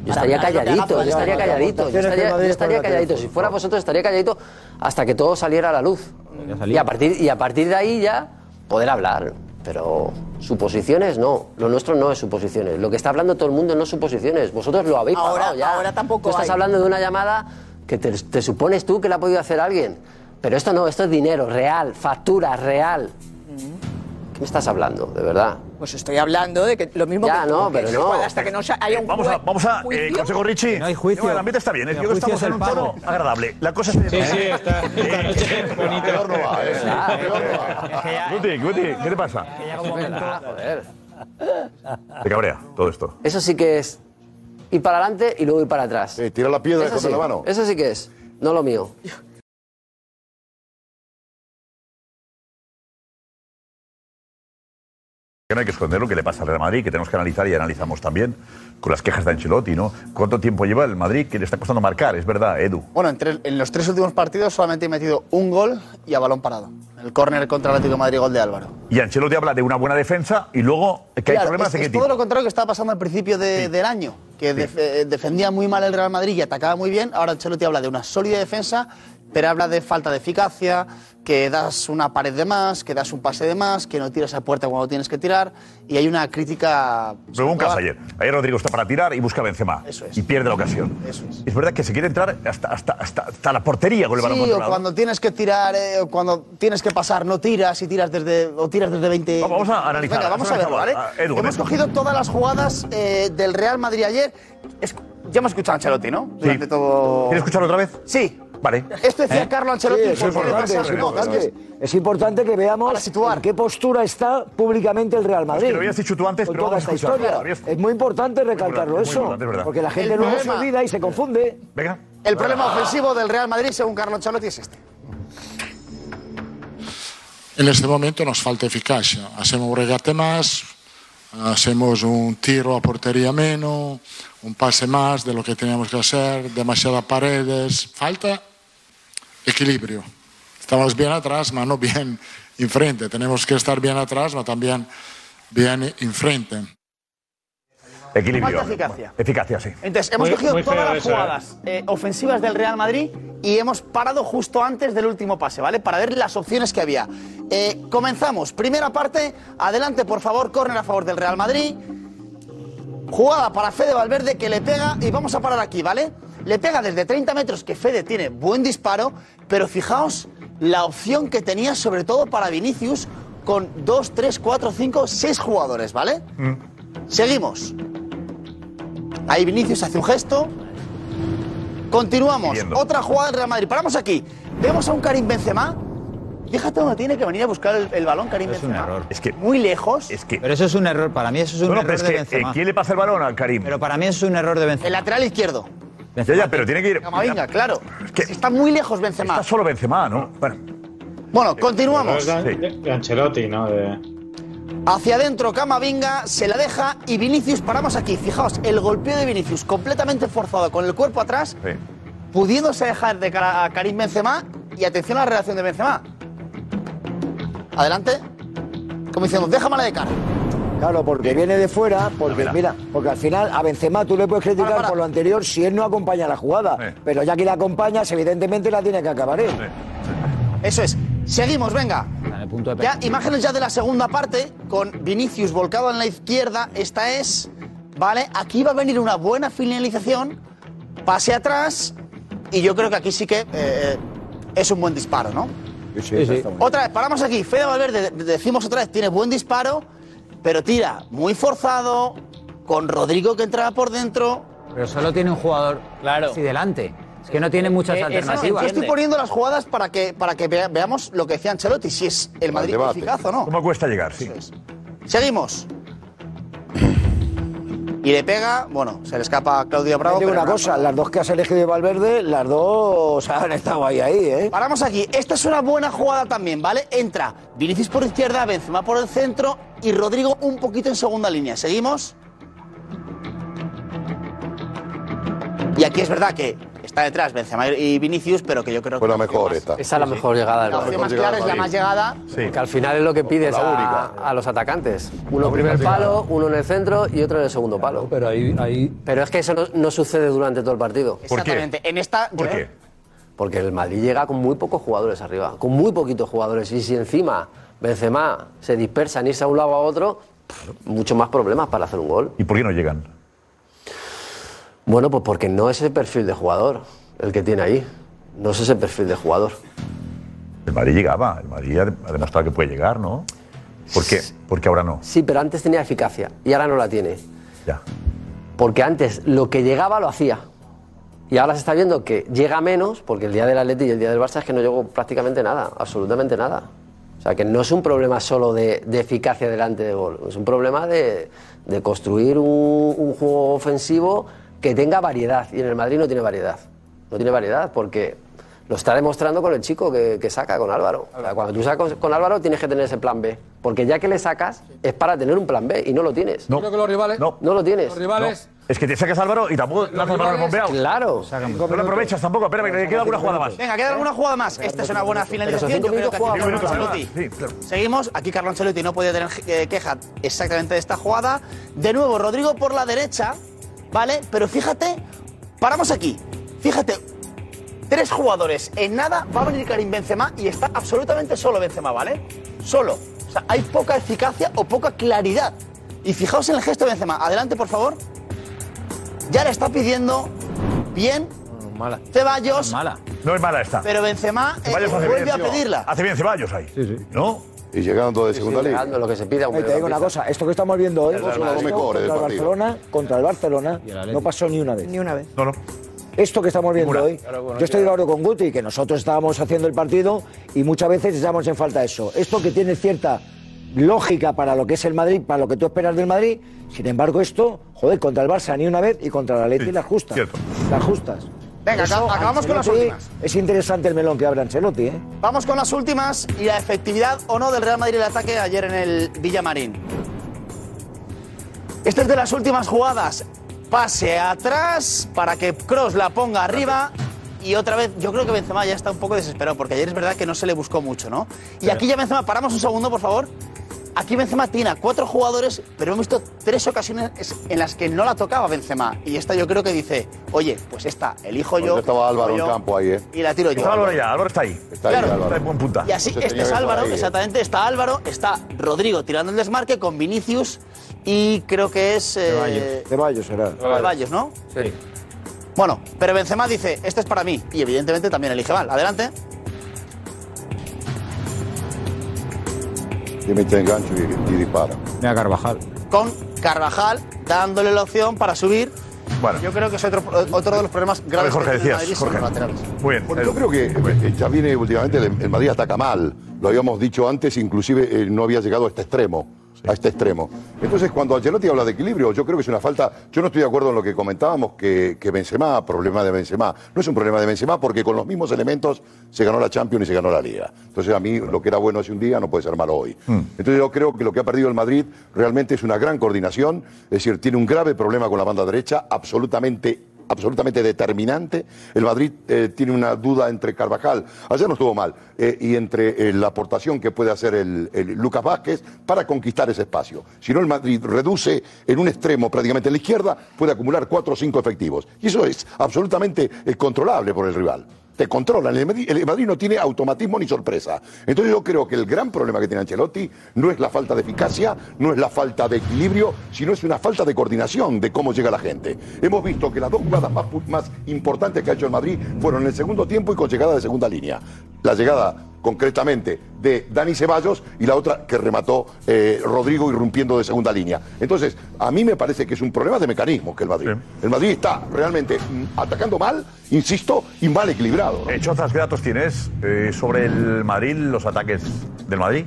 Yo
Para
estaría
hablar, no te hagas
calladito, yo estaría
falta.
calladito, yo
Tienes que
estaría,
Madrid
yo estaría
con el
calladito.
teléfono.
Si fuera vosotros, estaría calladito hasta que todo saliera a la luz. Y a partir, y a partir de ahí ya poder hablar. Pero suposiciones no, lo nuestro no es suposiciones. Lo que está hablando todo el mundo no es suposiciones. Vosotros lo habéis
Ahora-
pagado ya.
ahora tampoco
Tú estás
hay.
hablando de una llamada que te, te supones tú que la ha podido hacer alguien. Pero esto no, esto es dinero real, factura real.
Mm.
¿Qué me estás hablando, de verdad?
<laughs>
Pues estoy hablando de que lo mismo
Ya,
que.
no, pero
que-
no.
Hasta que no se- haya un
Vamos a,
jue-
vamos a eh,
juicio.
consejo Richie. No hay
juicio.
el ambiente está bien. eh,
El
Yo creo que
juicio
estamos en
es el
un
pago.
tono agradable. La cosa se
Sí, sí,
<laughs>
está. Esta noche es bonita.
¿eh?
Ah, eh,
Guti, Guti, ¿qué te pasa? Te cabrea todo esto.
Eso sí que es ir para adelante y luego ir para atrás.
tira la piedra
Eso
con
sí,
la mano.
Eso sí que es, no lo mío.
Que no hay que esconder lo que le pasa al Real Madrid, que tenemos que analizar y analizamos también con las quejas de Ancelotti, ¿no? ¿Cuánto tiempo lleva el Madrid que le está costando marcar? Es verdad, Edu.
Bueno, en, tres- en los tres últimos partidos solamente he metido un gol y a balón parado. El córner contra el Atlético de Madrid, gol de Álvaro.
Y Ancelotti habla de una buena defensa y luego que hay
Claro,
problemas
es,
de qué
es
tipo.
todo lo contrario que estaba pasando al principio de- del año, que def- eh, defendía muy mal el Real Madrid y atacaba muy bien. Ahora Ancelotti habla de una sólida defensa, pero habla de falta de eficacia, que das una pared de más, que das un pase de más, que no tiras a puerta cuando tienes que tirar. Y hay una crítica...
Pero hubo un caso ayer. Ayer Rodrigo está para tirar y busca a Benzema. Y pierde la ocasión. es. verdad que se quiere entrar hasta, hasta, hasta, hasta la portería con el balón
Sí, o
controlado.
cuando tienes que tirar, eh, o cuando tienes que pasar, no tiras y tiras desde, o tiras desde 20.
Vamos a analizar.
Venga, vamos a verlo, ¿vale?
Ah, Edu,
Hemos
Edu.
cogido todas las jugadas eh, del Real Madrid ayer. Es- ya hemos escuchado a Ancelotti, ¿no? Durante todo.
¿Quieres escucharlo otra vez?
Sí.
Vale.
Esto decía
¿Eh?
Carlo Ancelotti.
Sí, eso es
¿por qué le
importante,
pasa?
es
No,
importante.
es que-
Es importante que veamos en qué postura está públicamente el Real Madrid.
que lo habías dicho tú antes,
con
pero
toda
vamos a
esta
escuchar.
historia. Es muy importante recalcarlo
muy
eso,
importante, es verdad.
porque la gente
El
luego se
problema-
olvida y se confunde.
Venga.
El problema ofensivo del Real Madrid, según Carlo Ancelotti, es este.
En este momento nos falta eficacia. Hacemos un regate más, hacemos un tiro a portería menos, un pase más de lo que teníamos que hacer, demasiadas paredes. Falta equilibrio. Estamos bien atrás, pero no bien enfrente. Tenemos que estar bien atrás, pero también bien enfrente.
Equilibrio.
Falta eficacia.
Eficacia, sí.
Entonces, hemos cogido todas las jugadas eh, ofensivas del Real Madrid y hemos parado justo antes del último pase, ¿vale? Para ver las opciones que había. Eh, comenzamos. Primera parte, adelante, por favor, córner a favor del Real Madrid. Jugada para Fede Valverde que le pega y vamos a parar aquí, ¿vale? Le pega desde 30 metros que Fede tiene buen disparo, pero fijaos la opción que tenía sobre todo para Vinicius con 2, 3, 4, 5, 6 jugadores, ¿vale? Seguimos. Ahí Vinicius hace un gesto. Continuamos. Otra jugada del Real Madrid. Paramos aquí. Vemos a un Karim Benzema. Fíjate dónde tiene que venir a buscar el, el balón Karim
Es un
Benzema.
error.
Es que
Muy lejos.
Es que.
Pero eso es un error. Para mí eso es un
No, no,
error
pero es
de
que,
Benzema.
eh, ¿quién le pasa el balón al Karim?
Pero para mí eso es un error de Benzema.
El lateral izquierdo.
Ya, ya, pero tiene que ir.
Camavinga, claro. Está muy lejos Benzema.
Está solo Benzema, ¿no? Bueno.
Bueno, continuamos.
De Ancelotti, ¿no? De-
Hacia adentro, Camavinga se la deja y Vinicius, paramos aquí. Fijaos, el golpeo de Vinicius completamente forzado con el cuerpo atrás, pudiéndose dejar de cara a Karim Benzema y atención a la reacción de Benzema. Adelante. Como diciendo, déjamela de cara.
Claro, porque viene de fuera, porque mira, porque al final a Benzema tú le puedes criticar por lo anterior si él no acompaña la jugada, pero ya que la acompañas, evidentemente la tiene que acabar él.
Eso es. Seguimos, venga.
En el punto de
Ya,
penalti.
imágenes ya de la segunda parte, con Vinicius volcado en la izquierda. Esta es, ¿vale? Aquí va a venir una buena finalización, pase atrás, y yo creo que aquí sí que eh, es un buen disparo, ¿no?
Sí, sí.
Otra vez, paramos aquí. Fede Valverde, de- decimos otra vez, tiene buen disparo, pero tira muy forzado, con Rodrigo que entraba por dentro.
Pero solo tiene un jugador así delante. Es que no tiene
Eh,
eh,
muchas alternativas.
Yo estoy poniendo las jugadas para que, para que vea- veamos lo que decía Ancelotti, si es el Madrid
debate.
eficaz o no.
¿Cómo cuesta llegar? Sí.
Seguimos. Y le pega, bueno, se le escapa a Claudio Bravo.
Te digo
pero
una
no-
cosa, las dos que has elegido de Valverde, las dos han estado ahí, ahí, ¿eh?
Paramos aquí. Esta es una buena jugada también, ¿vale? Entra Vinicius por izquierda, Benzema por el centro y Rodrigo un poquito en segunda línea. ¿Seguimos? Y aquí es verdad que está detrás Benzema y Vinicius, pero que yo creo que...
Fue la mejor esta.
Esa es la mejor llegada del
La
Madrid.
opción más clara es la más llegada.
Que al final es lo que pides
La
a, a los atacantes. Uno primer palo, uno en el centro y otro en el segundo palo. Pero Pero es que eso no, no sucede durante todo el partido.
Exactamente. En esta... yo-
Porque el Madrid llega con muy pocos jugadores arriba, con muy poquitos jugadores. Y si encima Benzema se dispersa en irse a un lado a otro, pff, mucho más problemas para hacer un gol.
¿Y por qué no llegan?
Bueno, pues porque no es el perfil de jugador el que tiene ahí. No es ese perfil de jugador.
El Madrid llegaba, el Madrid ha ha demostrado que puede llegar, ¿no? ¿Por qué? ¿Por qué ahora no?
Sí, pero antes tenía eficacia y ahora no la tiene.
Ya.
Porque antes lo que llegaba lo hacía. Y ahora se está viendo que llega menos, porque el día del Atleti y el día del Barça es que no llegó prácticamente nada, absolutamente nada. O sea, que no es un problema solo de, de eficacia delante de gol, es un problema de, de construir un, un juego ofensivo que tenga variedad. Y en el Madrid no tiene variedad. No tiene variedad porque lo está demostrando con el chico que, que saca, con Álvaro. O sea, cuando tú sacas con Álvaro tienes que tener ese plan B. Porque ya que le sacas es para tener un plan B y no lo tienes.
No. Creo que los
rivales... No, no lo tienes.
Los rivales- Es que te sacas a Álvaro y tampoco lanzas el balón al bombeado.
Claro.
No lo aprovechas tampoco. Espera, que queda alguna jugada más.
Venga, queda alguna jugada más. Esta es una buena finalización. Yo creo que hace Carlo Ancelotti. Seguimos. Aquí Carlo Ancelotti no podía tener eh, queja exactamente de esta jugada. De nuevo, Rodrigo por la derecha, ¿vale? Pero fíjate, paramos aquí. Fíjate, tres jugadores. En nada va a venir Karim Benzema y está absolutamente solo Benzema, ¿vale? Solo. O sea, hay poca eficacia o poca claridad. Y fijaos en el gesto de Benzema. Adelante, por favor. Ya le está pidiendo bien
Mala.
Ceballos.
Mala. No es mala esta.
Pero Benzema eh,
Ceballos hace
vuelve
bien,
a
tío.
pedirla.
Hace bien Ceballos ahí. Sí, sí. ¿No?
Y llegando de segunda línea.
llegando lo que se pida,
Ahí te digo una cosa, esto que estamos viendo hoy, pues,
El Real Madrid.
esto
Come
contra,
core
el
del partido.
Barcelona, contra el Barcelona, no pasó ni una vez.
Ni una vez.
No, no.
Esto que estamos viendo
Ninguna.
hoy,
Claro, bueno,
yo estoy
ya.
de acuerdo con Guti, que nosotros estábamos haciendo el partido y muchas veces echamos en falta eso. Esto que tiene cierta lógica para lo que es el Madrid, para lo que tú esperas del Madrid, sin embargo esto, joder, contra el Barça ni una vez y contra la Leti las justas. Las justas.
Venga,
Eso,
acá- acabamos con las
Ancelotti,
últimas.
Es interesante el melón que abre Ancelotti, ¿eh?
Vamos con las últimas y la efectividad o no del Real Madrid el ataque ayer en el Villamarín. Esta es de las últimas jugadas. Pase atrás para que Cross la ponga arriba. Y otra vez, yo creo que Benzema ya está un poco desesperado, porque ayer es verdad que no se le buscó mucho, ¿no? Y aquí ya Benzema, paramos un segundo, por favor. Aquí Benzema tiene a cuatro jugadores, pero hemos visto tres ocasiones en las que no la tocaba Benzema. Y esta yo creo que dice, oye, pues esta, elijo yo.
Ahorita estaba Álvaro
elijo
en
yo,
campo ahí, ¿eh?
Y la tiro yo.
Está Álvaro ya, Álvaro está ahí.
Está ahí,
Claro.
Álvaro.
Está en buen punta.
Y así,
Entonces
este
tenía
es
que ir por
Álvaro,
ahí, ¿eh?
exactamente, está Álvaro, está Rodrigo tirando el desmarque con Vinicius y creo que es... eh,
Ceballos será.
Ceballos, ¿no?
Sí.
Bueno, pero Benzema dice, este es para mí. Y evidentemente también elige mal. Adelante.
Y eh. me echa engancho y, y dispara.
Mira Carvajal.
Con Carvajal dándole la opción para subir.
Bueno.
Yo creo que es otro, otro de los problemas graves
Jorge,
que tiene el
decías,
Madrid son
Jorge.
los laterales.
Muy bien.
Bueno, yo creo que eh, ya viene últimamente, el, el Madrid ataca mal. Lo habíamos dicho antes, inclusive eh, no había llegado a este extremo. A este extremo. Entonces, cuando Ancelotti habla de equilibrio, yo creo que es una falta. Yo no estoy de acuerdo en lo que comentábamos, que, que Benzema, problema de Benzema. No es un problema de Benzema porque con los mismos elementos se ganó la Champions y se ganó la Liga. Entonces, a mí lo que era bueno hace un día no puede ser malo hoy. Entonces yo creo que lo que ha perdido el Madrid realmente es una gran coordinación, es decir, tiene un grave problema con la banda derecha, absolutamente absolutamente determinante. El Madrid eh, tiene una duda entre Carvajal, ayer no estuvo mal, eh, y entre eh, la aportación que puede hacer el, el Lucas Vázquez para conquistar ese espacio. Si no, el Madrid reduce en un extremo, prácticamente en la izquierda, puede acumular cuatro o cinco efectivos. Y eso es absolutamente eh, controlable por el rival te controlan. El Madrid, el Madrid no tiene automatismo ni sorpresa. Entonces yo creo que el gran problema que tiene Ancelotti no es la falta de eficacia, no es la falta de equilibrio, sino es una falta de coordinación de cómo llega la gente. Hemos visto que las dos jugadas más, pu- más importantes que ha hecho el Madrid fueron en el segundo tiempo y con llegada de segunda línea. La llegada concretamente de Dani Ceballos y la otra que remató eh, Rodrigo irrumpiendo de segunda línea. Entonces, a mí me parece que es un problema de mecanismo que el Madrid. El Madrid está realmente mm, atacando mal, insisto, y mal equilibrado. ¿no?
Chozas, ¿qué datos tienes eh, sobre el Madrid, los ataques del Madrid?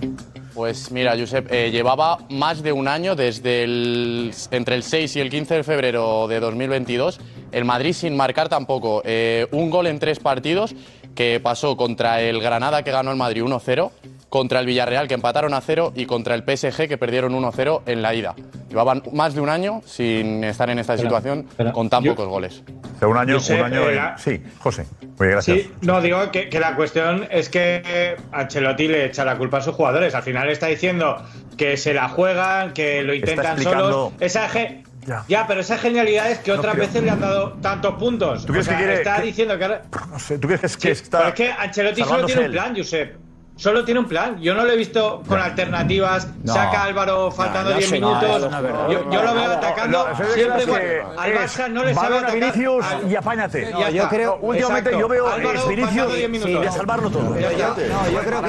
Pues mira, Josep, eh, llevaba más de un año, desde el, entre el 6 y el 15 de febrero de 2022, el Madrid sin marcar tampoco. Eh, un gol en tres partidos que pasó contra el Granada que ganó el Madrid 1-0, contra el Villarreal que empataron a 0 y contra el PSG que perdieron 1-0 en la ida. Llevaban más de un año sin estar en esta situación con tan pocos goles.
Hace un año,
Yo sé,
un año
eh,
en-
la-
Sí, José. Muy bien, gracias.
Sí, no, digo que, que la cuestión es que Ancelotti le echa la culpa a sus jugadores. Al final está diciendo que se la juegan, que lo
Está
intentan
explicando-
solos. Esa ge-
Ya.
ya. pero esas genialidades que otras
creo.
veces le han dado tantos puntos.
¿Tú crees
O sea,
que quiere-
está
que-
diciendo que ahora.
No sé, ¿tú crees que,
Sí,
está
pero es que Ancelotti solo
salvándose
tiene un
él?
plan, Josep. Solo tiene un plan. Yo no lo he visto con alternativas.
No.
Saca a Álvaro faltando
No, no
10
sé, no,
minutos.
eso no es verdad.
yo, yo lo veo
No,
atacando
no, eso es
siempre.
verdad
que
que
al
es
Barça no le sabe
balón a
atacar.
Vinicius
Al-
y apáñate.
Ya
No, yo
está.
creo- últimamente yo veo,
Álvaro
es Vinicius
faltando 10
y-
minutos.
sí, de salvarlo todo.
Ya está.
creo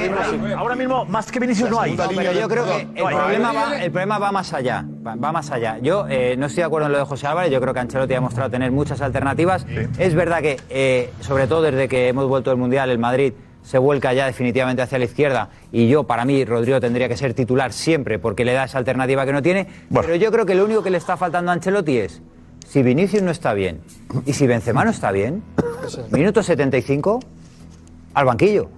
que ahora mismo más que Vinicius no hay.
No, pero yo creo que el,
No hay.
problema va, el problema va más allá. Va, va más allá. Yo eh, no estoy de acuerdo en lo de José Álvarez. Yo creo que Ancelotti ha mostrado tener muchas alternativas. Es verdad que, eh, sobre todo desde que hemos vuelto del Mundial, el Madrid se vuelca ya definitivamente hacia la izquierda. Y yo, para mí, Rodrigo tendría que ser titular siempre porque le da esa alternativa que no tiene. Pero yo creo que lo único que le está faltando a Ancelotti es. Si Vinicius no está bien y si Benzema no está bien, minuto 75 al banquillo.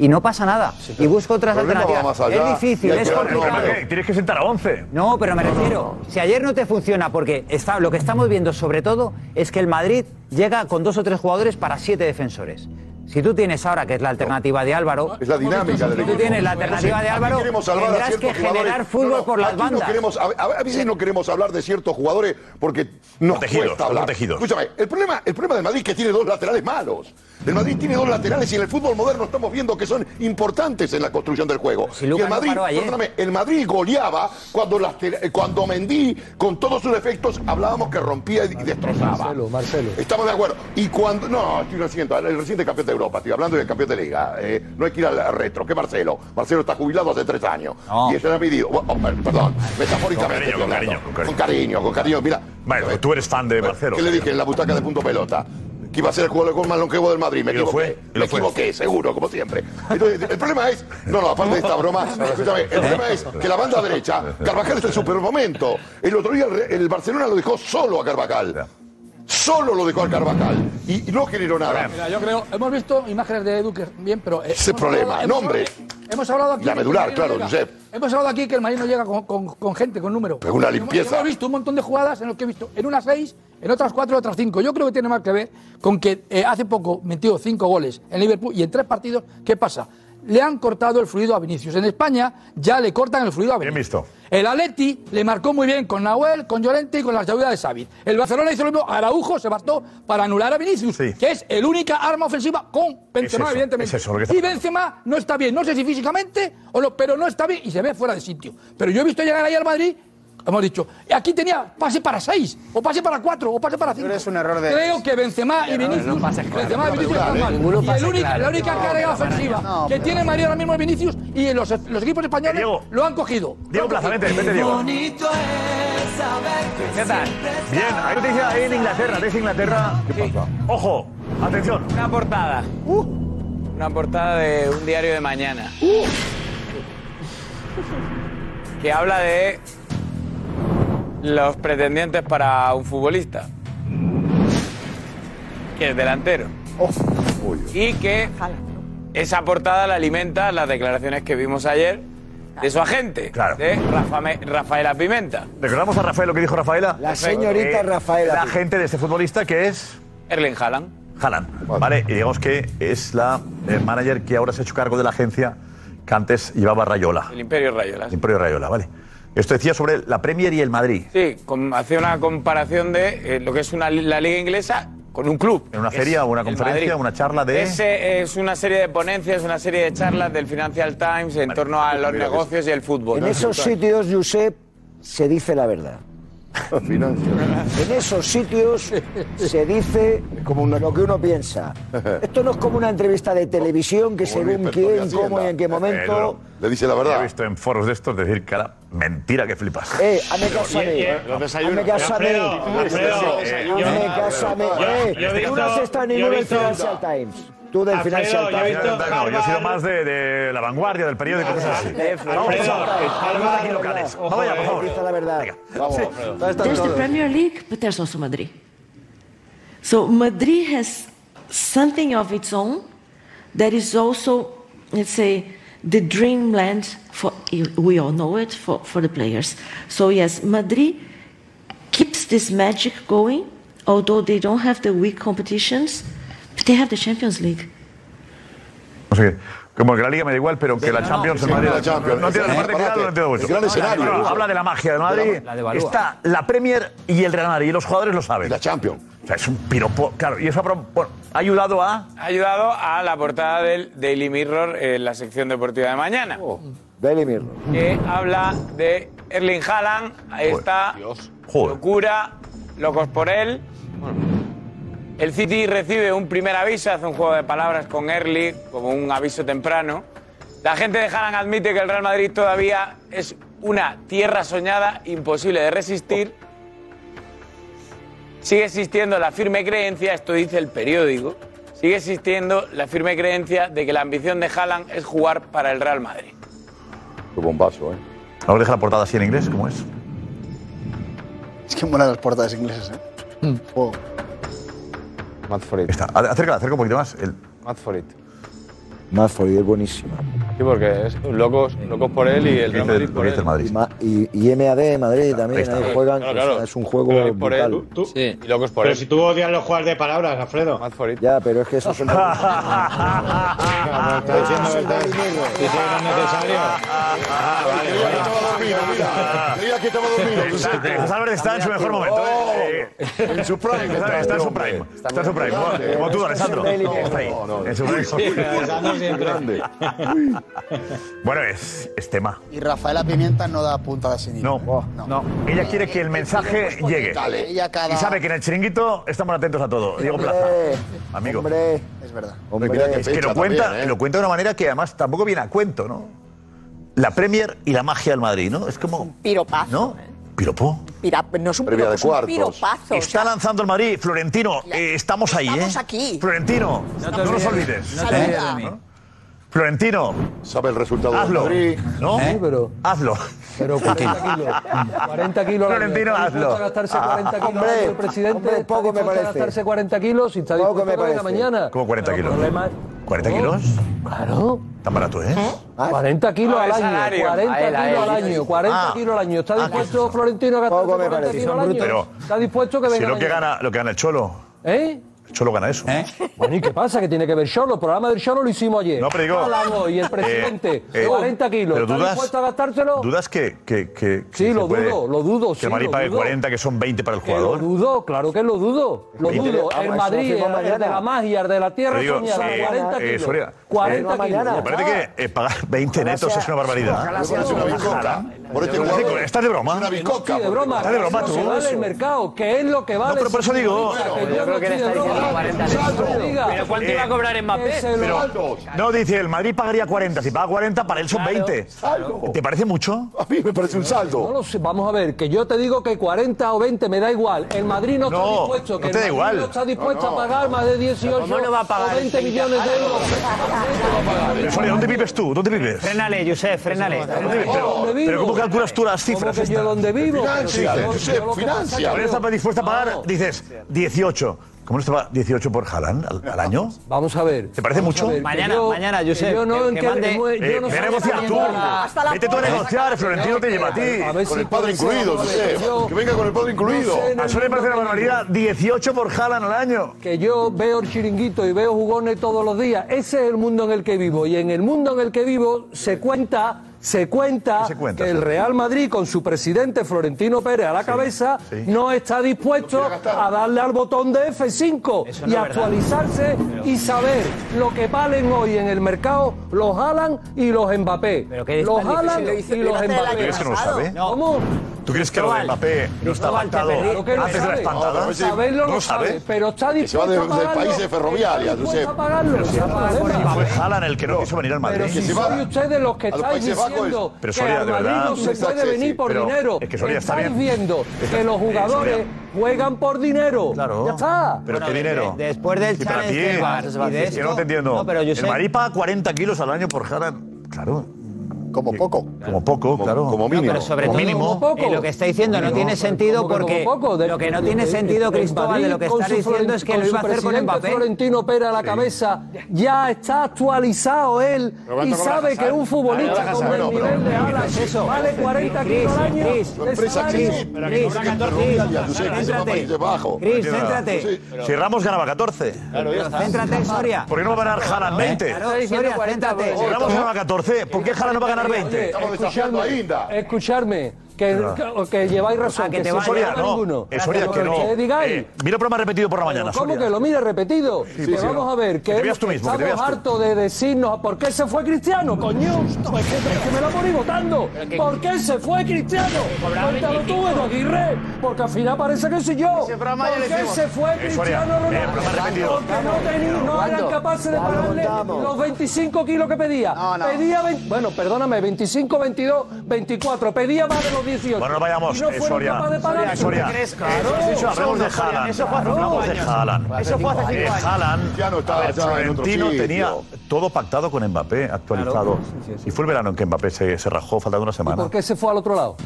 Y no pasa nada. Y busco otras
El problema va
alternativas.
más allá.
Es difícil,
Y el
es
problema- el
complicado.
problema es que Tienes que sentar a 11.
No, pero me refiero, si ayer no te funciona, porque está, lo que estamos viendo sobre todo es que el Madrid llega con dos o tres jugadores para siete defensores. Si tú tienes ahora, que es la alternativa de Álvaro,
Es la dinámica del
si tú
equipo.
tienes la alternativa de
Aquí
Álvaro,
queremos salvar a
tendrás que
ciertos jugadores.
generar fútbol
No, no,
por las
aquí
bandas.
No queremos, a, a- a veces no queremos hablar de ciertos jugadores porque nos
Protegidos,
cuesta hablar.
protegidos.
Escúchame, el problema, el problema del Madrid es que tiene dos laterales malos. El Madrid tiene dos laterales y en el fútbol moderno estamos viendo que son importantes en la construcción del juego.
Si Lucas
y el
no
Madrid,
paró ayer.
perdóname, el Madrid goleaba cuando, las- cuando Mendy, con todos sus defectos, hablábamos que rompía y destrozaba.
Marcelo, Marcelo.
Estamos de acuerdo. Y cuando. No, estoy reciente, el reciente campeón de Europa, estoy hablando del campeón de Liga. eh, no hay que ir al retro, que Marcelo. Marcelo está jubilado hace tres años. Y ese era mi día. Oh, per- perdón, metafóricamente.
Con cariño,
estoy hablando.
con cariño,
Con cariño, con cariño. Mira.
Bueno, tú eres fan de Marcelo.
¿Qué le dije en la butaca de punto pelota? Que iba a ser el jugador con más longevo del Madrid. Me
Y lo
equivoqué.
fue, y lo
me
fue.
equivoqué, seguro, como siempre. Entonces, el problema es. No, no, aparte de
<laughs>
esta broma, escúchame, el problema es que la banda derecha, Carvajal está en su peor momento. El otro día el, Re- el Barcelona lo dejó solo a Carvajal. Solo lo dejó al Carvajal. Y, y no generó nada.
Mira, yo creo, hemos visto imágenes de Edu que bien, pero. eh,
Ese
hemos
problema,
hablado-
nombres.
hablado- Hemos hablado aquí.
La
de que el
medular,
Madrid no
claro,
llega.
Josep.
Hemos hablado aquí que el Madrid no llega con, con- con gente, con número.
Pero una
Y hemos-
limpieza.
Hemos visto un montón de jugadas en las que he visto en unas seis, en otras cuatro, en otras cinco. Yo creo que tiene más que ver con que eh, hace poco metió cinco goles en Liverpool y en tres partidos, ¿qué pasa? Le han cortado el fluido a Vinicius. En España ya le cortan el fluido a Vinicius. El Atleti le marcó muy bien con Nahuel, con Llorente y con la ayuda de Xavi. El Barcelona hizo lo mismo. Araujo se bastó para anular a Vinicius, que es el única arma ofensiva con Benzema,
eso,
evidentemente.
es eso lo que está
y Benzema no está bien, no sé si físicamente o no, pero no está bien y se ve fuera de sitio. Pero yo he visto llegar ahí al Madrid, hemos dicho, aquí tenía pase para seis, o pase para cuatro, o pase para cinco. es un error
de-
Creo que Benzema y
Error,
Vinicius,
no pases claro.
Benzema y Vinicius están mal.
Ninguno
Y el
pase
única-
claro.
la única
No,
carga
pero para-
ofensiva
no,
que
pero-
tiene María ahora mismo es Vinicius y los, los equipos españoles lo han cogido.
Diego Plaza, vete, vete, Diego. <laughs> ¿Qué tal? Bien, hay noticia ahí en Inglaterra, desde Inglaterra. Ojo, atención. Uh.
Una portada. Una portada de un diario de mañana.
Uh.
Que habla de los pretendientes para un futbolista. Que es delantero. Y que esa portada la alimenta las declaraciones que vimos ayer de su agente, de Rafa Me- Rafaela Pimenta.
Recordamos a Rafael lo que dijo Rafaela.
La señorita Rafaela.
La gente de este futbolista que es.
Erling Haaland.
Haaland. Vale, y digamos que es la eh, manager que ahora se ha hecho cargo de la agencia que antes llevaba Rayola.
El Imperio Rayolas.
El Imperio Rayola, vale. Esto decía sobre la Premier y el Madrid.
Sí, con- hacía una comparación de eh, lo que es una, li- la liga inglesa con un club.
En una
Es
feria, una
el
conferencia,
Madrid.
una charla de.
Ese es una serie de ponencias, una serie de charlas del Financial Times en torno a los
Mira,
negocios y el fútbol.
<laughs>
En esos sitios, Josep, se dice la verdad. En esos sitios se dice lo que uno piensa. Esto no es como una entrevista de televisión que según
experto de
quién,
Hacienda.
cómo y en qué momento.
Le dice la verdad.
He visto en foros de estos decir cada mentira que flipas.
Eh, hazme caso a mí. Hazme caso a mí. Hazme caso a mí. Eh, tú no has estado ni en el Financial Times. Eh, Tú del Financial
yo he
Times.
visto. No, yo he sido más de, de la vanguardia del periódico. cosas así. Vamos, por favor. Hablemos de aquí
eh.
locales. Vamos allá, por favor.
Empieza la verdad.
Vamos,
There's the Premier League, but there's also Madrid. So Madrid has something of its own that is also, let's say, the dreamland for we all know it for, for the players. So yes, Madrid keeps this magic going, although they don't have the weak competitions, but they have the Champions League.
No sé qué. Como que la Liga me da igual, pero que la
no,
Champions
sí,
en Madrid...
la Champions.
No entiendo la
Eh,
parte
espérate.
final, no entiendo
El
mucho.
gran
Habla-
escenario.
no, Habla de la magia de Madrid.
De la- la devalúa.
Está la Premier y el Real Madrid, y los jugadores lo saben. La
Champions.
O sea, es un piropo... Claro, y eso ha pro- bueno, ha ayudado a...
Ha ayudado a la portada del Daily Mirror en la sección deportiva de mañana.
Oh.
Daily Mirror.
que habla de Erling Haaland. Ahí está. Locura, locos por él. El City recibe un primer aviso, hace un juego de palabras con Erling, como un aviso temprano. La gente de Haaland admite que el Real Madrid todavía es una tierra soñada, imposible de resistir. Sigue existiendo la firme creencia, esto dice el periódico, sigue existiendo la firme creencia de que la ambición de Haaland es jugar para el Real Madrid.
Qué bombazo, ¿eh?
Ahora deja la portada así en inglés, ¿cómo es?
Es que buenas las portadas inglesas, ¿eh? Wow.
Mad for it. Está. Acércala, acércala un poquito más. El...
Mad for it.
Más es buenísima.
Sí, porque es locos, locos por él y el Real Madrid por él.
Y ma- Y, y MAD Madrid también,
está.
ahí juegan.
Claro, claro.
o sea, es un juego
Pero es por él,
brutal.
Sí, y locos por
Pero
él.
si tú odias los juegos de palabras, Alfredo.
Ya, pero es que eso es un...
Está diciendo verdad. Dice que no es necesario.
Ah,
Creía que estaba dormido.
Jesús Álvarez está en su mejor momento. ¿eh? En su prime. Está, está en su prime. Está en su prime. Bueno, Como tú, Alessandro. Está ahí. En su prime. Bueno, es, es tema.
Y Rafaela Pimienta no da punta de sin
No, no. Ella quiere que el mensaje llegue.
Dale. Ella cada-
Y sabe que en el chiringuito estamos atentos a todo. Diego Plaza. Amigo.
Es verdad.
es que lo cuenta, lo cuenta de una manera que además tampoco viene a cuento, ¿no? La Premier y la magia del Madrid, ¿no? Es como.
Piropazo.
¿No? Piropo.
Pira- no es un
Previa
piropo,
de
es un
cuartos.
piropazo. o
Está
sea,
lanzando el Madrid. Florentino, eh, estamos ahí, ¿eh?
estamos aquí.
Florentino, no, nos olvides. ¿No? Florentino.
Sabe el resultado. del
Hazlo.
Madrid.
¿No?
¿Eh?
Hazlo. <laughs>
Pero 40 kilos. 40 kilos. al año.
Florentino,
Está dispuesto
hazlo.
a gastarse 40 kilos.
Hombre,
al año el presidente
hombre,
está
poco me
dispuesto
parece.
a gastarse 40 kilos y está dispuesto
me
a la
parece.
mañana.
¿Cómo 40
Pero
kilos?
problemas-
¿40 kilos? Claro. Tan barato, ¿eh?
40 kilos
Ah,
al
el
año,
salario.
40
A él, a
kilos
él.
al año, 40
Ah.
kilos al año. ¿Está dispuesto Florentino a gastarse 40 kilos al año?
Pero
¿Está dispuesto que venga
si lo que
mañana?
gana, lo que gana el Cholo,
¿Eh?
el Cholo gana eso.
Bueno, ¿y qué pasa? Que tiene que ver Cholo. El programa del Cholo lo hicimos ayer.
No, pero digo-
Álamo y el presidente,
Eh, eh,
40 kilos.
pero
¿Está
dudas-
dispuesto a gastárselo?
¿Dudas que, que, que
Sí,
que
lo
se puede-
dudo, lo dudo,
Que
sí,
el Madrid
lo
pague
dudo.
40, que son 20 para el
Que lo
jugador.
dudo, claro que lo dudo. Lo
Veinte.
dudo.
Vamos,
El
ah, eso
Madrid,
lo
el,
firmamos
el de
mañana.
la magia, el de la tierra,
Pero digo,
soñada,
eh,
40
eh,
kilos.
Soria,
40
eh,
kilos.
Me parece que eh, pagar 20
Ojalá
netos
sea-
es una barbaridad.
ojalá sea una bizcoca.
Por este jugador, ¿Estás de broma?
No estoy de broma.
¿Estás de broma
que
tú?
es lo que vale el mercado, que es lo que vale.
pero por eso digo- Bueno, yo creo que este le está diciendo 40 netos.
Pero
¿cuánto
Eh,
iba a cobrar
Mbappé?
Pero no, dice, el Madrid pagaría 40. Si paga 40, para él son 20. ¿Te parece mucho?
A mí me parece un saldo.
No lo sé, vamos a ver, que yo te digo que 40 o 20 me da igual. El Madrid no,
No,
está dispuesto, que
no te da
el Madrid
igual.
no está dispuesto
No, no.
a pagar más de 18
¿Cómo no va a pagar
o 20
el Sevilla?
millones de euros.
Pero, Soria, ¿dónde vives tú? ¿Dónde vives?
Frénale, Josep, frénale.
¿Dónde vives? Pero,
¿Dónde vivo?
pero ¿cómo calculas tú las
¿Cómo
cifras?
que yo dónde vivo?
Financia,
Pero si yo- yo lo que pasa es que-
Ahora está dispuesta a pagar, dices, 18. ¿Cómo no se paga 18 por Haaland al, al año?
Vamos a ver.
¿Te parece mucho?
Mañana, mañana, Josep.
yo no, en que- yo
Eh,
no
ve a
sé
negociar
quién
tú.
gana.
Vete tú a negociar, Florentino te lleva a ti.
A ver si puede ser, a ver, yo- no sé, en
A
el
Soria le parece una
mundo
barbaridad. 18 por Haaland al año.
Que yo veo el chiringuito y veo jugones todos los días. Ese es el mundo en el que vivo. Y en el mundo en el que vivo se cuenta, se cuenta, que el Real Madrid, con su presidente Florentino Pérez a la cabeza, no está dispuesto a darle al botón de F5
no
y
es
actualizarse y saber lo que valen hoy en el mercado los Haaland y los Mbappé.
es
los
tan difícil?
Haaland
Lo
y
hizo-
los
lo hizo el año
Mbappé.
Pero eso no lo sabe.
¿Cómo?
¿Tú crees que lo de Mbappé no está pactado antes de la espantada?
Saberlo lo
¿No
sabe,
sabe?
pero está
Que se va
dispuesto
de-
a
del
pagarlo.
país de
Está
Ferrovialia,
dispuesto
Josep.
a pagarlo, ese es el problema.
Fue Haaland el que no quiso venir al Madrid.
Pero si soy ustedes los que
A los
estáis
Países Bajos.
diciendo
Pero
que
Soria,
al
de
Madrid
verdad.
no se
Sí,
puede
sí,
venir
sí,
por
pero
dinero.
es que Soria está
estáis
bien.
viendo que los
Soria.
jugadores juegan por dinero. Ya está.
¿Pero qué dinero?
después del
Sí, pero
challenge
bien.
del VAR y de
Es que no
esto-
te entiendo.
No, pero
el
Josep-
Madrid paga 40 kilos al año por Haaland. Claro.
Como poco.
Como poco, claro.
como mínimo.
Pero sobre
Como
todo,
mínimo.
eh, lo que está diciendo no tiene sentido porque lo que no tiene sentido, Cristóbal, de lo que está diciendo es que lo iba a hacer con Mbappé.
Florentino Pérez a la cabeza ya está actualizado él y
Roberto
sabe
Cobrajasal.
que un futbolista
Roberto
con el
Cobrajasal.
nivel de Alas
Cris, eso.
vale 40
Cris,
kilos al año.
Cris,
de salario.
Cris, Cris, Cris, céntrate.
Si Ramos ganaba 14. Claro,
ya está. Céntrate, Soria.
¿Por qué no va a ganar
¿eh?
Haaland 20?
Claro, Soria, céntrate.
Si Ramos ganaba 14, ¿por qué Haaland no va a ganar 20?
Escucharme, que, que, que lleváis razón.
Ah, que
si
te vaya. Soria,
gana
no.
ninguno.
Eh, Soria,
Lo
que no.
digáis.
Eh, mira el programa repetido por la
Pero
mañana,
¿Cómo
Soria.
que lo mire repetido?
Sí,
que
sí,
vamos
sí.
a ver, que,
Que te veas tú mismo, que te
estamos
veas tú.
harto de decirnos por qué se fue Cristiano, coño. Pues que, es que me lo poní votando. ¿Por qué se fue Cristiano? Cuéntalo tú, Edu Aguirre. Porque al final parece que soy yo.
programa ya
¿Por
lo
qué
hicimos.
se fue
Eh, Soria,
Cristiano
eh,
Ronaldo?
programa repetido.
Porque no, teni- no
¿Cuándo?
eran capaces de
Ya lo
pagarle
contamos.
los 25 kilos que pedía.
No, no.
Pedía, vein- bueno, perdóname, 25, 22, 24. Pedía más de los 18.
Bueno, no vayamos,
Y no
eh,
fueron
Soria.
capaces de pagar.
Soria, eh, tú has dicho, hablemos de Haaland.
Eso fue hace
Hablamos
cinco
de
años.
Haaland.
Eso fue hace cinco
Eh,
años.
Haaland,
Ya no estaba
Ah,
a ver,
ya en otro
Florentino
sitio.
tenía todo pactado con Mbappé, actualizado. Y fue el verano en que Mbappé se, se rajó, faltando una semana.
¿Por qué se fue al otro lado?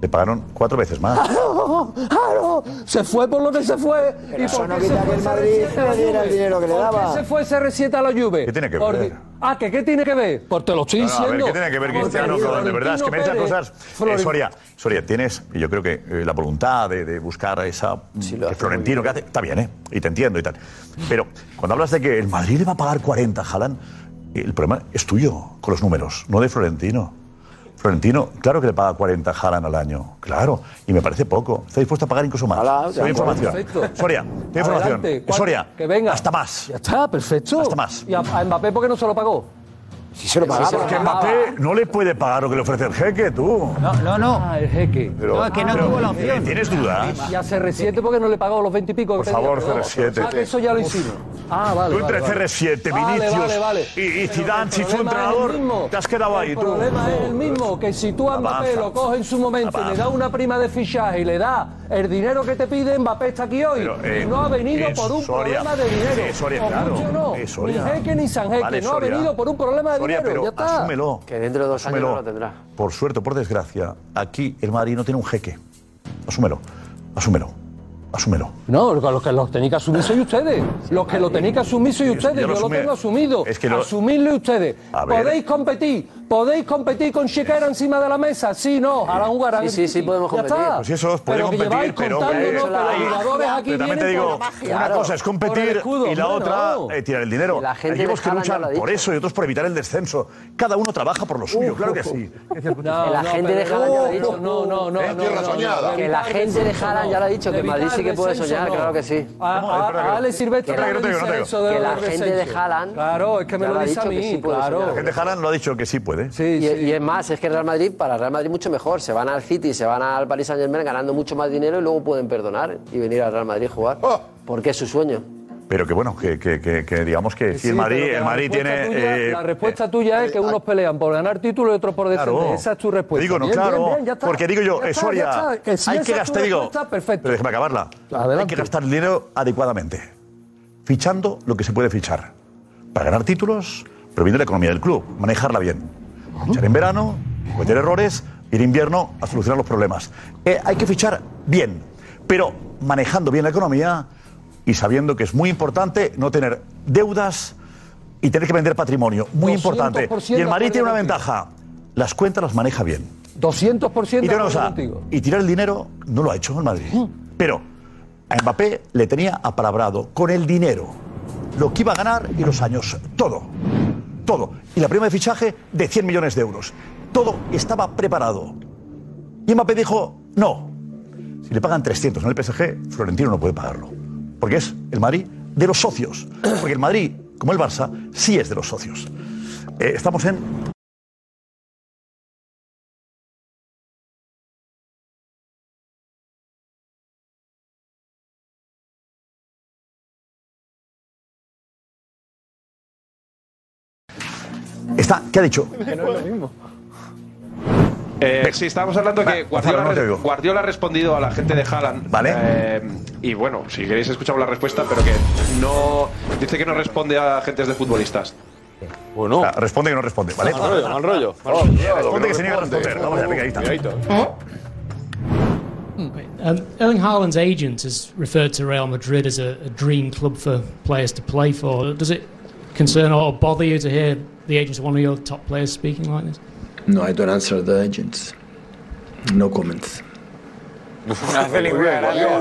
Le pagaron cuatro veces más.
¡Claro! <laughs> ¡Claro! Se fue por lo que se fue.
Pero eso
por
no
qué se
quita
fue
que el Madrid
CR7 a la
le diera el
Juve?
dinero que le
¿Por
daba?
qué se fue CR7 a la Juve? ¿Qué
tiene que ver?
Ah, ¿que ¿qué tiene que ver? Pues te lo estoy
No, no, a
diciendo.
ver, ¿qué tiene que ver
Porque
Cristiano Ronaldo? De verdad, es que me echan
Florentino
cosas.
Pérez-
Eh,
Florentino-
Soria, Soria, tienes, y yo creo que eh, la voluntad de, de buscar esa. que Florentino que hace. Está bien, ¿eh? Y te entiendo y tal. Pero cuando hablas de que el Madrid le va a pagar 40, Jalan, el problema es tuyo con los números, no de Florentino. Florentino, claro que le paga 40 Jalan al año, claro, y me parece poco. Está dispuesto a pagar incluso más.
Ojalá,
Tengo
de acuerdo,
información.
perfecto.
Soria, tengo información. Eh,
Adelante, ¿cuál?
Soria,
Que venga.
hasta más.
Ya está, perfecto. Hasta más. ¿Y a, a Mbappé por qué no se lo pagó?
Si se lo
pagaba.
Porque Mbappé no le puede pagar lo que le ofrece el jeque, tú. No,
no, no. Ah, el jeque.
Pero, eh,
No, es que no tuvo la opción. Ah,
¿Tienes dudas?
Y a CR7 porque no le pagó los 20 y pico.
Por
que tenía?
favor,
Pero,
CR7.
Ah, que eso ya lo hicimos. Ah, vale.
Tú entre
vale, vale.
CR7,
Vale,
Vinicius
vale, vale.
y, y
Pero
Zidane,
el
si fue
problema es el
entrenador,
mismo.
te has quedado ahí,
El
tú.
problema es el mismo, que si tú a Mbappé
Avanza.
lo coges en su momento, y le das una prima de fichaje y le das el dinero que te pide, Mbappé está aquí hoy.
Pero, eh,
y no ha venido
eh,
por un
Soria,
problema de dinero.
eh, Soria,
O
claro,
mucho no,
eh, Soria.
Ni jeque ni San jeque,
Vale,
no
Soria.
ha venido por un problema de
Soria,
dinero.
pero
ya está.
asúmelo.
Que dentro de dos años
Asúmelo.
no lo tendrá.
Por suerte o por desgracia, aquí el Madrid no tiene un jeque. Asúmelo, asúmelo, asúmelo.
No, los que los tenéis que asumir sois ustedes. Los que lo tenéis que asumir sois ustedes.
yo
Yo,
lo
lo
asumí.
tengo asumido.
Es que lo-
Asumidlo ustedes.
A ver.
Podéis competir. Podéis competir con Shekera encima de la mesa. Sí, no. Ahora jugarán.
Sí, sí, sí, podemos competir.
Ya está.
Pues eso, podéis
Pero que
competir,
lleváis
pero...
contándonos
hombre,
que los
ahí-
jugadores aquí
pero también
vienen
te
por
digo,
la magia.
una
Claro.
cosa es
Por
competir
el escudo,
y la
hombre,
otra
no.
eh, tirar el dinero.
La gente
Hay equipos
de
que
Haaland no
luchan
lo ha
por
dicho.
eso y otros por evitar el descenso. Cada uno trabaja por lo suyo, claro que sí.
No,
la
no,
gente
pero
de Haaland ya lo ha dicho.
No, no, no.
Es
no,
tierra
no, no,
soñada.
no.
Que la
Evitar
gente de
descenso,
Haaland
no.
ya lo ha dicho, que
Evitar
Madrid sí que puede
descenso,
soñar,
no.
claro que sí.
A, a- a Alex Silvestre
Que la-
ah, también
que
dice
la-
eso de
que
lo
la
del
gente de
descenso.
Haaland
Claro, es que me
ya
lo
lo ha
dice a
dicho que sí
mí.
puede
Claro.
La gente de Haaland lo ha dicho que sí puede.
y, y es más, es que Real Madrid, para Real Madrid mucho mejor. Se van al City, se van al Paris Saint Germain ganando mucho más dinero y luego pueden perdonar y venir al Real Madrid a jugar. Porque es su sueño.
Pero que bueno, que, que- que- que digamos que si
Sí,
el Madrid,
pero que
el
la
Madrid
respuesta
tiene.
tuya-
eh,
la respuesta tuya es que unos pelean por ganar título y otros por defender.
Claro.
Esa es tu respuesta.
Digo, no,
Bien,
claro.
bien, bien, ya está.
porque digo yo,
Ya
eh,
está,
Soria,
ya está. Que si
hay
esa
que
es tu
gastar, digo.
respuesta, Perfecto.
Pero déjame acabarla. Hay que gastar el dinero adecuadamente. Fichando lo que se puede fichar. Para ganar títulos, pero viendo la economía del club, manejarla bien. Fichar en verano, cometer errores, ir en invierno a solucionar los problemas. Eh, hay que fichar bien, pero manejando bien la economía y sabiendo que es muy importante no tener deudas y tener que vender patrimonio. Muy importante.
200%
Y el Madrid tiene una
acuerdo
ventaja. Las cuentas las maneja bien.
200%
Y te digo una
acuerdo
cosa,
contigo. Mm.
y tirar el dinero no lo ha hecho el Madrid. Pero a Mbappé le tenía apalabrado con el dinero, lo que iba a ganar y los años, todo, todo. Y la prima de fichaje de 100 millones de euros. Todo estaba preparado. Y Mbappé dijo, no, si le pagan 300 en el PSG, Florentino no puede pagarlo. Porque es el Madrid de los socios. Porque el Madrid, como el Barça, sí es <laughs> de los socios. Eh, estamos en Está, ¿Qué ha dicho?
Que no es lo mismo. Eh, sí, estábamos hablando que Guardiola,
Gonzalo, no te
re-
oigo.
Guardiola ha respondido a la gente de Haaland. Vale. y bueno, si queréis escuchamos la respuesta, pero que no. Dice que no responde a agentes de futbolistas.
Bueno. responde que no responde, ¿vale?
Mal rollo, mal rollo.
Responde que se niega a responder. Vamos allá, venga, ahí está.
Um, Erling Haaland's agent has referred to Real Madrid as a, a dream club for players to play for. Does it concern or bother you to hear the agents of one of your top players speaking like this?
No, I don't answer the agents. No comments.
Hace ninguna gracia.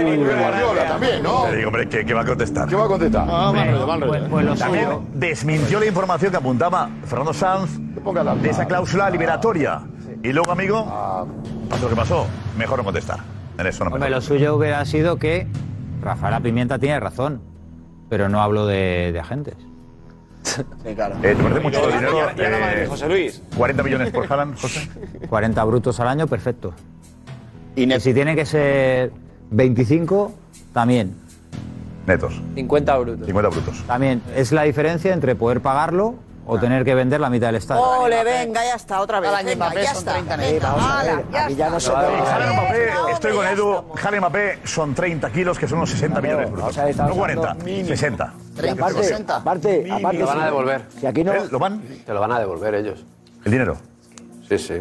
Guardiola también, ¿no?
Le digo, hombre, ¿qué, qué va a contestar? ¿Qué
va a contestar?
También
También desmintió la información que apuntaba Fernando Sanz de esa cláusula
Ah.
liberatoria. Y luego, amigo, pasó lo que pasó, mejor no contestar. En eso no
Hombre, lo suyo hubiera sido que Rafael La Pimienta tiene razón, pero no hablo de, de agentes.
Sí, claro.
Eh, ¿Te parece mucho dinero? eh,
José Luis.
40 millones por
<laughs>
Haaland, José.
40 brutos al año, perfecto. Y, si tiene que ser 25, también.
Netos.
50 brutos.
50 brutos. Ah.
También es la diferencia entre poder pagarlo o tener que vender la mitad del estadio.
Ole, venga, ya está, otra vez. Venga, ya está. Venga, ala, ya
Y ya no
está.
Jalen Mbappé, estoy con Edu. Jalen Mbappé son 30 kilos, que son unos 60 millones brutos. No 40, 60.
Y aparte, aparte, aparte,
Lo van
sí.
a devolver.
Si aquí no,
¿Lo van?
Te lo van a devolver ellos.
¿El dinero?
Sí, sí.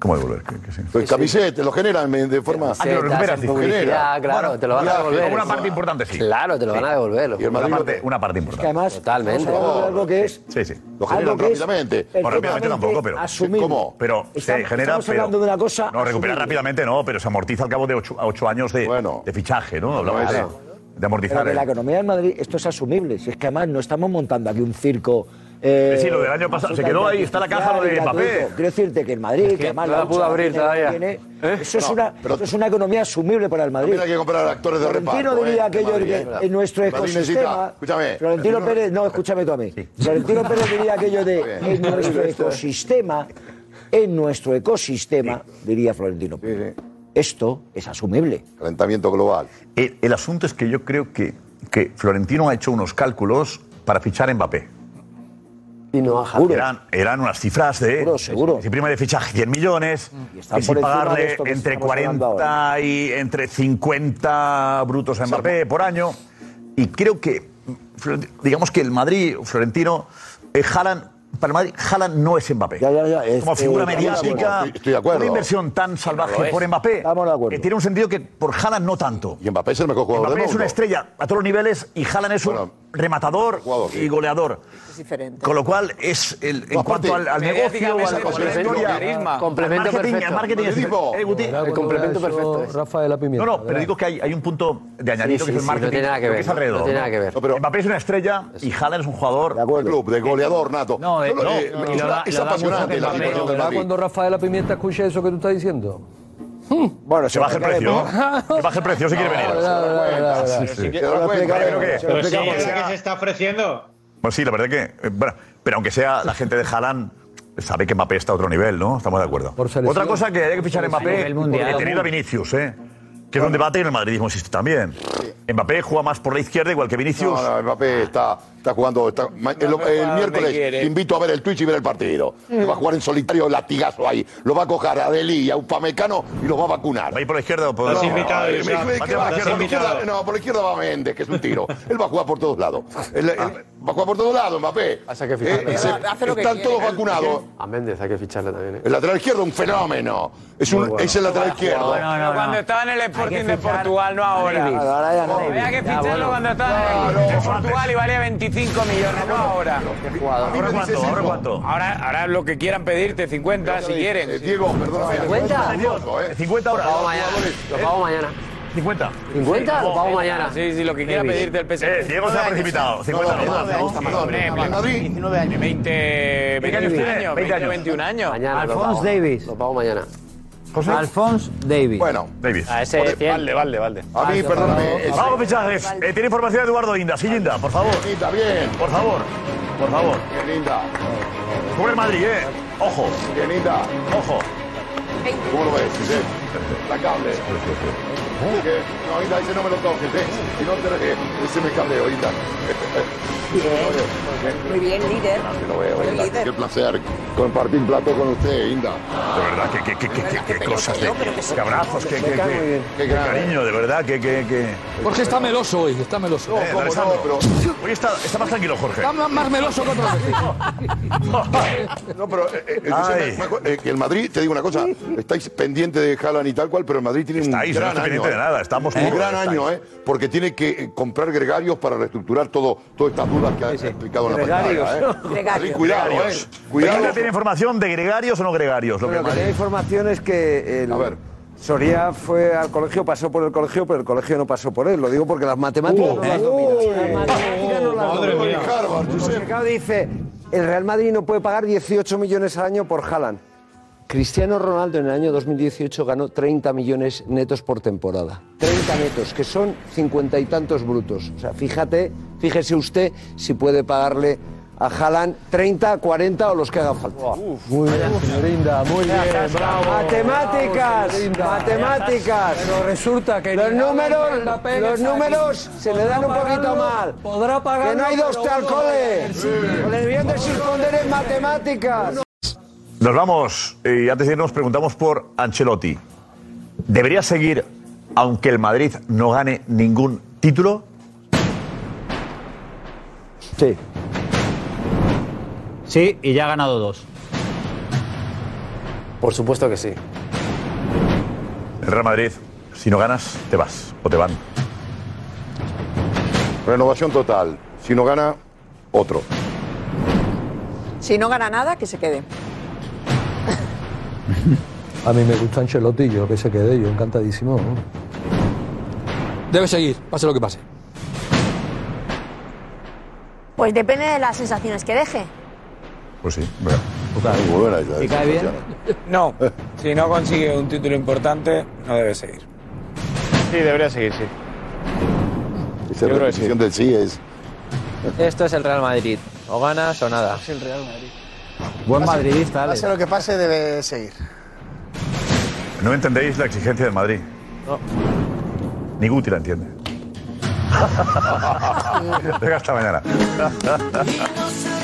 ¿Cómo devolver? ¿Qué,
Pues
camisetas, lo generan de forma. Ah, que lo recuperas,
en
dices.
publicidad, claro,
Bueno,
te lo van a
ya,
devolver.
Una parte importante, sí.
Claro, te lo van a devolver. lo
Y el
juro.
Madrid lo- una, parte, importante.
que además,
Totalmente.
estamos hablando de algo que es
Sí, sí. Lo
Algo
generan
que es
rápidamente. Bueno, rápidamente
perfectamente
tampoco, pero.
asumible.
¿Cómo? Pero se
Estamos-
genera.
estamos hablando de una cosa
No, recuperar
asumible.
rápidamente no, pero se amortiza al cabo de 8 años de, de fichaje, ¿no? Hablamos de,
Claro.
de
Pero
amortizar.
que
el-
la economía en Madrid, esto es asumible. Si es que además no estamos montando aquí un circo. eh,
Sí, lo del año pasado, se quedó ahí, está la caja, lo de
artificial,
Mbappé.
gratuito. Quiero decirte que el Madrid, que además
no la
lucha
pudo
que
abrir
tiene-
todavía.
tiene-
¿Eh?
Eso, es
No,
una,
pero-
eso es una economía asumible para el Madrid.
También hay que comprar actores de
Florentino
reparto,
diría
¿eh?
aquello
de
de
Madrid,
que
es verdad.
en nuestro
Madrid necesita-
ecosistema.
escúchame,
Florentino
Florentino-
Pérez, no, escúchame tú a mí.
<laughs>
Florentino Pérez diría aquello de en nuestro ecosistema, en nuestro ecosistema, diría Florentino Pérez. Esto es asumible.
Calentamiento global. El, el asunto es que yo creo que, que Florentino ha hecho unos cálculos para fichar a Mbappé.
Y no a
Jalen. Eran, eran unas cifras de. Seguro, Si prima de fichaje 100 millones,
Mm. Y está
que si
por encima de
pagarle
esto que
entre
estamos hablando
40
ahora.
y entre 50 brutos a Mbappé por año. Y creo que, Florent- digamos que el Madrid, Florentino, eh, Haaland- Para el Madrid, Haaland no es Mbappé. Como
eh,
figura
estamos de acuerdo.
mediática,
Estoy- estoy de acuerdo.
una inversión tan
Lo
salvaje
es.
por Mbappé, que tiene un sentido que por Haaland no tanto.
Y Mbappé es el mejor jugador
Mbappé
del
es una
mundo.
estrella a todos los niveles y Haaland es un rematador y goleador.
Es diferente.
Con lo cual, es el, en
No, aparte,
cuanto al, al negocio,
mediáticamente
a la
es el
historia,
carisma.
al
Complemento
marketing,
perfecto.
al marketing es-
Madridismo.
eh, Guti,
El complemento perfecto es.
Rafael La Pimienta.
No, no, pero digo que hay, hay un punto de añadido
Sí,
que es
sí,
el
sí, no
marketing.
tiene nada que
lo
ver,
es
no,
alrededor.
no tiene nada que ver.
No, pero Mbappé es una estrella y Haaland es un jugador. De club, de goleador nato.
No, eh,
Yo lo-
no,
eh,
no,
es
no,
una-
no,
es
no, no,
apasionante la
no, no,
situación
no,
del
¿Verdad
Madrid.
cuando Rafael La Pimienta escuche eso que tú estás diciendo? Bueno,
se baja el precio. Que baje el precio si quiere venir.
Pero sí, es la que se está ofreciendo.
Pues sí, la verdad que. eh, Bueno, pero aunque sea la gente de Haaland. Sabe que Mbappé está a otro nivel, ¿no? Estamos de acuerdo.
selección.
Otra cosa que hay que fichar en
Por
Mbappé,
nivel mundial.
detenido a Vinicius, ¿eh? Que es un debate en el madridismo existe también. Mbappé juega más por la izquierda igual que Vinicius.
No, no, Mbappé está, está jugando. está- ma- el, el
me
miércoles
quiere.
te invito a ver el Twitch y ver el partido. Que Va a jugar en solitario latigazo ahí. Lo va a coger a Deli y a Upamecano y los va a vacunar.
¿Ahí por la izquierda o por
no,
Los invitados,
eh,
ya.
me- me-
Mate por
¿qué va
la
a hacer?
izquierda,
Por la izquierda-
invitado.
No, por la izquierda va Méndez, que es un tiro. Él va a jugar por todos lados. Él-
Ah.
él va a jugar por todos lados, Mbappé.
que fijarle.
Eh, se-
Hace lo que
están
quiere.
todos vacunados.
A Méndez hay que ficharle también. ¿eh?
El lateral izquierdo un fenómeno. Es, un, es el lateral izquierdo.
Pero cuando estaba en el Sporting de Portugal, no ahora.
Davis. Ahora ya no.
Había que
Ya,
ficharlo
bueno.
cuando estaba en el Portugal y valía 25 millones, no ahora.
¿Ahora cuánto? ¿Ahora cuánto?
Ahora, ahora lo que quieran pedirte, 50 si quieren.
Diego, perdóname.
50.
50 ahora.
Lo pago mañana. Lo pago mañana.
50.
50, lo pago mañana.
Sí, sí, lo que quiera
Davis.
pedirte el PSG.
Eh, Diego se ha precipitado. 50 no, no, no, no,
Hombre,
no, no, no, no,
19 años. 20, 21 años. 20, 21 años.
Mañana
lo
Alphonse
pago.
Davis.
Lo pago mañana.
Alphonse Davis.
Bueno,
Davis.
A ese Joder, 100.
Vale, vale, vale.
A mí, perdóname. es-
Vamos, fichajes. Eh, tiene información Eduardo Inda. Sí, Inda, por favor.
Linda, bien.
Por favor. Por favor.
Bien, linda.
Cubre el Madrid, eh. Ojo.
Bien, linda.
Ojo.
¿Cómo lo ves, Josep? La cable. Que- No, ahorita ese no me lo toques, eh. Si no te eh, ese me cable ahorita.
Muy bien, líder.
Que lo veo, Inda. Qué placer compartir plato con usted, Inda.
De verdad, qué, qué, qué, qué, qué, qué cosas, de, qué abrazos, qué,
Me
qué,
cae muy
qué,
bien.
qué cariño, de verdad, qué, qué, qué.
Jorge está meloso hoy, está meloso.
Eh, Alessandro, Hoy está, está más tranquilo, Jorge.
Está más, más meloso que otro.
<laughs>
<laughs>
No, pero eh, eh, yo
Ay.
siempre me acuerdo, eh, que el Madrid, te digo una cosa, estáis pendiente de Haaland y tal cual, pero el Madrid tiene
Estáis,
un
no
gran
estoy
año.
pendiente de
eh.
nada, estamos
un
todos,
gran
estáis.
año, eh, porque tiene que eh, comprar gregarios para reestructurar todo todas estas dudas que ha explicado
pues,
en la
Gregarios.
pantalla, eh.
Gregarios.
Madrid, cuidado,
Gregarios.
eh. Cuidado.
Peñita tiene información de gregarios o no gregarios, lo
Bueno,
que
lo que tenía
Madrid-
información es que el Soria fue al colegio, pasó por el colegio, pero el colegio no pasó por él. Lo digo porque las matemáticas no las dominas. Las matemáticas no las
Uh, Madre
dominas.
mía. Harvard,
Porque claro, dice, el Real Madrid no puede pagar 18 millones al año por Haaland. Cristiano Ronaldo en el año 2018 ganó 30 millones netos por temporada. 30 netos, que son 50 y tantos brutos. O sea, fíjate, fíjese usted si puede pagarle a Haaland 30, 40 o los que haga falta.
Muy bien, señorinda, muy bien, bravo.
Matemáticas,
Bravo, señorinda.
matemáticas.
Pero resulta que
los
ni Haaland ni
números,
Mbappé
los
están
números
aquí.
se le dan un
Podrá
poquito
pagarlo,
mal.
Podrá pagar.
Que no hay dos talcoles. Le debían de responder en matemáticas.
Nos vamos. eh, Y antes de irnos, preguntamos por Ancelotti. ¿Debería seguir aunque el Madrid no gane ningún título?
Sí.
Sí, y ya ha ganado dos.
Por supuesto que sí.
El Real Madrid, si no ganas, te vas o te van.
Renovación total. Si no gana, otro.
Si no gana nada, que se quede.
A mí me gusta Ancelotti, yo que se quede, yo encantadísimo. ¿no?
Debe seguir, pase lo que pase.
Pues depende de las sensaciones que deje.
Pues sí, bueno.
Muy buena esa.
¿Te cae bien? No, si no consigue un título importante, no debe seguir.
Sí, debería seguir, sí.
Esa
Yo creo que
repetición del sí es.
Esto es el Real Madrid. O ganas o nada.
Es el Real Madrid.
Buen
madridista,
Pase lo que pase, debe seguir.
No entendéis la exigencia del Madrid.
No.
Ni Guti la entiende. <laughs> Venga, hasta mañana. <laughs>